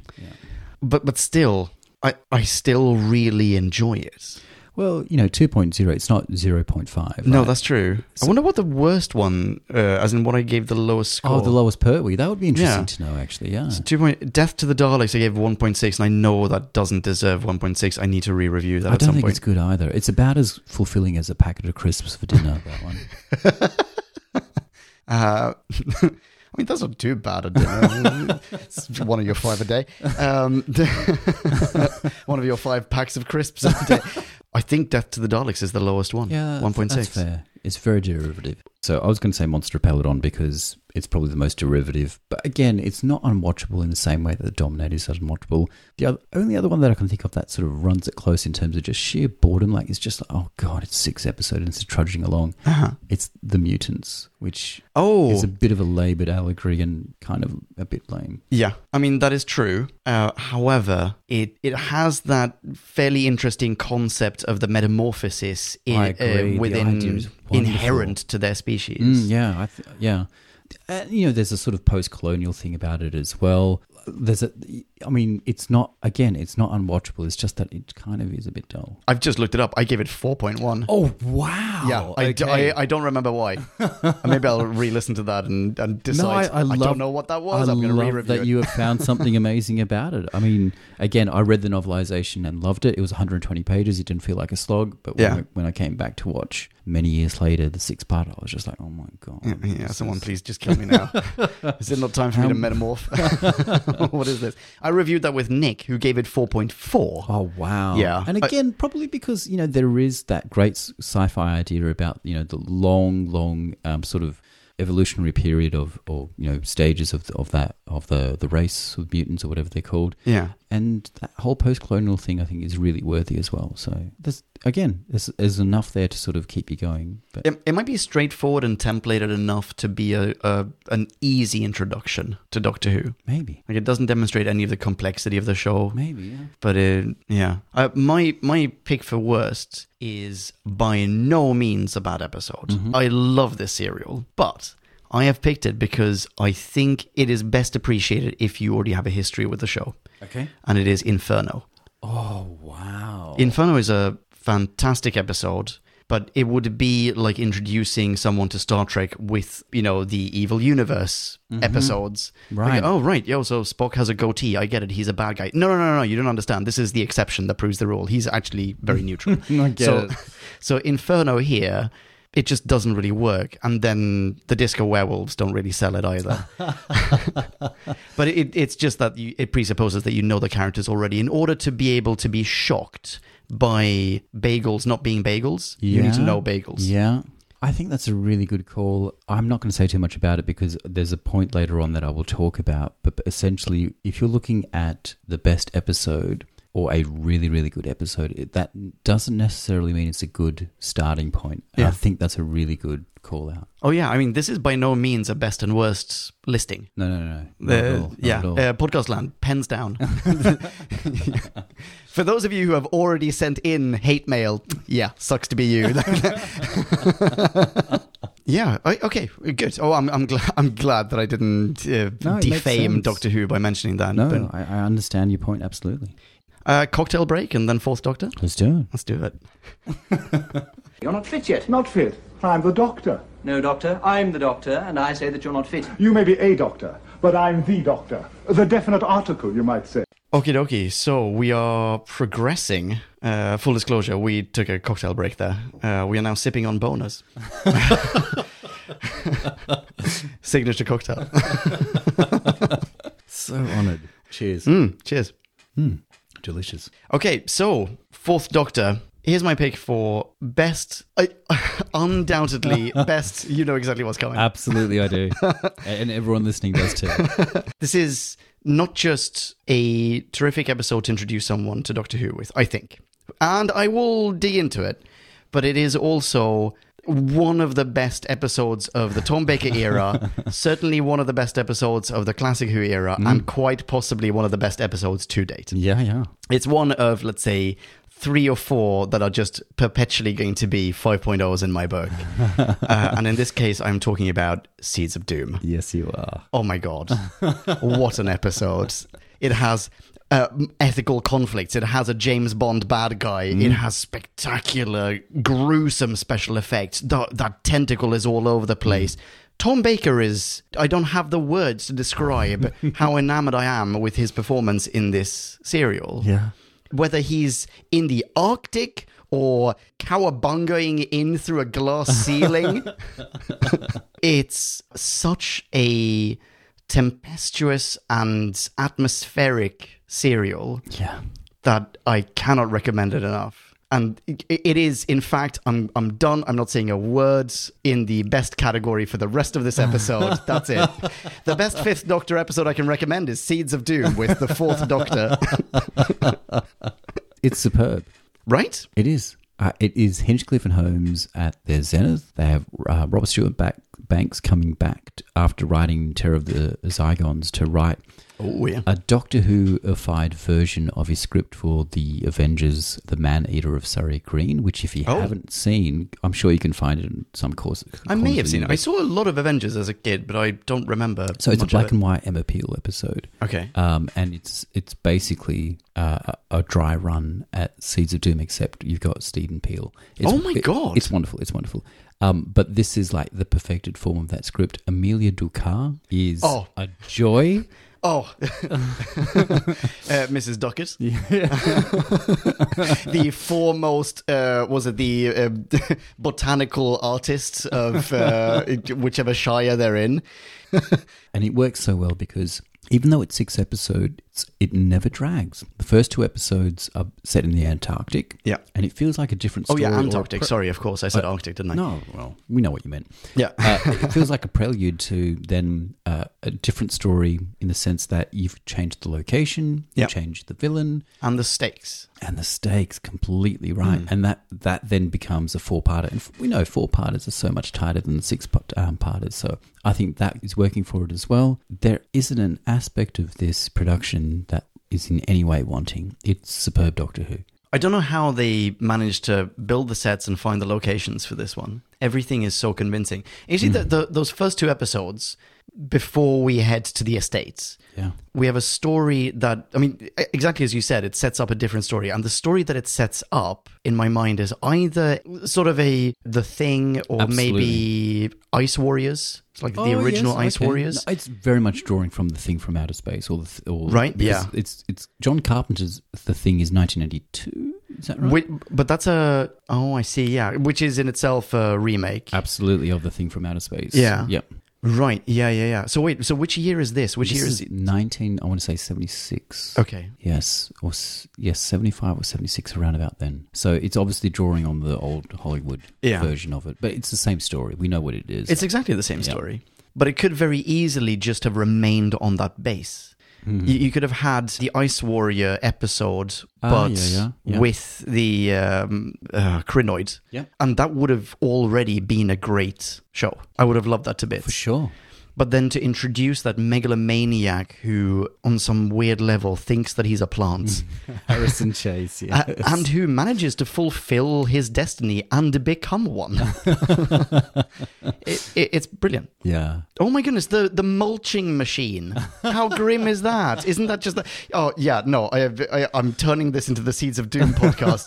Speaker 1: But but still, I, I still really enjoy it.
Speaker 2: Well, you know, 2.0, it's not 0.5.
Speaker 1: No,
Speaker 2: right?
Speaker 1: that's true. I wonder what the worst one, uh, as in what I gave the lowest score.
Speaker 2: Oh, the lowest Pertwee. That would be interesting
Speaker 1: Yeah.
Speaker 2: to know, actually, yeah.
Speaker 1: It's two point Death to the Daleks. I gave one point six, and I know that doesn't deserve one point six. I need to re-review that
Speaker 2: I
Speaker 1: at
Speaker 2: don't
Speaker 1: some
Speaker 2: think
Speaker 1: point.
Speaker 2: it's good either. It's about as fulfilling as a packet of crisps for dinner. That one.
Speaker 1: Uh, I mean, that's not too bad a dinner. it's one of your five a day. Um, one of your five packs of crisps a day. I think Death to the Daleks is the lowest one.
Speaker 2: Yeah, Um, that's-
Speaker 1: one point six.
Speaker 2: That's fair. It's very derivative. So I was going to say Monster Pelodon because it's probably the most derivative. But again, it's not unwatchable in the same way that the Dominator is unwatchable. The other, only other one that I can think of that sort of runs it close in terms of just sheer boredom, like it's just like, oh god, it's six episodes and it's trudging along. It's The Mutants, which
Speaker 1: Uh-huh. Oh,
Speaker 2: is a bit of a laboured allegory and kind of a bit lame.
Speaker 1: Yeah, I mean that is true. Uh, however, it it has that fairly interesting concept of the metamorphosis in,
Speaker 2: I agree.
Speaker 1: uh,
Speaker 2: The idea
Speaker 1: within
Speaker 2: is wonderful.
Speaker 1: inherent to their species.
Speaker 2: Mm, yeah, I th- yeah. And, you know, there's a sort of post-colonial thing about it as well. There's a, I mean, it's not again, it's not unwatchable. It's just that it kind of is a bit dull.
Speaker 1: I've just looked it up. I gave it four point one.
Speaker 2: Oh wow!
Speaker 1: yeah, I, d- I- I don't remember why. Maybe I'll re-listen to that and, and decide. don't know what that was.
Speaker 2: I
Speaker 1: I'm going to
Speaker 2: love
Speaker 1: re-review
Speaker 2: that
Speaker 1: it.
Speaker 2: you have found something amazing about it. I mean, again, I read the novelization and loved it. It was 120 pages. It didn't feel like a slog. But when,
Speaker 1: Yeah.
Speaker 2: I, when I came back to watch many years later the sixth part, I was just like, oh my god!
Speaker 1: Yeah, yeah,
Speaker 2: this
Speaker 1: someone
Speaker 2: is-
Speaker 1: please just kill me now. is it not time for me to metamorph? what is this? I reviewed that with Nick, who gave it 4.4.
Speaker 2: Oh wow!
Speaker 1: Yeah.
Speaker 2: and
Speaker 1: I-
Speaker 2: again, probably because you know there is that great s- sci-fi idea about you know the long, long um, sort of evolutionary period of or you know stages of of that of the the race of mutants or whatever they're called.
Speaker 1: Yeah.
Speaker 2: And that whole post-colonial thing, I think, is really worthy as well. So there's again, there's, there's enough there to sort of keep you going. But
Speaker 1: It, it might be straightforward and templated enough to be a, a an easy introduction to Doctor Who.
Speaker 2: maybe,
Speaker 1: Like it doesn't demonstrate any of the complexity of the show,
Speaker 2: maybe, yeah.
Speaker 1: but it, yeah. Uh, my my pick for worst is by no means a bad episode. I love this serial, but I have picked it because I think it is best appreciated if you already have a history with the show.
Speaker 2: Okay.
Speaker 1: And it is Inferno.
Speaker 2: Oh wow!
Speaker 1: Inferno is a fantastic episode, but it would be like introducing someone to Star Trek with, you know, the evil universe episodes.
Speaker 2: Mm-hmm. Right.
Speaker 1: Like, oh, right. Yo, so Spock has a goatee. I get it. He's a bad guy. No, no, no, no. You don't understand. This is the exception that proves the rule. He's actually very neutral.
Speaker 2: I get
Speaker 1: so,
Speaker 2: it.
Speaker 1: so Inferno here. It just doesn't really work. And then the disco werewolves don't really sell it either. But it, it's just that you, it presupposes that you know the characters already. In order to be able to be shocked by bagels not being bagels, you need to
Speaker 2: Yeah.
Speaker 1: know bagels.
Speaker 2: Yeah. I think that's a really good call. I'm not going to say too much about it because there's a point later on that I will talk about. But but essentially, if you're looking at the best episode or a really, really good episode, it, that doesn't necessarily mean it's a good starting point. And I
Speaker 1: Yeah.
Speaker 2: think that's a really good call out.
Speaker 1: Oh, yeah. I mean, this is by no means a best and worst listing.
Speaker 2: No, no, no. no. Not at
Speaker 1: The,
Speaker 2: all, not
Speaker 1: yeah,
Speaker 2: at all.
Speaker 1: uh, podcast land, pens down. For those of you who have already sent in hate mail, yeah, sucks to be you. yeah, I, okay, good. Oh, I'm, I'm glad. I'm glad that I didn't uh,
Speaker 2: No, it makes
Speaker 1: defame
Speaker 2: sense.
Speaker 1: Doctor Who by mentioning that.
Speaker 2: no,
Speaker 1: but-
Speaker 2: no, I, I understand your point absolutely.
Speaker 1: Uh, cocktail break and then fourth Doctor.
Speaker 2: Let's do it.
Speaker 1: Let's do it.
Speaker 7: You're not fit yet.
Speaker 3: Not fit. I'm the doctor.
Speaker 7: No, Doctor. I'm the Doctor, and I say that you're not fit.
Speaker 3: You may be a doctor, but I'm the doctor. The definite article, you might say.
Speaker 1: Okie dokie. So we are progressing. Uh, full disclosure, we took a cocktail break there. Uh, we are now sipping on bonus. Signature cocktail.
Speaker 2: So honoured. Cheers.
Speaker 1: Mm, cheers.
Speaker 2: Hmm. Delicious.
Speaker 1: Okay, so fourth Doctor. Here's my pick for best, I undoubtedly best. You know exactly what's coming.
Speaker 2: Absolutely, I do. and everyone listening does too.
Speaker 1: this is not just a terrific episode to introduce someone to Doctor Who with, I think. And I will dig into it, but it is also one of the best episodes of the Tom Baker era, certainly one of the best episodes of the classic Who era, and quite possibly one of the best episodes to date.
Speaker 2: Yeah, yeah.
Speaker 1: It's one of, let's say, three or four that are just perpetually going to be 5.0s in my book. uh, and in this case, I'm talking about Seeds of Doom.
Speaker 2: Yes, you are.
Speaker 1: Oh my god, what an episode! It has uh, ethical conflicts. It has a James Bond bad guy. It has spectacular, gruesome special effects. Th- that tentacle is all over the place. Tom Baker is. I don't have the words to describe how enamored I am with his performance in this serial
Speaker 2: Yeah.
Speaker 1: whether he's in the Arctic or cowabungaing in through a glass ceiling. it's such a tempestuous and atmospheric serial
Speaker 2: Yeah.
Speaker 1: that I cannot recommend it enough. and it, it is in fact I'm I'm done. I'm not saying a word in the best category for the rest of this episode. That's it. The best Fifth Doctor episode I can recommend is Seeds of Doom with the Fourth Doctor.
Speaker 2: It's superb.
Speaker 1: right?
Speaker 2: It is. Uh, it is Hinchcliffe and Holmes at their zenith. They have uh, Robert Stewart back, Banks coming back t- after writing Terror of the Zygons to write
Speaker 1: Oh yeah.
Speaker 2: a Doctor Who-ified version of his script for the Avengers, The Man-Eater of Surrey Green, which if you
Speaker 1: Oh.
Speaker 2: haven't seen, I'm sure you can find it in some course.
Speaker 1: I may
Speaker 2: corners
Speaker 1: have
Speaker 2: of
Speaker 1: seen it.
Speaker 2: the
Speaker 1: I
Speaker 2: internet.
Speaker 1: saw a lot of Avengers as a kid, but I don't remember.
Speaker 2: So it's a
Speaker 1: much of
Speaker 2: black
Speaker 1: it.
Speaker 2: and white Emma Peel episode.
Speaker 1: Okay.
Speaker 2: Um, and it's it's basically uh, a a dry run at Seeds of Doom, except you've got Stephen Peel. It's,
Speaker 1: Oh my
Speaker 2: it-
Speaker 1: God.
Speaker 2: It's wonderful. It's wonderful. Um, but this is like the perfected form of that script. Amelia Ducar is
Speaker 1: Oh.
Speaker 2: a joy.
Speaker 1: Oh, uh, Mrs. Dockett, the foremost uh, was it the uh, botanical artist of uh, whichever shire they're in.
Speaker 2: And it works so well because even though it's six episodes, it never drags. The first two episodes are set in the Antarctic.
Speaker 1: Yeah.
Speaker 2: And it feels like a different
Speaker 1: Oh
Speaker 2: story.
Speaker 1: yeah,
Speaker 2: or a
Speaker 1: Antarctic.
Speaker 2: pre-
Speaker 1: Sorry, of course, I said Arctic, didn't I?
Speaker 2: No, well, we know what you meant.
Speaker 1: Yeah.
Speaker 2: uh, it feels like a prelude to then uh, a different story in the sense that you've changed the location, you
Speaker 1: Yep.
Speaker 2: changed the villain,
Speaker 1: And the stakes.
Speaker 2: and the stakes completely right. And that that then becomes a four parter. And f- we know four parters are so much tighter than the six part- um, parters. So I think that is working for it as well. There isn't an aspect of this production that is in any way wanting. It's superb Doctor Who.
Speaker 1: I don't know how they managed to build the sets and find the locations for this one. Everything is so convincing. Actually,
Speaker 2: Hmm.
Speaker 1: the, the, those first two episodes before we head to the estates.
Speaker 2: Yeah.
Speaker 1: we have a story that i mean e- exactly as you said it sets up a different story and the story that it sets up in my mind is either sort of a the thing or maybe ice warriors It's like the original ice warriors
Speaker 2: Oh, No, it's very much drawing from the thing from outer space, or the th- or
Speaker 1: Right,
Speaker 2: because
Speaker 1: yeah.
Speaker 2: It's it's John Carpenter's. The thing is 1982. Is that right?
Speaker 1: Wait, but that's a oh i see yeah which is in itself a remake
Speaker 2: Absolutely, of the thing from outer space.
Speaker 1: Yeah.
Speaker 2: Yep.
Speaker 1: right yeah yeah yeah so wait so which year is this which
Speaker 2: This
Speaker 1: year is,
Speaker 2: is 19. I want to say 76.
Speaker 1: okay
Speaker 2: Yes, or s- yes, 75 or 76, around about then. So it's obviously drawing on the old Hollywood
Speaker 1: Yeah.
Speaker 2: version of it, but it's the same story. We know what it is.
Speaker 1: It's exactly the same story, but it could very easily just have remained on that base.
Speaker 2: Mm-hmm.
Speaker 1: You, you could have had the Ice Warrior episode,
Speaker 2: Ah,
Speaker 1: but
Speaker 2: yeah, yeah, yeah.
Speaker 1: with the um, uh, crinoid,
Speaker 2: Yeah.
Speaker 1: and that would have already been a great show. I would have loved that to bits.
Speaker 2: for sure.
Speaker 1: But then to introduce that megalomaniac who, on some weird level, thinks that he's a plant,
Speaker 2: Mm-hmm.
Speaker 6: Harrison Chase, yeah.
Speaker 1: a- Uh, and who manages to fulfill his destiny and become one, it, it, it's brilliant.
Speaker 2: Yeah.
Speaker 1: Oh my goodness, the, the mulching machine. How grim is that? Isn't that just the. Oh, yeah, no, I have, I, I'm turning this into the Seeds of Doom podcast.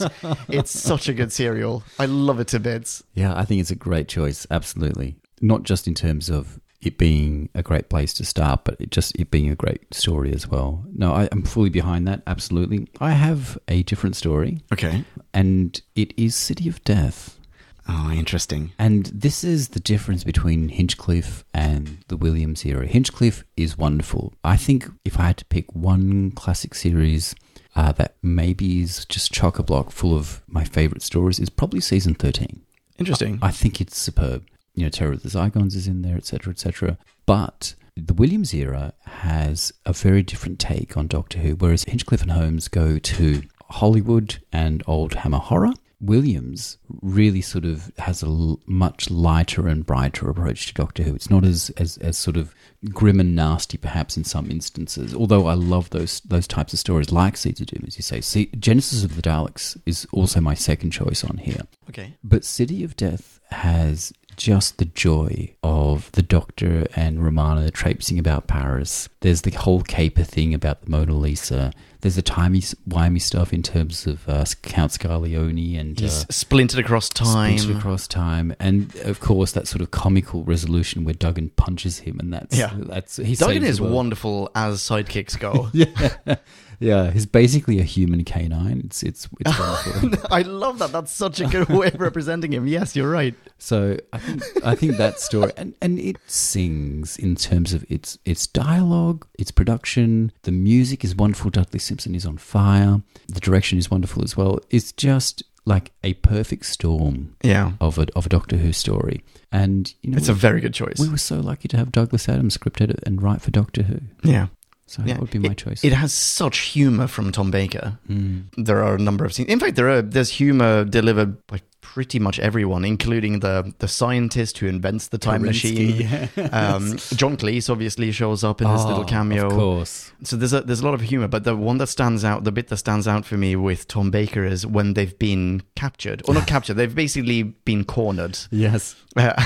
Speaker 1: it's such a good serial. I love it to bits.
Speaker 2: Yeah, I think it's a great choice. Absolutely. Not just in terms of it being a great place to start, but it just it being a great story as well. No, I, I'm fully behind that. Absolutely. I have a different story,
Speaker 1: Okay.
Speaker 2: and it is City of Death.
Speaker 1: Oh, interesting.
Speaker 2: And this is the difference between Hinchcliffe and the Williams era. Hinchcliffe is wonderful. I think if I had to pick one classic series uh, that maybe is just chock a block full of my favorite stories, is probably season 13.
Speaker 1: Interesting.
Speaker 2: I think it's superb. You know, Terror of the Zygons is in there, etc., etc. But the Williams era has a very different take on Doctor Who, whereas Hinchcliffe and Holmes go to Hollywood and old Hammer horror. Williams really sort of has a l- much lighter and brighter approach to Doctor Who. It's not as, as as sort of grim and nasty, perhaps in some instances. Although I love those those types of stories, like Seeds of Doom, as you say. See, Genesis of the Daleks is also my second choice on here.
Speaker 1: okay.
Speaker 2: But City of Death has just the joy of the Doctor and Romana traipsing about Paris. There's the whole caper thing about the Mona Lisa. There's the timey-wimey stuff in terms of uh, Count Scarlioni and uh,
Speaker 1: He's splintered across time.
Speaker 2: Splinter across time, and of course that sort of comical resolution where Duggan punches him, and that's
Speaker 1: Yeah.
Speaker 2: that's he
Speaker 1: Duggan
Speaker 2: saves
Speaker 1: is
Speaker 2: the world.
Speaker 1: wonderful as sidekicks go.
Speaker 2: Yeah, he's basically a human canine. It's it's it's wonderful.
Speaker 1: I love that. That's such a good way of representing him. Yes, you're right.
Speaker 2: So I think I think that story and, and it sings in terms of its its dialogue, its production, the music is wonderful, Dudley Simpson is on fire, the direction is wonderful as well. It's just like a perfect storm
Speaker 1: Yeah.
Speaker 2: of a of a Doctor Who story. And you know,
Speaker 1: It's a very good choice.
Speaker 2: we were so lucky to have Douglas Adams script edit and write for Doctor Who.
Speaker 1: yeah.
Speaker 2: So
Speaker 1: Yeah.
Speaker 2: that would be my
Speaker 1: it,
Speaker 2: choice. Hmm.
Speaker 1: It has such humor from Tom Baker. There are a number of scenes. In fact, there are there's humor delivered by pretty much everyone, including the the scientist who invents the time machine.
Speaker 2: Kerensky,
Speaker 1: Um, John Cleese obviously shows up in this
Speaker 2: Oh,
Speaker 1: little cameo.
Speaker 2: Of course.
Speaker 1: So there's a there's a lot of humor, but the one that stands out, the bit that stands out for me with Tom Baker is when they've been captured, or not captured, they've basically been cornered.
Speaker 6: Yes.
Speaker 1: Uh,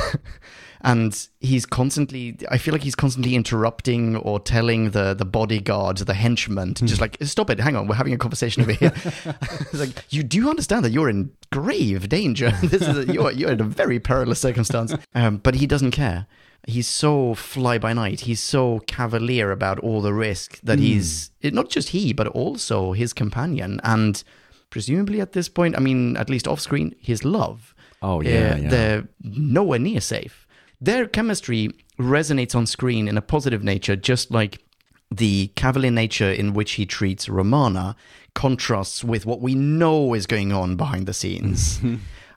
Speaker 1: and he's constantly i feel like he's constantly interrupting or telling the the bodyguard the henchman to
Speaker 2: Hmm.
Speaker 1: just like stop it hang on we're having a conversation over here It's like you do understand that you're in grave danger this is a, you're, you're in a very perilous circumstance um, but he doesn't care he's so fly by night he's so cavalier about all the risk
Speaker 2: Hmm.
Speaker 1: that he's not just he but also his companion and presumably at this point i mean at least off screen his love
Speaker 2: Oh,
Speaker 1: uh,
Speaker 2: yeah, yeah.
Speaker 1: They're nowhere near safe. Their chemistry resonates on screen in a positive nature, just like the cavalier nature in which he treats Romana contrasts with what we know is going on behind the scenes.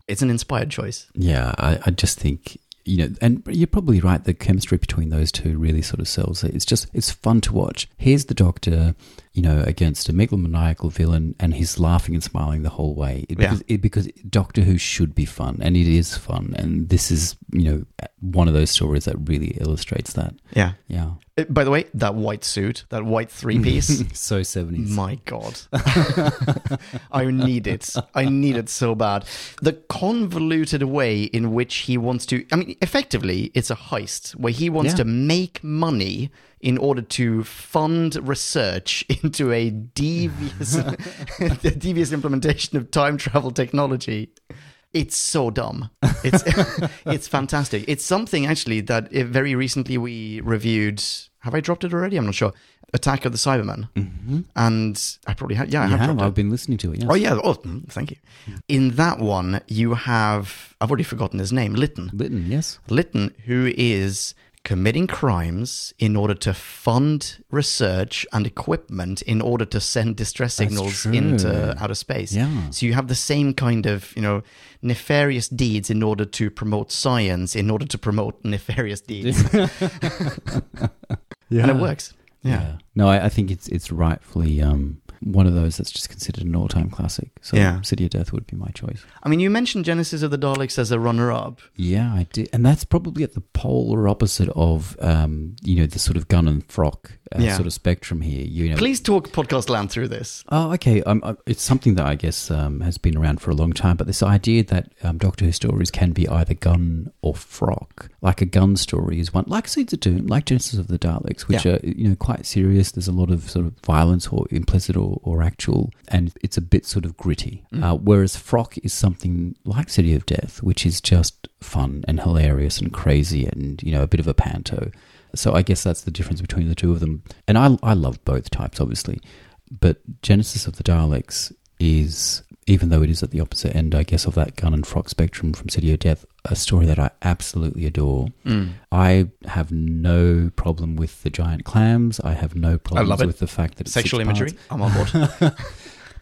Speaker 1: it's an inspired choice.
Speaker 2: Yeah, I, I just think you know, and you're probably right. The chemistry between those two really sort of sells it. It's just it's fun to watch. Here's the Doctor, you know, against a megalomaniacal villain, and he's laughing and smiling the whole way. It,
Speaker 1: Yeah.
Speaker 2: because, it, because Doctor Who should be fun, and it is fun, and this is you know one of those stories that really illustrates that.
Speaker 1: Yeah.
Speaker 2: Yeah,
Speaker 1: Uh, By the way, that white suit, that white three piece.
Speaker 2: so seventies.
Speaker 1: My God. I need it. I need it so bad. The convoluted way in which he wants to, I mean, effectively, it's a heist where he wants
Speaker 2: Yeah.
Speaker 1: to make money in order to fund research into a devious, a devious implementation of time travel technology. It's so dumb. It's it's fantastic. It's something actually that eh, very recently we reviewed. Have I dropped it already? I'm not sure. Attack of the Cybermen, and I probably have. Yeah, I
Speaker 2: Mm-hmm. You have.
Speaker 1: have, dropped it.
Speaker 2: I've been listening to it. Yes.
Speaker 1: Oh yeah. Oh, mm, thank you. In that one, you have I've already forgotten his name, Lytton.
Speaker 2: Lytton. Yes.
Speaker 1: Lytton, who is committing crimes in order to fund research and equipment in order to send distress signals
Speaker 2: true.
Speaker 1: into outer space.
Speaker 2: Yeah.
Speaker 1: So you have the same kind of, you know, nefarious deeds in order to promote science in order to promote nefarious deeds.
Speaker 6: Yeah.
Speaker 1: And it works. Yeah.
Speaker 2: No, I, I think it's it's rightfully um, one of those that's just considered an all time classic. So
Speaker 1: Yeah.
Speaker 2: City of Death would be my choice.
Speaker 1: I mean, you mentioned Genesis of the Daleks as a runner-up.
Speaker 2: Yeah, I did, and that's probably at the polar opposite of um, you know the sort of gun and frock uh,
Speaker 1: Yeah.
Speaker 2: sort of spectrum here. You know,
Speaker 1: Please talk podcast land through this.
Speaker 2: Oh, okay. Um, uh, it's something that I guess um, has been around for a long time, but this idea that um, Doctor Who stories can be either gun or frock, like a gun story is one, like Seeds of Doom, like Genesis of the Daleks, which
Speaker 1: Yeah.
Speaker 2: are you know quite serious. There's a lot of sort of violence, or implicit or, or actual, and it's a bit sort of gritty. Uh, whereas frock is something like City of Death, which is just fun and hilarious and crazy, and you know a bit of a panto. So I guess that's the difference between the two of them. And I, I love both types, obviously. But Genesis of the Daleks is, even though it is at the opposite end, I guess, of that gun and frock spectrum from City of Death, a story that I absolutely adore.
Speaker 1: Mm.
Speaker 2: I have no problem with the giant clams. I have no problems
Speaker 1: it.
Speaker 2: with the fact that it's six
Speaker 1: Sexual
Speaker 2: parts.
Speaker 1: imagery. I'm on board.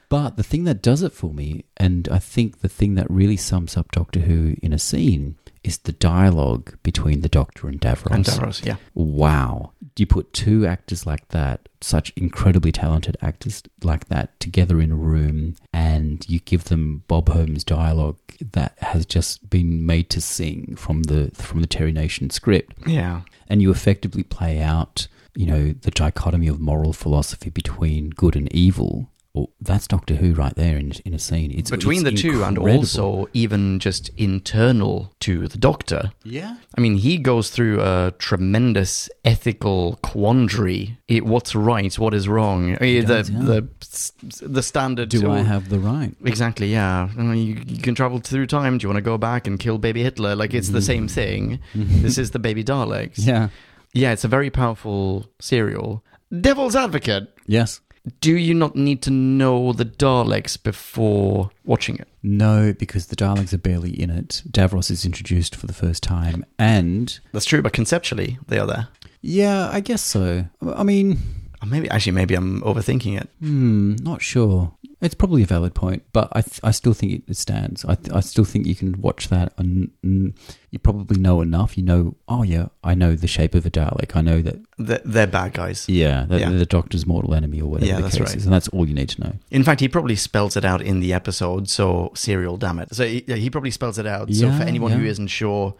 Speaker 2: But the thing that does it for me, and I think the thing that really sums up Doctor Who in a scene, is the dialogue between the Doctor and Davros.
Speaker 1: and Davros, yeah.
Speaker 2: Wow. You put two actors like that, such incredibly talented actors like that, together in a room and you give them Bob Holmes dialogue that has just been made to sing from the from the Terry Nation script
Speaker 1: uh, Yeah.
Speaker 2: and you effectively play out, you know, the dichotomy of moral philosophy between good and evil. Well, that's Doctor Who right there in, in a scene. It's
Speaker 1: Between the
Speaker 2: it's
Speaker 1: two, and
Speaker 2: incredible.
Speaker 1: also even just internal to the Doctor. Yeah. I mean, he goes through a tremendous ethical quandary. It, what's right? What is wrong? I mean,
Speaker 2: does,
Speaker 1: the,
Speaker 2: yeah.
Speaker 1: the, s- the standard.
Speaker 2: do
Speaker 1: to-
Speaker 2: I have the right?
Speaker 1: Exactly, yeah. I mean, You, you can travel through time. Do you want to go back and kill baby Hitler? Like, it's the same thing. this is the baby Daleks.
Speaker 2: Mm-hmm. Yeah.
Speaker 1: Yeah, it's a very powerful serial. Devil's Advocate.
Speaker 2: Yes.
Speaker 1: Do you not need to know the Daleks before watching it?
Speaker 2: No, because the Daleks are barely in it. Davros is introduced for the first time, and
Speaker 1: That's true, but conceptually they are there.
Speaker 2: yeah, I guess so. I mean,
Speaker 1: Or maybe actually, maybe I'm overthinking it.
Speaker 2: hmm, not sure. It's probably a valid point, but I, th- I still think it- it stands. I, th- I still think you can watch that and, and you probably know enough. You know, oh yeah, I know the shape of a Dalek. I know that,
Speaker 1: They're, they're bad guys.
Speaker 2: yeah, that
Speaker 1: Yeah.
Speaker 2: the Doctor's mortal enemy or whatever
Speaker 1: Yeah,
Speaker 2: the
Speaker 1: that's
Speaker 2: case
Speaker 1: right.
Speaker 2: is. And that's all you need to know.
Speaker 1: In fact, he probably spells it out in the episode, so serial, damn it. So he, he probably spells it out. so
Speaker 2: Yeah,
Speaker 1: for anyone who
Speaker 2: yeah.
Speaker 1: isn't sure,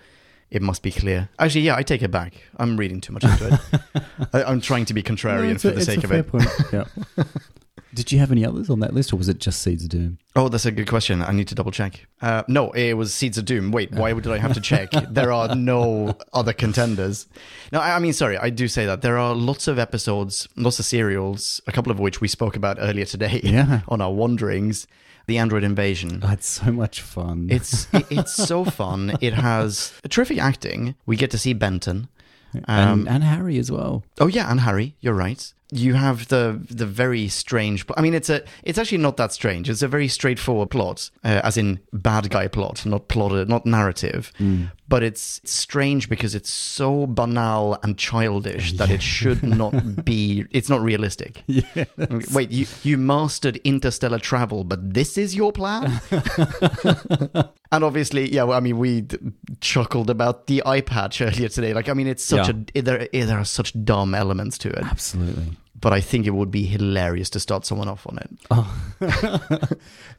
Speaker 1: it must be clear. Actually, yeah, I take it back. I'm reading too much into it. I, I'm trying to be contrarian
Speaker 2: No, it's
Speaker 1: for
Speaker 2: a-
Speaker 1: the
Speaker 2: it's a
Speaker 1: sake of
Speaker 2: fair
Speaker 1: it.
Speaker 2: point. Yeah. Did you have any others on that list, or was it just Seeds of Doom?
Speaker 1: Oh, that's a good question. I need to double check. Uh, no, it was Seeds of Doom. Wait, why did I have to check? there are no other contenders. No, I I mean, sorry, I do say that. There are lots of episodes, lots of serials, a couple of which we spoke about earlier today
Speaker 2: Yeah.
Speaker 1: on our wanderings. The Android Invasion.
Speaker 6: I had so much fun.
Speaker 1: It's it- it's so fun. It has terrific acting. We get to see Benton. Um,
Speaker 2: And, and Harry as well.
Speaker 1: oh yeah, and Harry. You're right. You have the the very strange. I mean, it's a it's actually not that strange. It's a very straightforward plot, uh, as in bad guy plot, not plotted, not narrative. But it's strange because it's so banal and childish that it should not be. It's not realistic.
Speaker 2: Yeah.
Speaker 1: Wait, you, you mastered interstellar travel, but this is your plan? and obviously, yeah, well, I mean, we d- chuckled about the eye patch earlier today. Like, I mean, it's such
Speaker 2: Yeah.
Speaker 1: a, there, there are such dumb elements to it,
Speaker 2: Absolutely.
Speaker 1: but I think it would be hilarious to start someone off on it.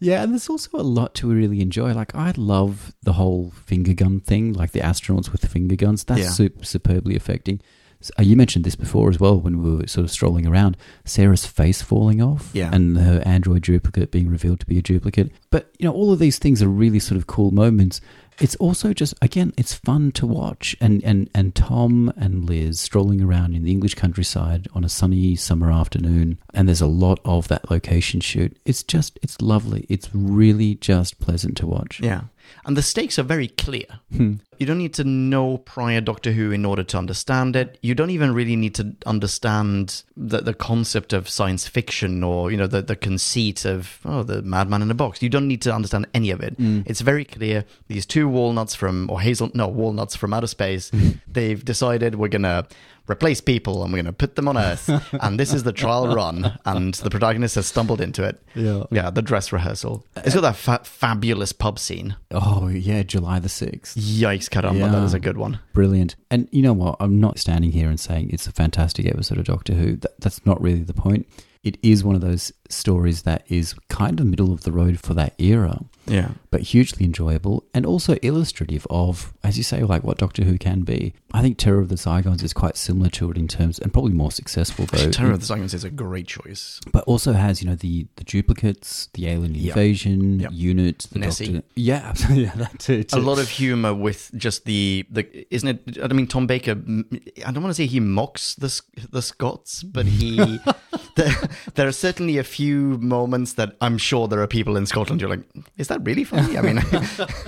Speaker 2: Yeah, and there's also a lot to really enjoy. Like I love the whole finger gun thing, like the astronauts with the finger guns. That's
Speaker 1: Yeah.
Speaker 2: sup- superbly affecting. S- uh, You mentioned this before as well when we were sort of strolling around. Sarah's face falling off,
Speaker 1: Yeah.
Speaker 2: and her android duplicate being revealed to be a duplicate. But you know, all of these things are really sort of cool moments. It's also just again, it's fun to watch. And and and Tom and Liz strolling around in the English countryside on a sunny summer afternoon, and there's a lot of that location shoot. It's just, it's lovely. It's really just pleasant to watch.
Speaker 1: Yeah. And the stakes are very clear. You don't need to know prior Doctor Who in order to understand it. You don't even really need to understand the, the concept of science fiction or, you know, the, the conceit of, oh, the madman in a box. You don't need to understand any of it. It's very clear. These two walnuts from, or hazel, no, walnuts from outer space, they've decided we're going to replace people and we're going to put them on Earth. and this is the trial run. And the protagonist has stumbled into it.
Speaker 2: Yeah.
Speaker 1: Yeah, the dress rehearsal. It's got that fa- fabulous pub scene.
Speaker 2: Oh yeah, July the sixth.
Speaker 1: Yikes, caramba,
Speaker 2: Yeah.
Speaker 1: that was a good one.
Speaker 2: Brilliant. And you know what? I'm not standing here and saying it's a fantastic episode of Doctor Who. That, that's not really the point. It is one of those stories that is kind of middle of the road for that era,
Speaker 1: Yeah.
Speaker 2: but hugely enjoyable and also illustrative of, as you say, like what Doctor Who can be. I think Terror of the Zygons is quite similar to it in terms, and probably more successful though.
Speaker 1: Terror of the Zygons is a great choice.
Speaker 2: but also has you know the the duplicates, the alien
Speaker 1: Yeah.
Speaker 2: invasion
Speaker 1: Yeah.
Speaker 2: unit, the
Speaker 1: Nessie.
Speaker 2: Doctor. Yeah, absolutely. Yeah, that too.
Speaker 1: A
Speaker 2: too.
Speaker 1: lot of humor with just the the isn't it? I mean, Tom Baker. I don't want to say he mocks the S- the Scots, but he there, there are certainly a few moments that I'm sure there are people in Scotland who are like, is that really funny? I mean,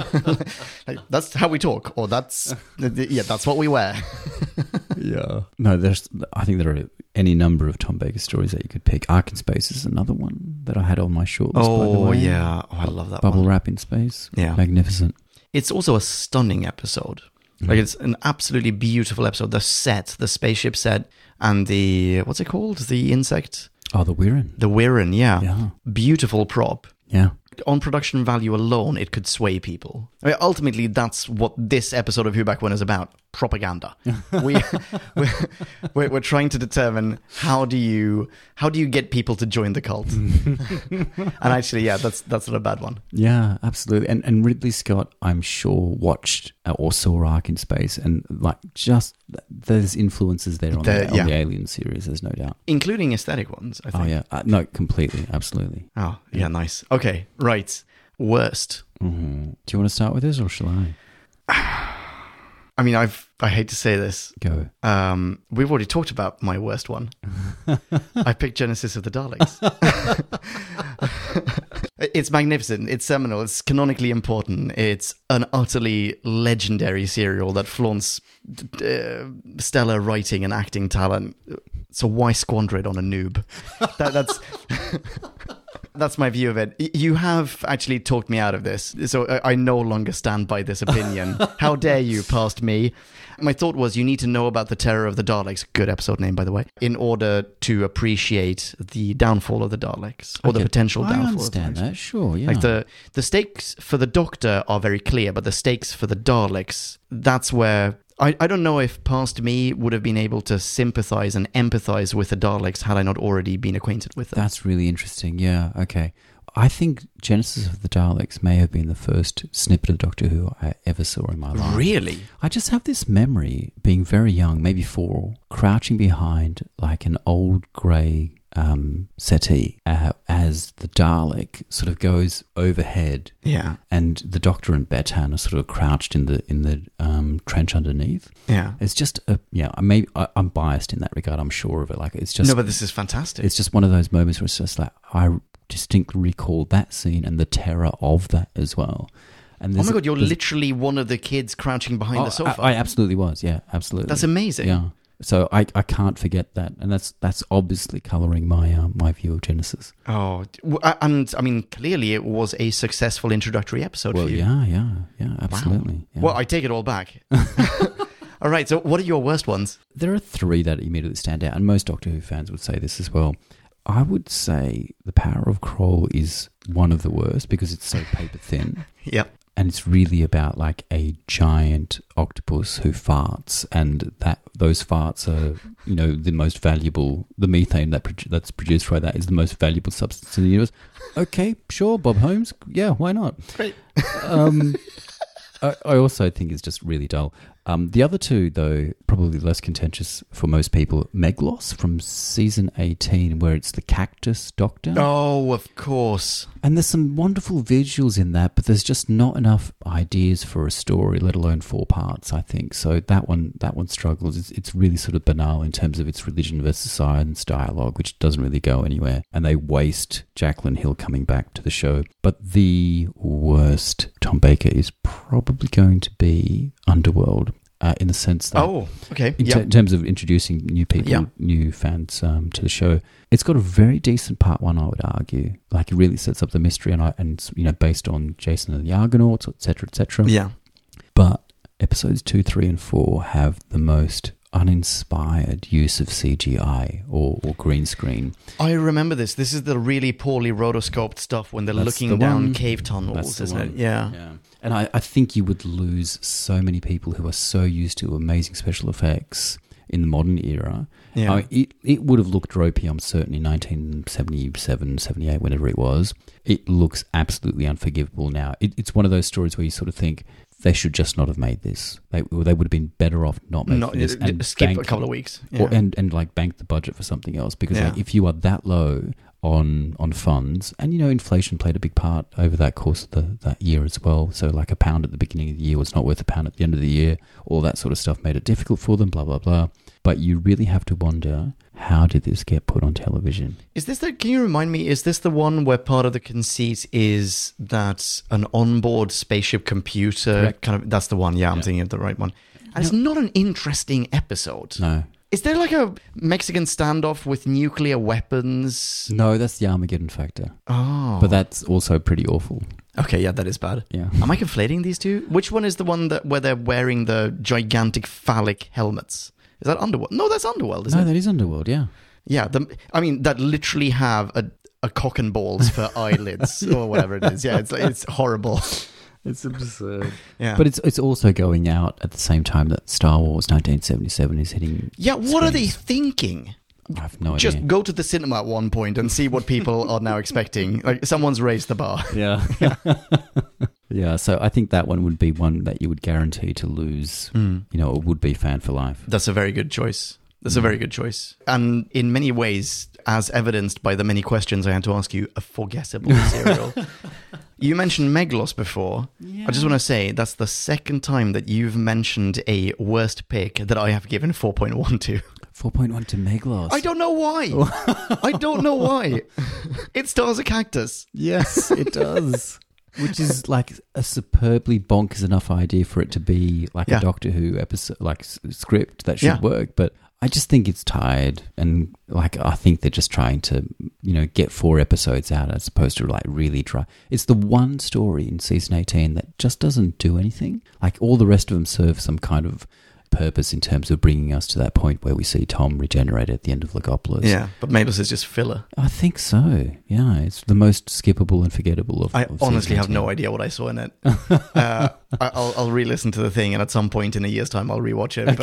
Speaker 1: like, that's how we talk, or that's yeah, that's what we wear.
Speaker 2: Yeah. No, there's. I think there are any number of Tom Baker stories that you could pick. Ark in Space is another one that I had on my shortlist. by the way.
Speaker 1: oh, I love that
Speaker 2: Bubble Wrap in Space.
Speaker 1: Yeah.
Speaker 2: Magnificent.
Speaker 1: it's also a stunning episode. Like it's an absolutely beautiful episode. The set, the spaceship set, and the what's it called? The insect,
Speaker 2: Oh, the Weirin.
Speaker 1: the Weirin. Yeah,
Speaker 2: Yeah.
Speaker 1: beautiful prop.
Speaker 2: Yeah.
Speaker 1: On production value alone, it could sway people. I mean, ultimately, that's what this episode of Who Back When is about: propaganda. we, we're, we're, we're trying to determine how do you how do you get people to join the cult. and actually, yeah, that's that's not a bad one.
Speaker 2: Yeah, absolutely. And and Ridley Scott, I'm sure, watched uh, or saw Ark in Space, and like just th- there's influences there on,
Speaker 1: There-
Speaker 2: the, on
Speaker 1: yeah.
Speaker 2: the Alien series. There's no doubt.
Speaker 1: including aesthetic ones. I think.
Speaker 2: Oh yeah. Uh, no, completely, absolutely.
Speaker 1: Oh, yeah, nice. Okay, right. Worst.
Speaker 2: Mm-hmm. Do you want to start with this, or shall I
Speaker 1: I mean, I've I hate to say this.
Speaker 2: go?
Speaker 1: Um, we've already talked about my worst one. I picked Genesis of the Daleks. it's magnificent. It's seminal. It's canonically important. It's an utterly legendary serial that flaunts d- d- uh, stellar writing and acting talent. So why squander it on a noob? That, that's That's my view of it. Y- You have actually talked me out of this, so I- I no longer stand by this opinion. How dare you, past me? My thought was you need to know about the terror of the Daleks, good episode name, by the way, in order to appreciate the downfall of the Daleks or the
Speaker 2: Okay.
Speaker 1: potential
Speaker 2: I
Speaker 1: downfall.
Speaker 2: understand
Speaker 1: of the Daleks.
Speaker 2: that. Sure, yeah.
Speaker 1: Like the the stakes for the Doctor are very clear, but the stakes for the Daleks, that's where I, I don't know if past me would have been able to sympathize and empathize with the Daleks had I not already been acquainted with them.
Speaker 2: That's really interesting. Yeah. Okay. I think Genesis of the Daleks may have been the first snippet of Doctor Who I ever saw in my life.
Speaker 1: really?
Speaker 2: I just have this memory, being very young, maybe four, crouching behind like an old grey um, settee uh, as the Dalek sort of goes overhead
Speaker 1: Yeah.
Speaker 2: and the doctor and Batan are sort of crouched in the in the um, trench underneath.
Speaker 1: Yeah.
Speaker 2: It's just a yeah. I may I, I'm biased in that regard. I'm sure of it. Like it's just
Speaker 1: no, but this is fantastic.
Speaker 2: it's just one of those moments where it's just like I distinctly recall that scene and the terror of that as well. And
Speaker 1: oh
Speaker 2: there's
Speaker 1: my
Speaker 2: a-
Speaker 1: god, you're
Speaker 2: there's-
Speaker 1: literally one of the kids crouching behind
Speaker 2: Oh,
Speaker 1: the sofa.
Speaker 2: I, I absolutely was. Yeah, absolutely.
Speaker 1: That's amazing.
Speaker 2: Yeah. So I, I can't forget that, and that's that's obviously coloring my uh, my view of Genesis.
Speaker 1: oh, d- w- I- and I mean, clearly it was a successful introductory episode
Speaker 2: Well,
Speaker 1: for you.
Speaker 2: yeah, yeah, yeah, absolutely. yeah.
Speaker 1: Well, I take it all back. all right, so what are your worst ones?
Speaker 2: There are three that immediately stand out, and most Doctor Who fans would say this as well. I would say The Power of Kroll is one of the worst because it's so paper thin.
Speaker 1: Yep.
Speaker 2: And it's really about like a giant octopus who farts, and that those farts are, you know, the most valuable. The methane that produ- that's produced by that is the most valuable substance in the universe. Okay, sure, Bob Holmes. Yeah, why not?
Speaker 1: Great.
Speaker 2: Um, I, I also think it's just really dull. Um, the other two, though, probably less contentious for most people. Megloss from season 18, where it's the cactus doctor.
Speaker 1: Oh, of course.
Speaker 2: And there's some wonderful visuals in that, but there's just not enough ideas for a story, let alone four parts, I think. So that one that one struggles. It's, it's really sort of banal in terms of its religion versus science dialogue, which doesn't really go anywhere. And they waste Jacqueline Hill coming back to the show. But the worst Tom Baker is probably going to be Underworld. Uh, in the sense that
Speaker 1: Oh, okay.
Speaker 2: in,
Speaker 1: Yep.
Speaker 2: ter- in terms of introducing new people,
Speaker 1: Yeah.
Speaker 2: new fans um, to the show, it's got a very decent part one, I would argue. Like it really sets up the mystery, and I, and it's, you know based on Jason and the Argonauts, etc., cetera, etc. Cetera.
Speaker 1: yeah.
Speaker 2: But episodes two, three, and four have the most uninspired use of CGI or, or green screen.
Speaker 1: I remember this. This is the really poorly rotoscoped stuff when they're
Speaker 2: That's
Speaker 1: looking
Speaker 2: the
Speaker 1: down
Speaker 2: one.
Speaker 1: cave
Speaker 2: That's
Speaker 1: tunnels,
Speaker 2: the
Speaker 1: isn't it?
Speaker 2: one.
Speaker 1: Yeah.
Speaker 2: Yeah. And I, I think you would lose so many people who are so used to amazing special effects in the modern era.
Speaker 1: Yeah.
Speaker 2: I- it, it would have looked ropey, I'm certain, in 1977, 78, whenever it was. It looks absolutely unforgivable now. It, it's one of those stories where you sort of think they should just not have made this. They, they would have been better off not making
Speaker 1: Not, uh,
Speaker 2: this. and
Speaker 1: skip a
Speaker 2: bank-
Speaker 1: couple of weeks.
Speaker 2: or,
Speaker 1: Yeah.
Speaker 2: and and like bank the budget for something else because like
Speaker 1: Yeah.
Speaker 2: if you are that low on on funds and you know inflation played a big part over that course of the that year as well so like a pound at the beginning of the year was not worth a pound at the end of the year all that sort of stuff made it difficult for them blah blah blah but you really have to wonder how did this get put on television
Speaker 1: Is this the? Can you remind me? Is this the one where part of the conceit is that an onboard spaceship computer
Speaker 2: Correct.
Speaker 1: kind of? That's the one. Yeah, I'm thinking of the right one. And it's not an interesting episode.
Speaker 2: no
Speaker 1: Is there like a Mexican standoff with nuclear weapons?
Speaker 2: no that's the armageddon factor
Speaker 1: Oh,
Speaker 2: but that's also pretty awful
Speaker 1: okay. Yeah, that is bad.
Speaker 2: yeah
Speaker 1: Am I conflating these two? Which one is the one that where they're wearing the gigantic phallic helmets? Is that Underworld? No, that's Underworld, isn't
Speaker 2: no
Speaker 1: it?
Speaker 2: that is underworld yeah
Speaker 1: Yeah, the, I mean that literally have a, a cock and balls for eyelids or whatever it is. Yeah, it's like, it's horrible.
Speaker 2: it's absurd
Speaker 1: Yeah,
Speaker 2: But it's it's also going out at the same time that Star Wars 1977 is hitting.
Speaker 1: yeah, what are they
Speaker 2: screens.
Speaker 1: thinking?
Speaker 2: I have no
Speaker 1: Just
Speaker 2: idea.
Speaker 1: go to the cinema at one point and see what people are now expecting. Like someone's raised the bar.
Speaker 2: yeah. yeah. So I think that one would be one that you would guarantee to lose. You know, it would be fan for life.
Speaker 1: That's a very good choice. That's a very good choice. And in many ways, as evidenced by the many questions I had to ask you, a forgettable serial. you mentioned Meglos before. I just want to say that's the second time that you've mentioned a worst pick that I have given 4.1 to.
Speaker 2: 4.1 to Meglos.
Speaker 1: I don't know why. I don't know why. It stars a cactus.
Speaker 2: Yes, it does. Which is like a superbly bonkers enough idea for it to be like
Speaker 1: Yeah.
Speaker 2: a Doctor Who episode, like s- script that should
Speaker 1: Yeah.
Speaker 2: work. But I just think it's tired, and like I think they're just trying to, you know, get four episodes out as opposed to like really try. It's the one story in season eighteen that just doesn't do anything. Like all the rest of them serve some kind of purpose in terms of bringing us to that point where we see Tom regenerate at the end of Legopolis.
Speaker 1: Yeah, but Mavis is just filler.
Speaker 2: I think so. Yeah, it's the most skippable and forgettable of.
Speaker 1: I
Speaker 2: of
Speaker 1: honestly
Speaker 2: season
Speaker 1: have
Speaker 2: 18.
Speaker 1: no idea what I saw in it. uh, I- I'll, I'll re-listen to the thing, and at some point in a year's time, I'll rewatch it.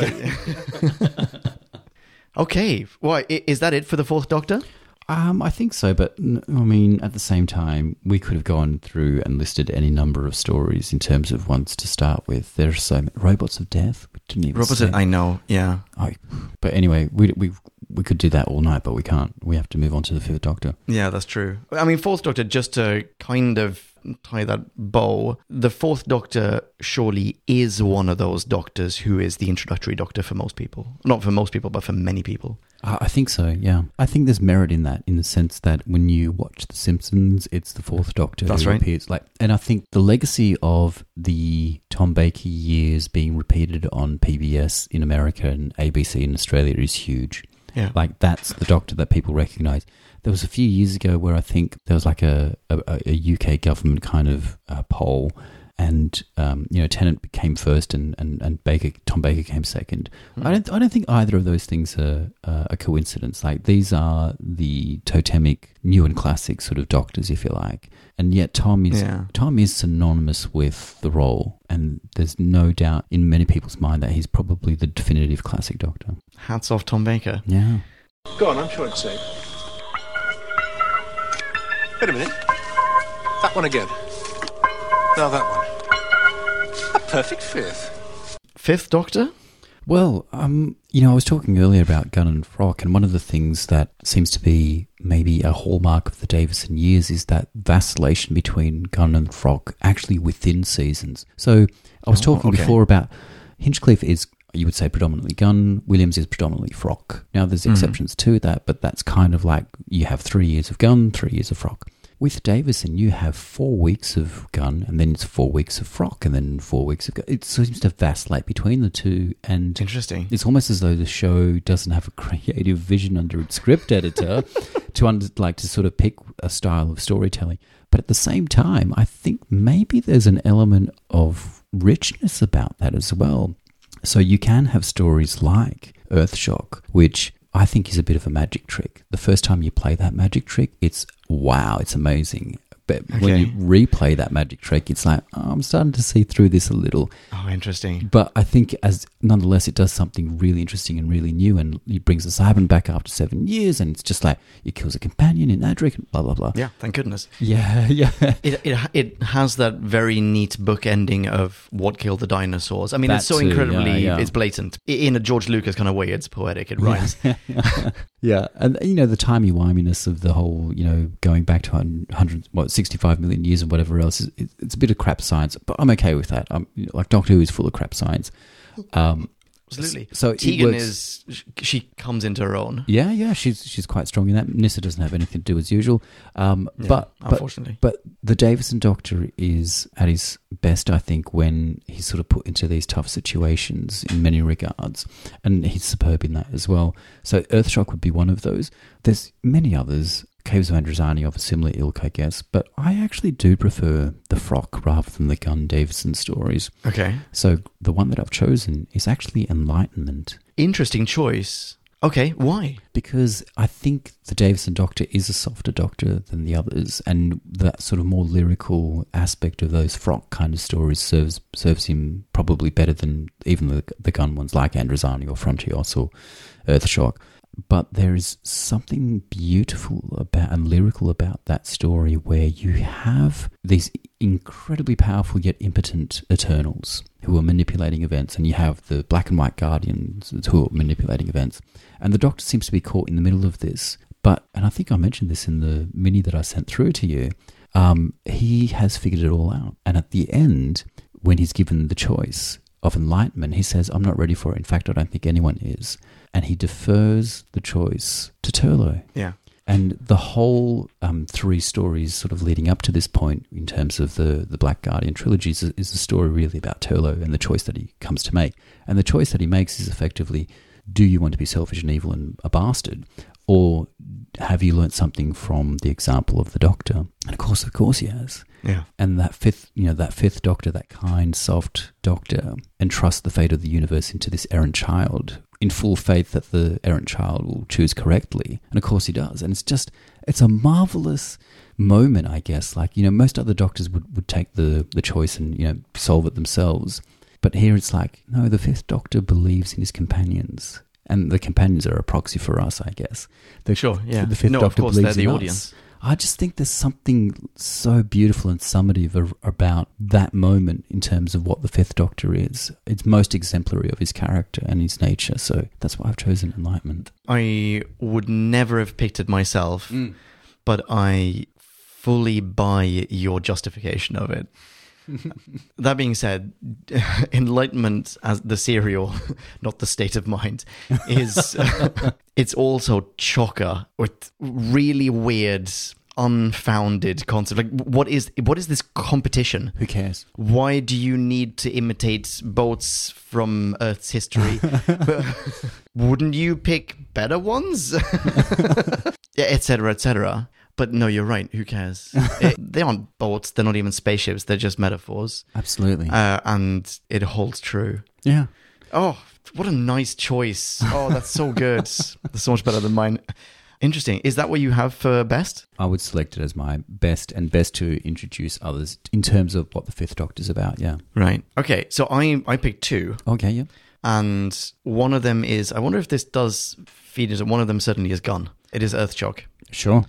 Speaker 1: but- okay, well, i- is that it for the Fourth Doctor?
Speaker 2: Um, I think so, but n- I mean, at the same time, we could have gone through and listed any number of stories in terms of ones to start with. There are so many. Robots of Death. We didn't even.
Speaker 1: Robots,
Speaker 2: say-
Speaker 1: I know. Yeah,
Speaker 2: I- but anyway, we we we could do that all night, but we can't. We have to move on to the Fifth Doctor.
Speaker 1: yeah, that's true. I mean, Fourth Doctor, just to kind of tie that bow, the Fourth Doctor surely is one of those doctors who is the introductory doctor for most people. Not for most people, but for many people.
Speaker 2: I I think so, yeah. I think there's merit in that, in the sense that when you watch The Simpsons, it's the Fourth Doctor
Speaker 1: That's
Speaker 2: who
Speaker 1: right.
Speaker 2: appears. Like, and I think the legacy of the Tom Baker years being repeated on PBS in America and ABC in Australia is huge.
Speaker 1: Yeah.
Speaker 2: Like that's the doctor that people recognise. There was a few years ago where I think there was like a a, a UK government kind of uh, poll, and um, you know Tennant came first, and, and, and Baker Tom Baker came second. I don't I don't think either of those things are uh, a coincidence. Like these are the totemic new and classic sort of doctors, if you like, and yet Tom is
Speaker 1: Yeah.
Speaker 2: Tom is synonymous with the role, and there's no doubt in many people's mind that he's probably the definitive classic doctor.
Speaker 1: Hats off, Tom Baker.
Speaker 2: Yeah.
Speaker 8: Go on, I'm sure it's safe. Wait a minute. That one again. Now that one. A perfect fifth.
Speaker 1: Fifth Doctor?
Speaker 2: Well, um, you know, I was talking earlier about Gun and Frock, and one of the things that seems to be maybe a hallmark of the Davison years is that vacillation between Gun and Frock actually within seasons. So I was
Speaker 1: Oh,
Speaker 2: talking
Speaker 1: okay.
Speaker 2: before about Hinchcliffe is, you would say, predominantly Gun, Williams is predominantly Frock. Now, there's exceptions to that, but that's kind of like you have three years of Gun, three years of Frock. With Davison, you have four weeks of gun, and then it's four weeks of frock, and then four weeks of gun. It seems to vacillate between the two, and
Speaker 1: Interesting.
Speaker 2: it's almost as though the show doesn't have a creative vision under its script editor to under, like to sort of pick a style of storytelling. But at the same time, I think maybe there's an element of richness about that as well. So you can have stories like Earthshock, which I think is a bit of a magic trick. The first time you play that magic trick, it's wow, it's amazing. But when
Speaker 1: Okay.
Speaker 2: you replay that magic trick, it's like, oh, I'm starting to see through this a little.
Speaker 1: Oh, interesting.
Speaker 2: But I think, as nonetheless, it does something really interesting and really new, and it brings the Cyberman back after seven years, and it's just like it kills a companion in Adric, and blah blah blah.
Speaker 1: Yeah, thank goodness.
Speaker 2: yeah, yeah.
Speaker 1: It, it it has that very neat book ending of what killed the dinosaurs. I mean, it's
Speaker 2: That
Speaker 1: so
Speaker 2: too, yeah,
Speaker 1: incredibly
Speaker 2: yeah.
Speaker 1: it's blatant I- in a George Lucas kind of way. It's poetic. It rhymes.
Speaker 2: yeah, and you know the timey wiminess of the whole, you know, going back to hun- hundreds, what sixty-five million years and whatever else. is- it- It's a bit of crap science, but I'm okay with that. I'm like Doctor Who is full of crap science. Um,
Speaker 1: Absolutely.
Speaker 2: So it
Speaker 1: Tegan
Speaker 2: works-
Speaker 1: is sh- she comes into her own.
Speaker 2: yeah, yeah, she's she's quite strong in that. Nissa doesn't have anything to do as usual, um, but but
Speaker 1: unfortunately.
Speaker 2: But the Davison Doctor is at his best, I think, when he's sort of put into these tough situations in many regards, and he's superb in that as well. So Earthshock would be one of those. There's many others. Caves of Androzani of a similar ilk, I guess, but I actually do prefer the frock rather than the Gun Davison stories.
Speaker 1: Okay,
Speaker 2: So the one that I've chosen is actually Enlightenment
Speaker 1: interesting choice. Okay, why?
Speaker 2: because I think the Davison Doctor is a softer doctor than the others, and that sort of more lyrical aspect of those frock kind of stories serves serves him probably better than even the, the gun ones like Androzani or Frontios or Earthshock. But there is something beautiful about and lyrical about that story where you have these incredibly powerful yet impotent Eternals who are manipulating events, and you have the black and white Guardians who are manipulating events. And the Doctor seems to be caught in the middle of this. But, and I think I mentioned this in the mini that I sent through to you, um, he has figured it all out. And at the end, when he's given the choice of enlightenment, he says, I'm not ready for it. In fact, I don't think anyone is. And he defers the choice to Turlo.
Speaker 1: Yeah,
Speaker 2: And the whole um, three stories sort of leading up to this point in terms of the, the Black Guardian trilogy is, is a story really about Turlo and the choice that he comes to make. And the choice that he makes is effectively do you want to be selfish and evil and a bastard? Or have you learnt something from the example of the Doctor? And of course, of course he has
Speaker 1: Yeah.
Speaker 2: and that fifth you know that fifth doctor that kind soft doctor entrusts the fate of the universe into this errant child in full faith that the errant child will choose correctly and of course he does and it's just it's a marvelous moment i guess like you know most other doctors would, would take the the choice and you know solve it themselves but here it's like no the fifth doctor believes in his companions and the companions are a proxy for us i guess the,
Speaker 1: Sure, yeah.
Speaker 2: the fifth
Speaker 1: No, of
Speaker 2: doctor
Speaker 1: course,
Speaker 2: believes
Speaker 1: they're the
Speaker 2: in us.
Speaker 1: audience.
Speaker 2: I just think there's something so beautiful and summative a- about that moment in terms of what the Fifth Doctor is. It's most exemplary of his character and his nature. So that's why I've chosen Enlightenment.
Speaker 1: I would never have picked it myself,
Speaker 2: Mm.
Speaker 1: but I fully buy your justification of it. that being said, enlightenment as the cereal, not the state of mind, is it's also chocker with really weird, um, unfounded concept. Like, what is what is this competition?
Speaker 2: Who cares?
Speaker 1: Why do you need to imitate boats from Earth's history? But Wouldn't you pick better ones? Yeah, et cetera, et cetera. But no, you're right. Who cares? It- they aren't boats. They're not even spaceships. They're just metaphors.
Speaker 2: Absolutely.
Speaker 1: Uh, and it holds true.
Speaker 2: yeah.
Speaker 1: Oh, what a nice choice. Oh, that's so good. that's so much better than mine. Interesting. Is that what you have for best?
Speaker 2: I would select it as my best and best to introduce others in terms of what the Fifth Doctor's about. Yeah.
Speaker 1: Right. Okay. So I, I picked two.
Speaker 2: Okay. Yeah.
Speaker 1: and one of them is I wonder if this does feed into one of them certainly is gun. It is Earth Shock.
Speaker 2: Sure.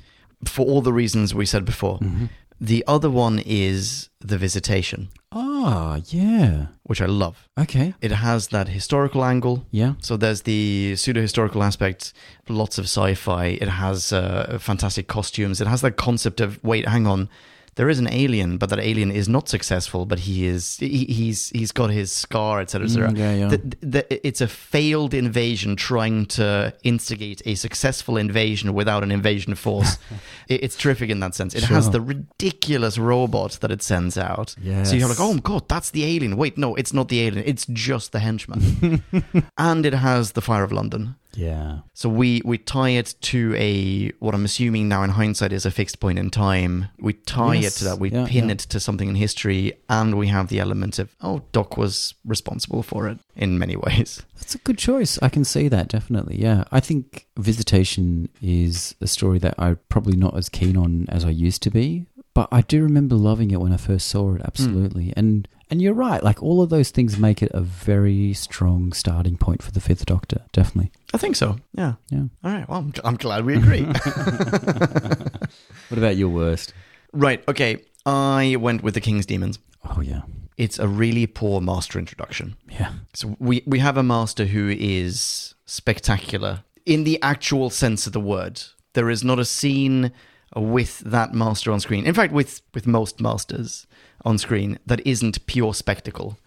Speaker 1: For all the reasons we said before.
Speaker 2: Mm-hmm.
Speaker 1: The other one is The Visitation,
Speaker 2: Ah, yeah.
Speaker 1: which I love.
Speaker 2: Okay.
Speaker 1: It has that historical angle.
Speaker 2: Yeah.
Speaker 1: So there's the pseudo historical aspect, lots of sci fi. It has uh, fantastic costumes. It has that concept of wait, hang on. There is an alien, but that alien is not successful. But he is he, he's he's got his scar, etc. etc.
Speaker 2: Mm, yeah, yeah.
Speaker 1: The- the- it's a failed invasion trying to instigate a successful invasion without an invasion force. It- it's terrific in that sense. It has
Speaker 2: Sure.
Speaker 1: the ridiculous robot that it sends out. So you're like,
Speaker 2: Yes.
Speaker 1: oh my god, that's the alien. Wait, no, it's not the alien. It's just the henchman. and it has the Fire of London.
Speaker 2: Yeah.
Speaker 1: So we we tie it to a what I'm assuming now in hindsight is a fixed point in time. We tie
Speaker 2: Yes.
Speaker 1: it to that. We
Speaker 2: Yeah,
Speaker 1: pin
Speaker 2: yeah.
Speaker 1: it to something in history, and we have the element of oh, Doc was responsible for it in many ways.
Speaker 2: That's a good choice. I can see that definitely. Yeah, I think Visitation is a story that I'm probably not as keen on as I used to be, but I do remember loving it when I first saw it. Absolutely,
Speaker 1: Hmm.
Speaker 2: and and you're right. Like all of those things make it a very strong starting point for the Fifth Doctor. Definitely.
Speaker 1: I think so. Yeah.
Speaker 2: Yeah.
Speaker 1: All right. Well, I'm, I'm glad we agree.
Speaker 2: What about your worst?
Speaker 1: right. Okay. I went with the King's Demons.
Speaker 2: Oh yeah,
Speaker 1: It's a really poor master introduction.
Speaker 2: yeah.
Speaker 1: So we we have a master who is spectacular in the actual sense of the word. There is not a scene with that master on screen. In fact, with with most masters on screen that isn't pure spectacle.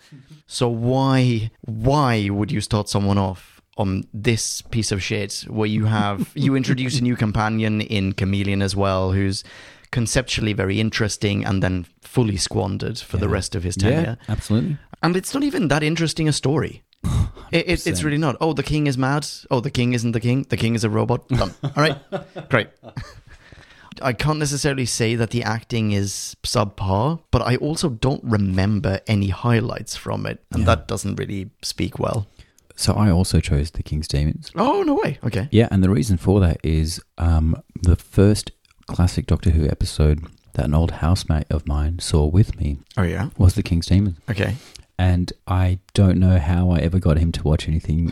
Speaker 1: So why why would you start someone off on this piece of shit where you have you introduce a new companion in Chameleon as well who's conceptually very interesting and then fully squandered for the
Speaker 2: Yeah.
Speaker 1: rest of his tenure.
Speaker 2: Yeah, absolutely.
Speaker 1: And it's not even that interesting a story. It, it, it's
Speaker 2: 100%.
Speaker 1: really not. Oh, the king is mad. Oh, the king isn't the king. The king is a robot. Done. All right. Great. I can't necessarily say that the acting is subpar, but I also don't remember any highlights from it. And
Speaker 2: Yeah.
Speaker 1: that doesn't really speak well.
Speaker 2: So I also chose the King's Demons.
Speaker 1: Oh, no way. Okay.
Speaker 2: Yeah, and the reason for that is um, the first classic Doctor Who episode that an old housemate of mine saw with me
Speaker 1: Oh, yeah.
Speaker 2: was The King's Demon.
Speaker 1: Okay.
Speaker 2: And I don't know how I ever got him to watch anything,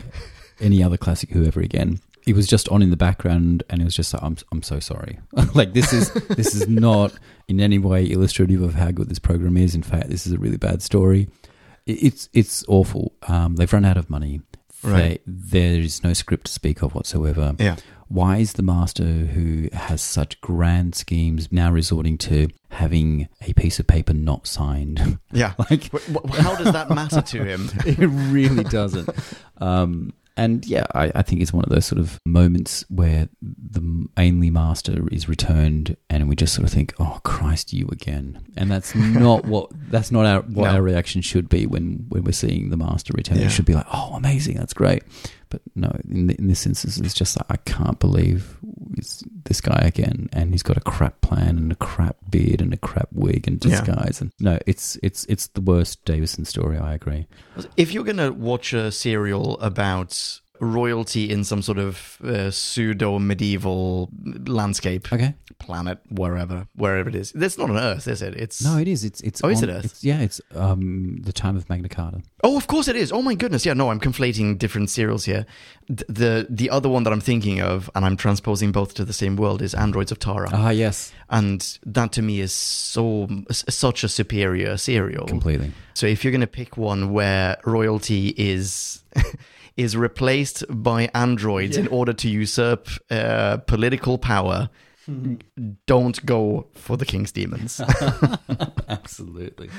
Speaker 2: any other classic Who ever again. It was just on in the background, and it was just like, I'm, I'm so sorry. like this is this is not in any way illustrative of how good this program is. In fact, this is a really bad story. It- It's it's awful. Um, they've run out of money.
Speaker 1: Right.
Speaker 2: They, there is no script to speak of whatsoever
Speaker 1: Yeah.
Speaker 2: why is the master who has such grand schemes now resorting to having a piece of paper not signed?
Speaker 1: Yeah.
Speaker 2: like
Speaker 1: Wh- wh- How does that matter to him?
Speaker 2: it really doesn't. Um, And yeah, I, I think it's one of those sort of moments where the Ainley Master is returned, and we just sort of think, "Oh Christ, you again!" And that's not what that's not our what
Speaker 1: No.
Speaker 2: our reaction should be when when we're seeing the Master return.
Speaker 1: Yeah.
Speaker 2: It should be like, "Oh, amazing, that's great." But no, in, in this instance, it's just like, I can't believe it's this guy again, and he's got a crap plan and a crap beard and a crap wig and
Speaker 1: Yeah.
Speaker 2: disguise. And no, it's it's it's the worst Davison story. I agree.
Speaker 1: If you're going to watch a serial about royalty in some sort of uh, pseudo medieval landscape,
Speaker 2: Okay.
Speaker 1: planet, wherever, wherever it is, that's not on Earth, is it? It's
Speaker 2: No, it is. It's it's
Speaker 1: Oh, is
Speaker 2: on-
Speaker 1: it Earth?
Speaker 2: It's, yeah, it's um the time of Magna Carta.
Speaker 1: Oh, of course it is. Oh my goodness. Yeah, no, I'm conflating different serials here. Th- The the other one that I'm thinking of, and I'm transposing both to the same world, is Androids of Tara,
Speaker 2: Ah, yes,
Speaker 1: and that to me is so s- such a superior serial.
Speaker 2: completely.
Speaker 1: So if you're going to pick one where royalty is is replaced by androids in order to usurp uh, political power, don't go for the king's demons.
Speaker 2: Absolutely.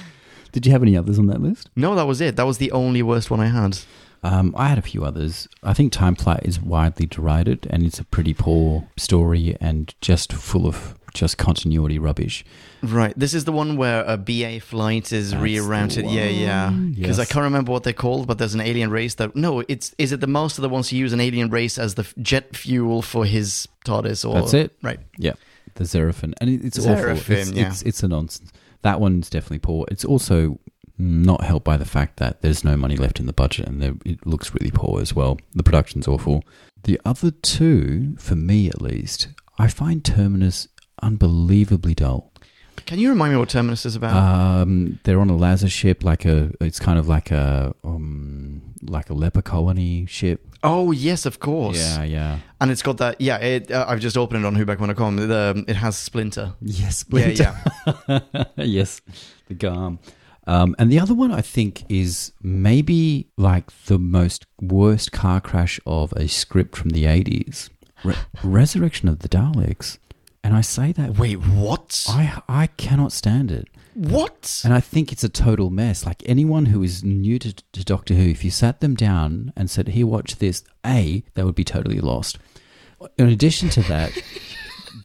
Speaker 2: Did you have any others on that list?
Speaker 1: no, that was it. That was the only worst one I had.
Speaker 2: Um, I had a few others. I think Time Flight is widely derided, and it's a pretty poor story and just full of just continuity rubbish.
Speaker 1: Right. This is the one where a BA flight is
Speaker 2: That's
Speaker 1: rerouted.
Speaker 2: the
Speaker 1: Yeah, yeah. Because I
Speaker 2: Yes.
Speaker 1: can't remember what they're called, but there's an alien race that no, it's is it the master that wants to use an alien race as the f- jet fuel for his TARDIS or
Speaker 2: That's it.
Speaker 1: Right.
Speaker 2: Yeah, the Xerophon, and it, it's awful.
Speaker 1: Xerophon,
Speaker 2: It's,
Speaker 1: yeah.
Speaker 2: it's it's a nonsense. That one's definitely poor. It's also not helped by the fact that there's no money left in the budget, and there- it looks really poor as well. The production's awful. The other two, for me at least, I find Terminus unbelievably dull.
Speaker 1: Can you remind me what Terminus is about?
Speaker 2: Um, they're on a laser ship, like a. It's kind of like a um, like a leper colony ship.
Speaker 1: oh yes, of course.
Speaker 2: Yeah, yeah.
Speaker 1: And it's got that. Yeah, it, uh, I've just opened it on whoback.com. The um, it has Splinter.
Speaker 2: Yes,
Speaker 1: Yeah, yeah.
Speaker 2: yes, the Garm. Um, and the other one I think is maybe like the most worst car crash of a script from the 80s Re- Resurrection of the Daleks. And I say that
Speaker 1: Wait, what?
Speaker 2: I, I cannot stand it.
Speaker 1: what?
Speaker 2: And I think it's a total mess. Like anyone who is new to, to Doctor Who, if you sat them down and said, here, watch this, A, they would be totally lost. In addition to that,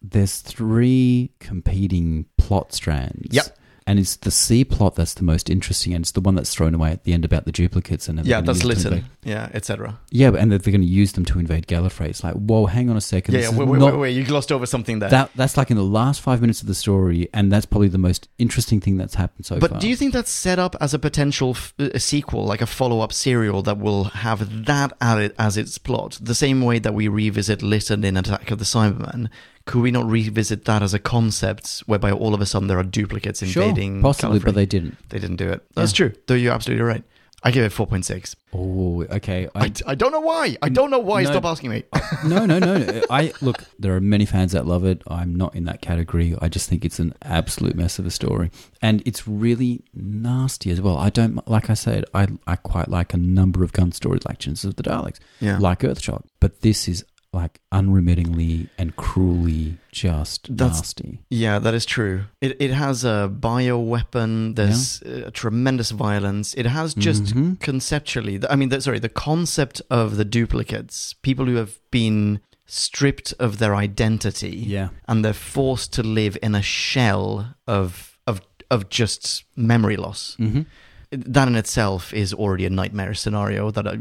Speaker 2: there's three competing plot strands.
Speaker 1: Yep.
Speaker 2: And it's the C plot that's the most interesting, and it's the one that's thrown away at the end about the duplicates and
Speaker 1: Yeah, that's
Speaker 2: littered.
Speaker 1: Litton. Yeah, etc.
Speaker 2: Yeah, but- and that they're going to use them to invade Gallifrey. It's like, whoa, hang on a second.
Speaker 1: Yeah,
Speaker 2: this
Speaker 1: yeah.
Speaker 2: is
Speaker 1: Wait, wait,
Speaker 2: not-
Speaker 1: wait, wait. You glossed over something there.
Speaker 2: That that's like in the last five minutes of the story, and that's probably the most interesting thing that's happened so
Speaker 1: But
Speaker 2: far.
Speaker 1: do you think that's set up as a potential f- uh, a sequel, like a follow-up serial that will have that at it as its plot, the same way that we revisit Litton in Attack of the Cybermen? Could we not revisit that as a concept, whereby all of a sudden there are duplicates invading?
Speaker 2: sure, possibly, but
Speaker 1: Gallifrey?
Speaker 2: they didn't.
Speaker 1: they didn't do it. That's true. Though you're absolutely right. I give it four point six.
Speaker 2: Oh, okay.
Speaker 1: I, I don't know why. I don't know why.
Speaker 2: No.
Speaker 1: Stop asking me.
Speaker 2: no, no, no, no. I look. There are many fans that love it. I'm not in that category. I just think it's an absolute mess of a story, and it's really nasty as well. I don't like. I said I I quite like a number of gun stories like Genesis of the Daleks,
Speaker 1: Yeah.
Speaker 2: like Earthshock, but this is like unremittingly and cruelly just
Speaker 1: That's-
Speaker 2: nasty.
Speaker 1: Yeah, that is true. It it has a bioweapon. There's uh, tremendous violence. It has just
Speaker 2: Mhm.
Speaker 1: conceptually, I mean, the, sorry, the concept of the duplicates, people who have been stripped of their identity,
Speaker 2: Yeah.
Speaker 1: and they're forced to live in a shell of of of just memory loss.
Speaker 2: Mm-hmm.
Speaker 1: That in itself is already a nightmare scenario that uh,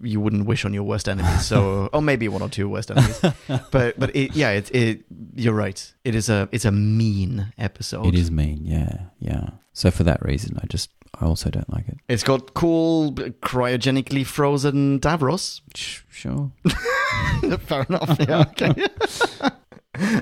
Speaker 1: you wouldn't wish on your worst enemy. So, or maybe one or two worst enemies. but but it, yeah, it, it you're right. It is a it's a mean episode.
Speaker 2: It is mean. Yeah, yeah. So for that reason, I just I also don't like it.
Speaker 1: It's got cool cryogenically frozen Davros.
Speaker 2: Sh- Sure.
Speaker 1: Fair enough. Yeah. Okay.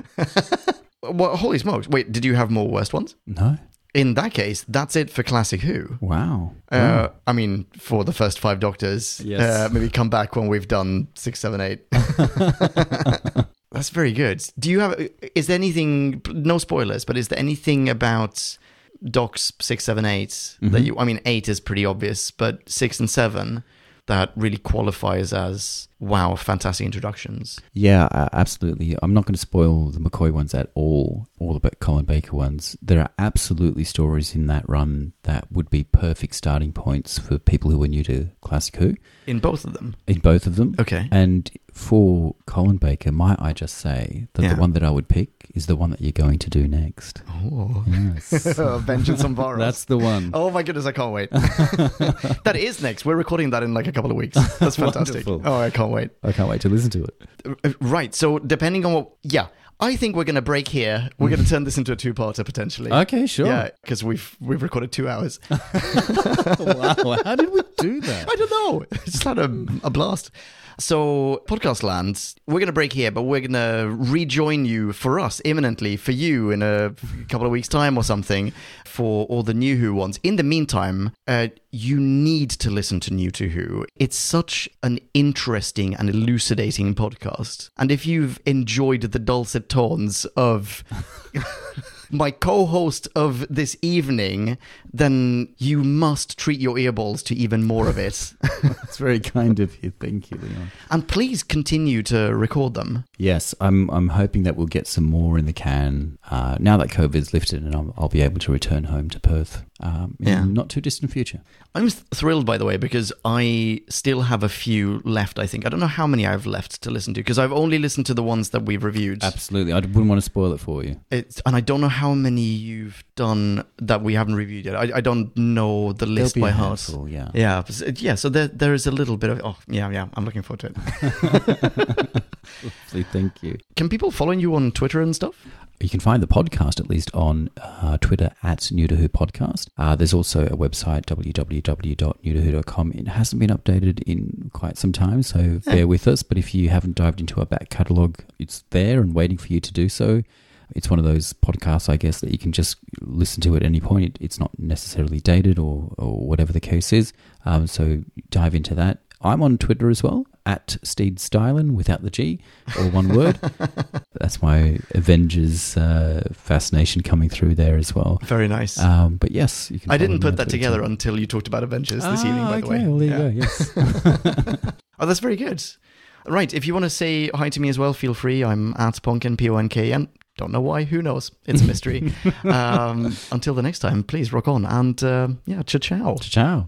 Speaker 1: well, holy smokes! Wait, did you have more worst ones?
Speaker 2: No.
Speaker 1: In that case, that's it for classic Who.
Speaker 2: Wow.
Speaker 1: Uh, I mean, for the first five Doctors.
Speaker 2: Hmm. Yes.
Speaker 1: Uh, maybe come back when we've done six, seven, eight. that's very good. Do you have? Is there anything? No spoilers, but is there anything about? Docs six, seven, eight
Speaker 2: Mm-hmm.
Speaker 1: that you. I mean, eight is pretty obvious, but six and seven that really qualifies as wow, fantastic introductions.
Speaker 2: Yeah, uh, absolutely. I'm not going to spoil the McCoy ones at all, all the Ba- Colin Baker ones. There are absolutely stories in that run that would be perfect starting points for people who are new to Classic Who
Speaker 1: In both of them.
Speaker 2: in both of them.
Speaker 1: Okay.
Speaker 2: And for Colin Baker, might I just say that
Speaker 1: Yeah.
Speaker 2: the one that I would pick is the one that you're going to do next.
Speaker 1: Oh.
Speaker 2: Yes.
Speaker 1: Vengeance on Boros.
Speaker 2: That's the one.
Speaker 1: Oh my goodness, I can't wait. that is next. We're recording that in like a couple of weeks. That's fantastic.
Speaker 2: Wonderful.
Speaker 1: oh, I can't wait.
Speaker 2: I can't wait to listen to it.
Speaker 1: Uh, Right. So, depending on what. Yeah. I think we're going to break here. We're going to turn this into a two-parter potentially.
Speaker 2: Mm. Okay, sure.
Speaker 1: Yeah, because we've we've recorded two hours. I
Speaker 2: wow, how did we do that?
Speaker 1: don't know. I just had a, a blast. So, podcast lands. We're going to break here, but we're going to rejoin you for us imminently for you in a couple of weeks' time or something for all the new Who ones. In the meantime, uh, you need to listen to New to Who. It's such an interesting and elucidating podcast, and if you've enjoyed the dulcet tones of my co-host of this evening, then you must treat your earballs to even more of it.
Speaker 2: That's very kind of you. Thank you, Leon.
Speaker 1: and please continue to record them.
Speaker 2: Yes, I'm. I'm hoping that we'll get some more in the can uh, now that COVID's lifted, and I'll, I'll be able to return home to Perth um, in
Speaker 1: Yeah.
Speaker 2: not too distant future.
Speaker 1: I'm th- thrilled, by the way, because I still have a few left, I think. I don't know how many I have left to listen to, because I've only listened to the ones that we've reviewed.
Speaker 2: Absolutely, I wouldn't want to spoil it for you.
Speaker 1: It's, and I don't know how many you've done that we haven't reviewed yet. I, I don't know the list
Speaker 2: There'll
Speaker 1: by
Speaker 2: be a
Speaker 1: heart.
Speaker 2: handful, yeah.
Speaker 1: Yeah, so- yeah. So there, there is a little bit of. Oh, yeah, yeah. I'm looking forward to it.
Speaker 2: So thank you.
Speaker 1: Can people follow you on Twitter and stuff?
Speaker 2: You can find the podcast, at least, on uh, Twitter at New to Who Podcast. Uh, there's also a website, www.newtowho.com. It hasn't been updated in quite some time, so bear with us. But if you haven't dived into our back catalogue, it's there and waiting for you to do so. It's one of those podcasts, I guess, that you can just listen to at any point. It, it's not necessarily dated or, or whatever the case is. Um, so dive into that. I'm on Twitter as well, at Steed Stylen without the G, or one word. That's my Avengers uh, fascination coming through there as well.
Speaker 1: Very nice.
Speaker 2: Um, but yes, you can.
Speaker 1: I
Speaker 2: follow me
Speaker 1: didn't put
Speaker 2: on
Speaker 1: that
Speaker 2: Twitter.
Speaker 1: together until you talked about Avengers this
Speaker 2: Ah,
Speaker 1: evening, by the
Speaker 2: okay,
Speaker 1: way.
Speaker 2: Well, there
Speaker 1: Yeah.
Speaker 2: you go. Yes.
Speaker 1: Oh, that's very good. Right. If you want to say hi to me as well, feel free. I'm at Ponkin, P O N K N. Don't know why. Who knows? It's a mystery. um, until the next time, please rock on. And um yeah, cha ciao.
Speaker 2: Ciao.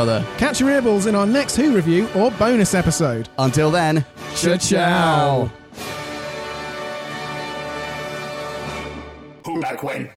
Speaker 9: Catch your earballs in our next Who review or bonus episode.
Speaker 1: Until then,
Speaker 9: Cha-chao.
Speaker 1: Who Back When?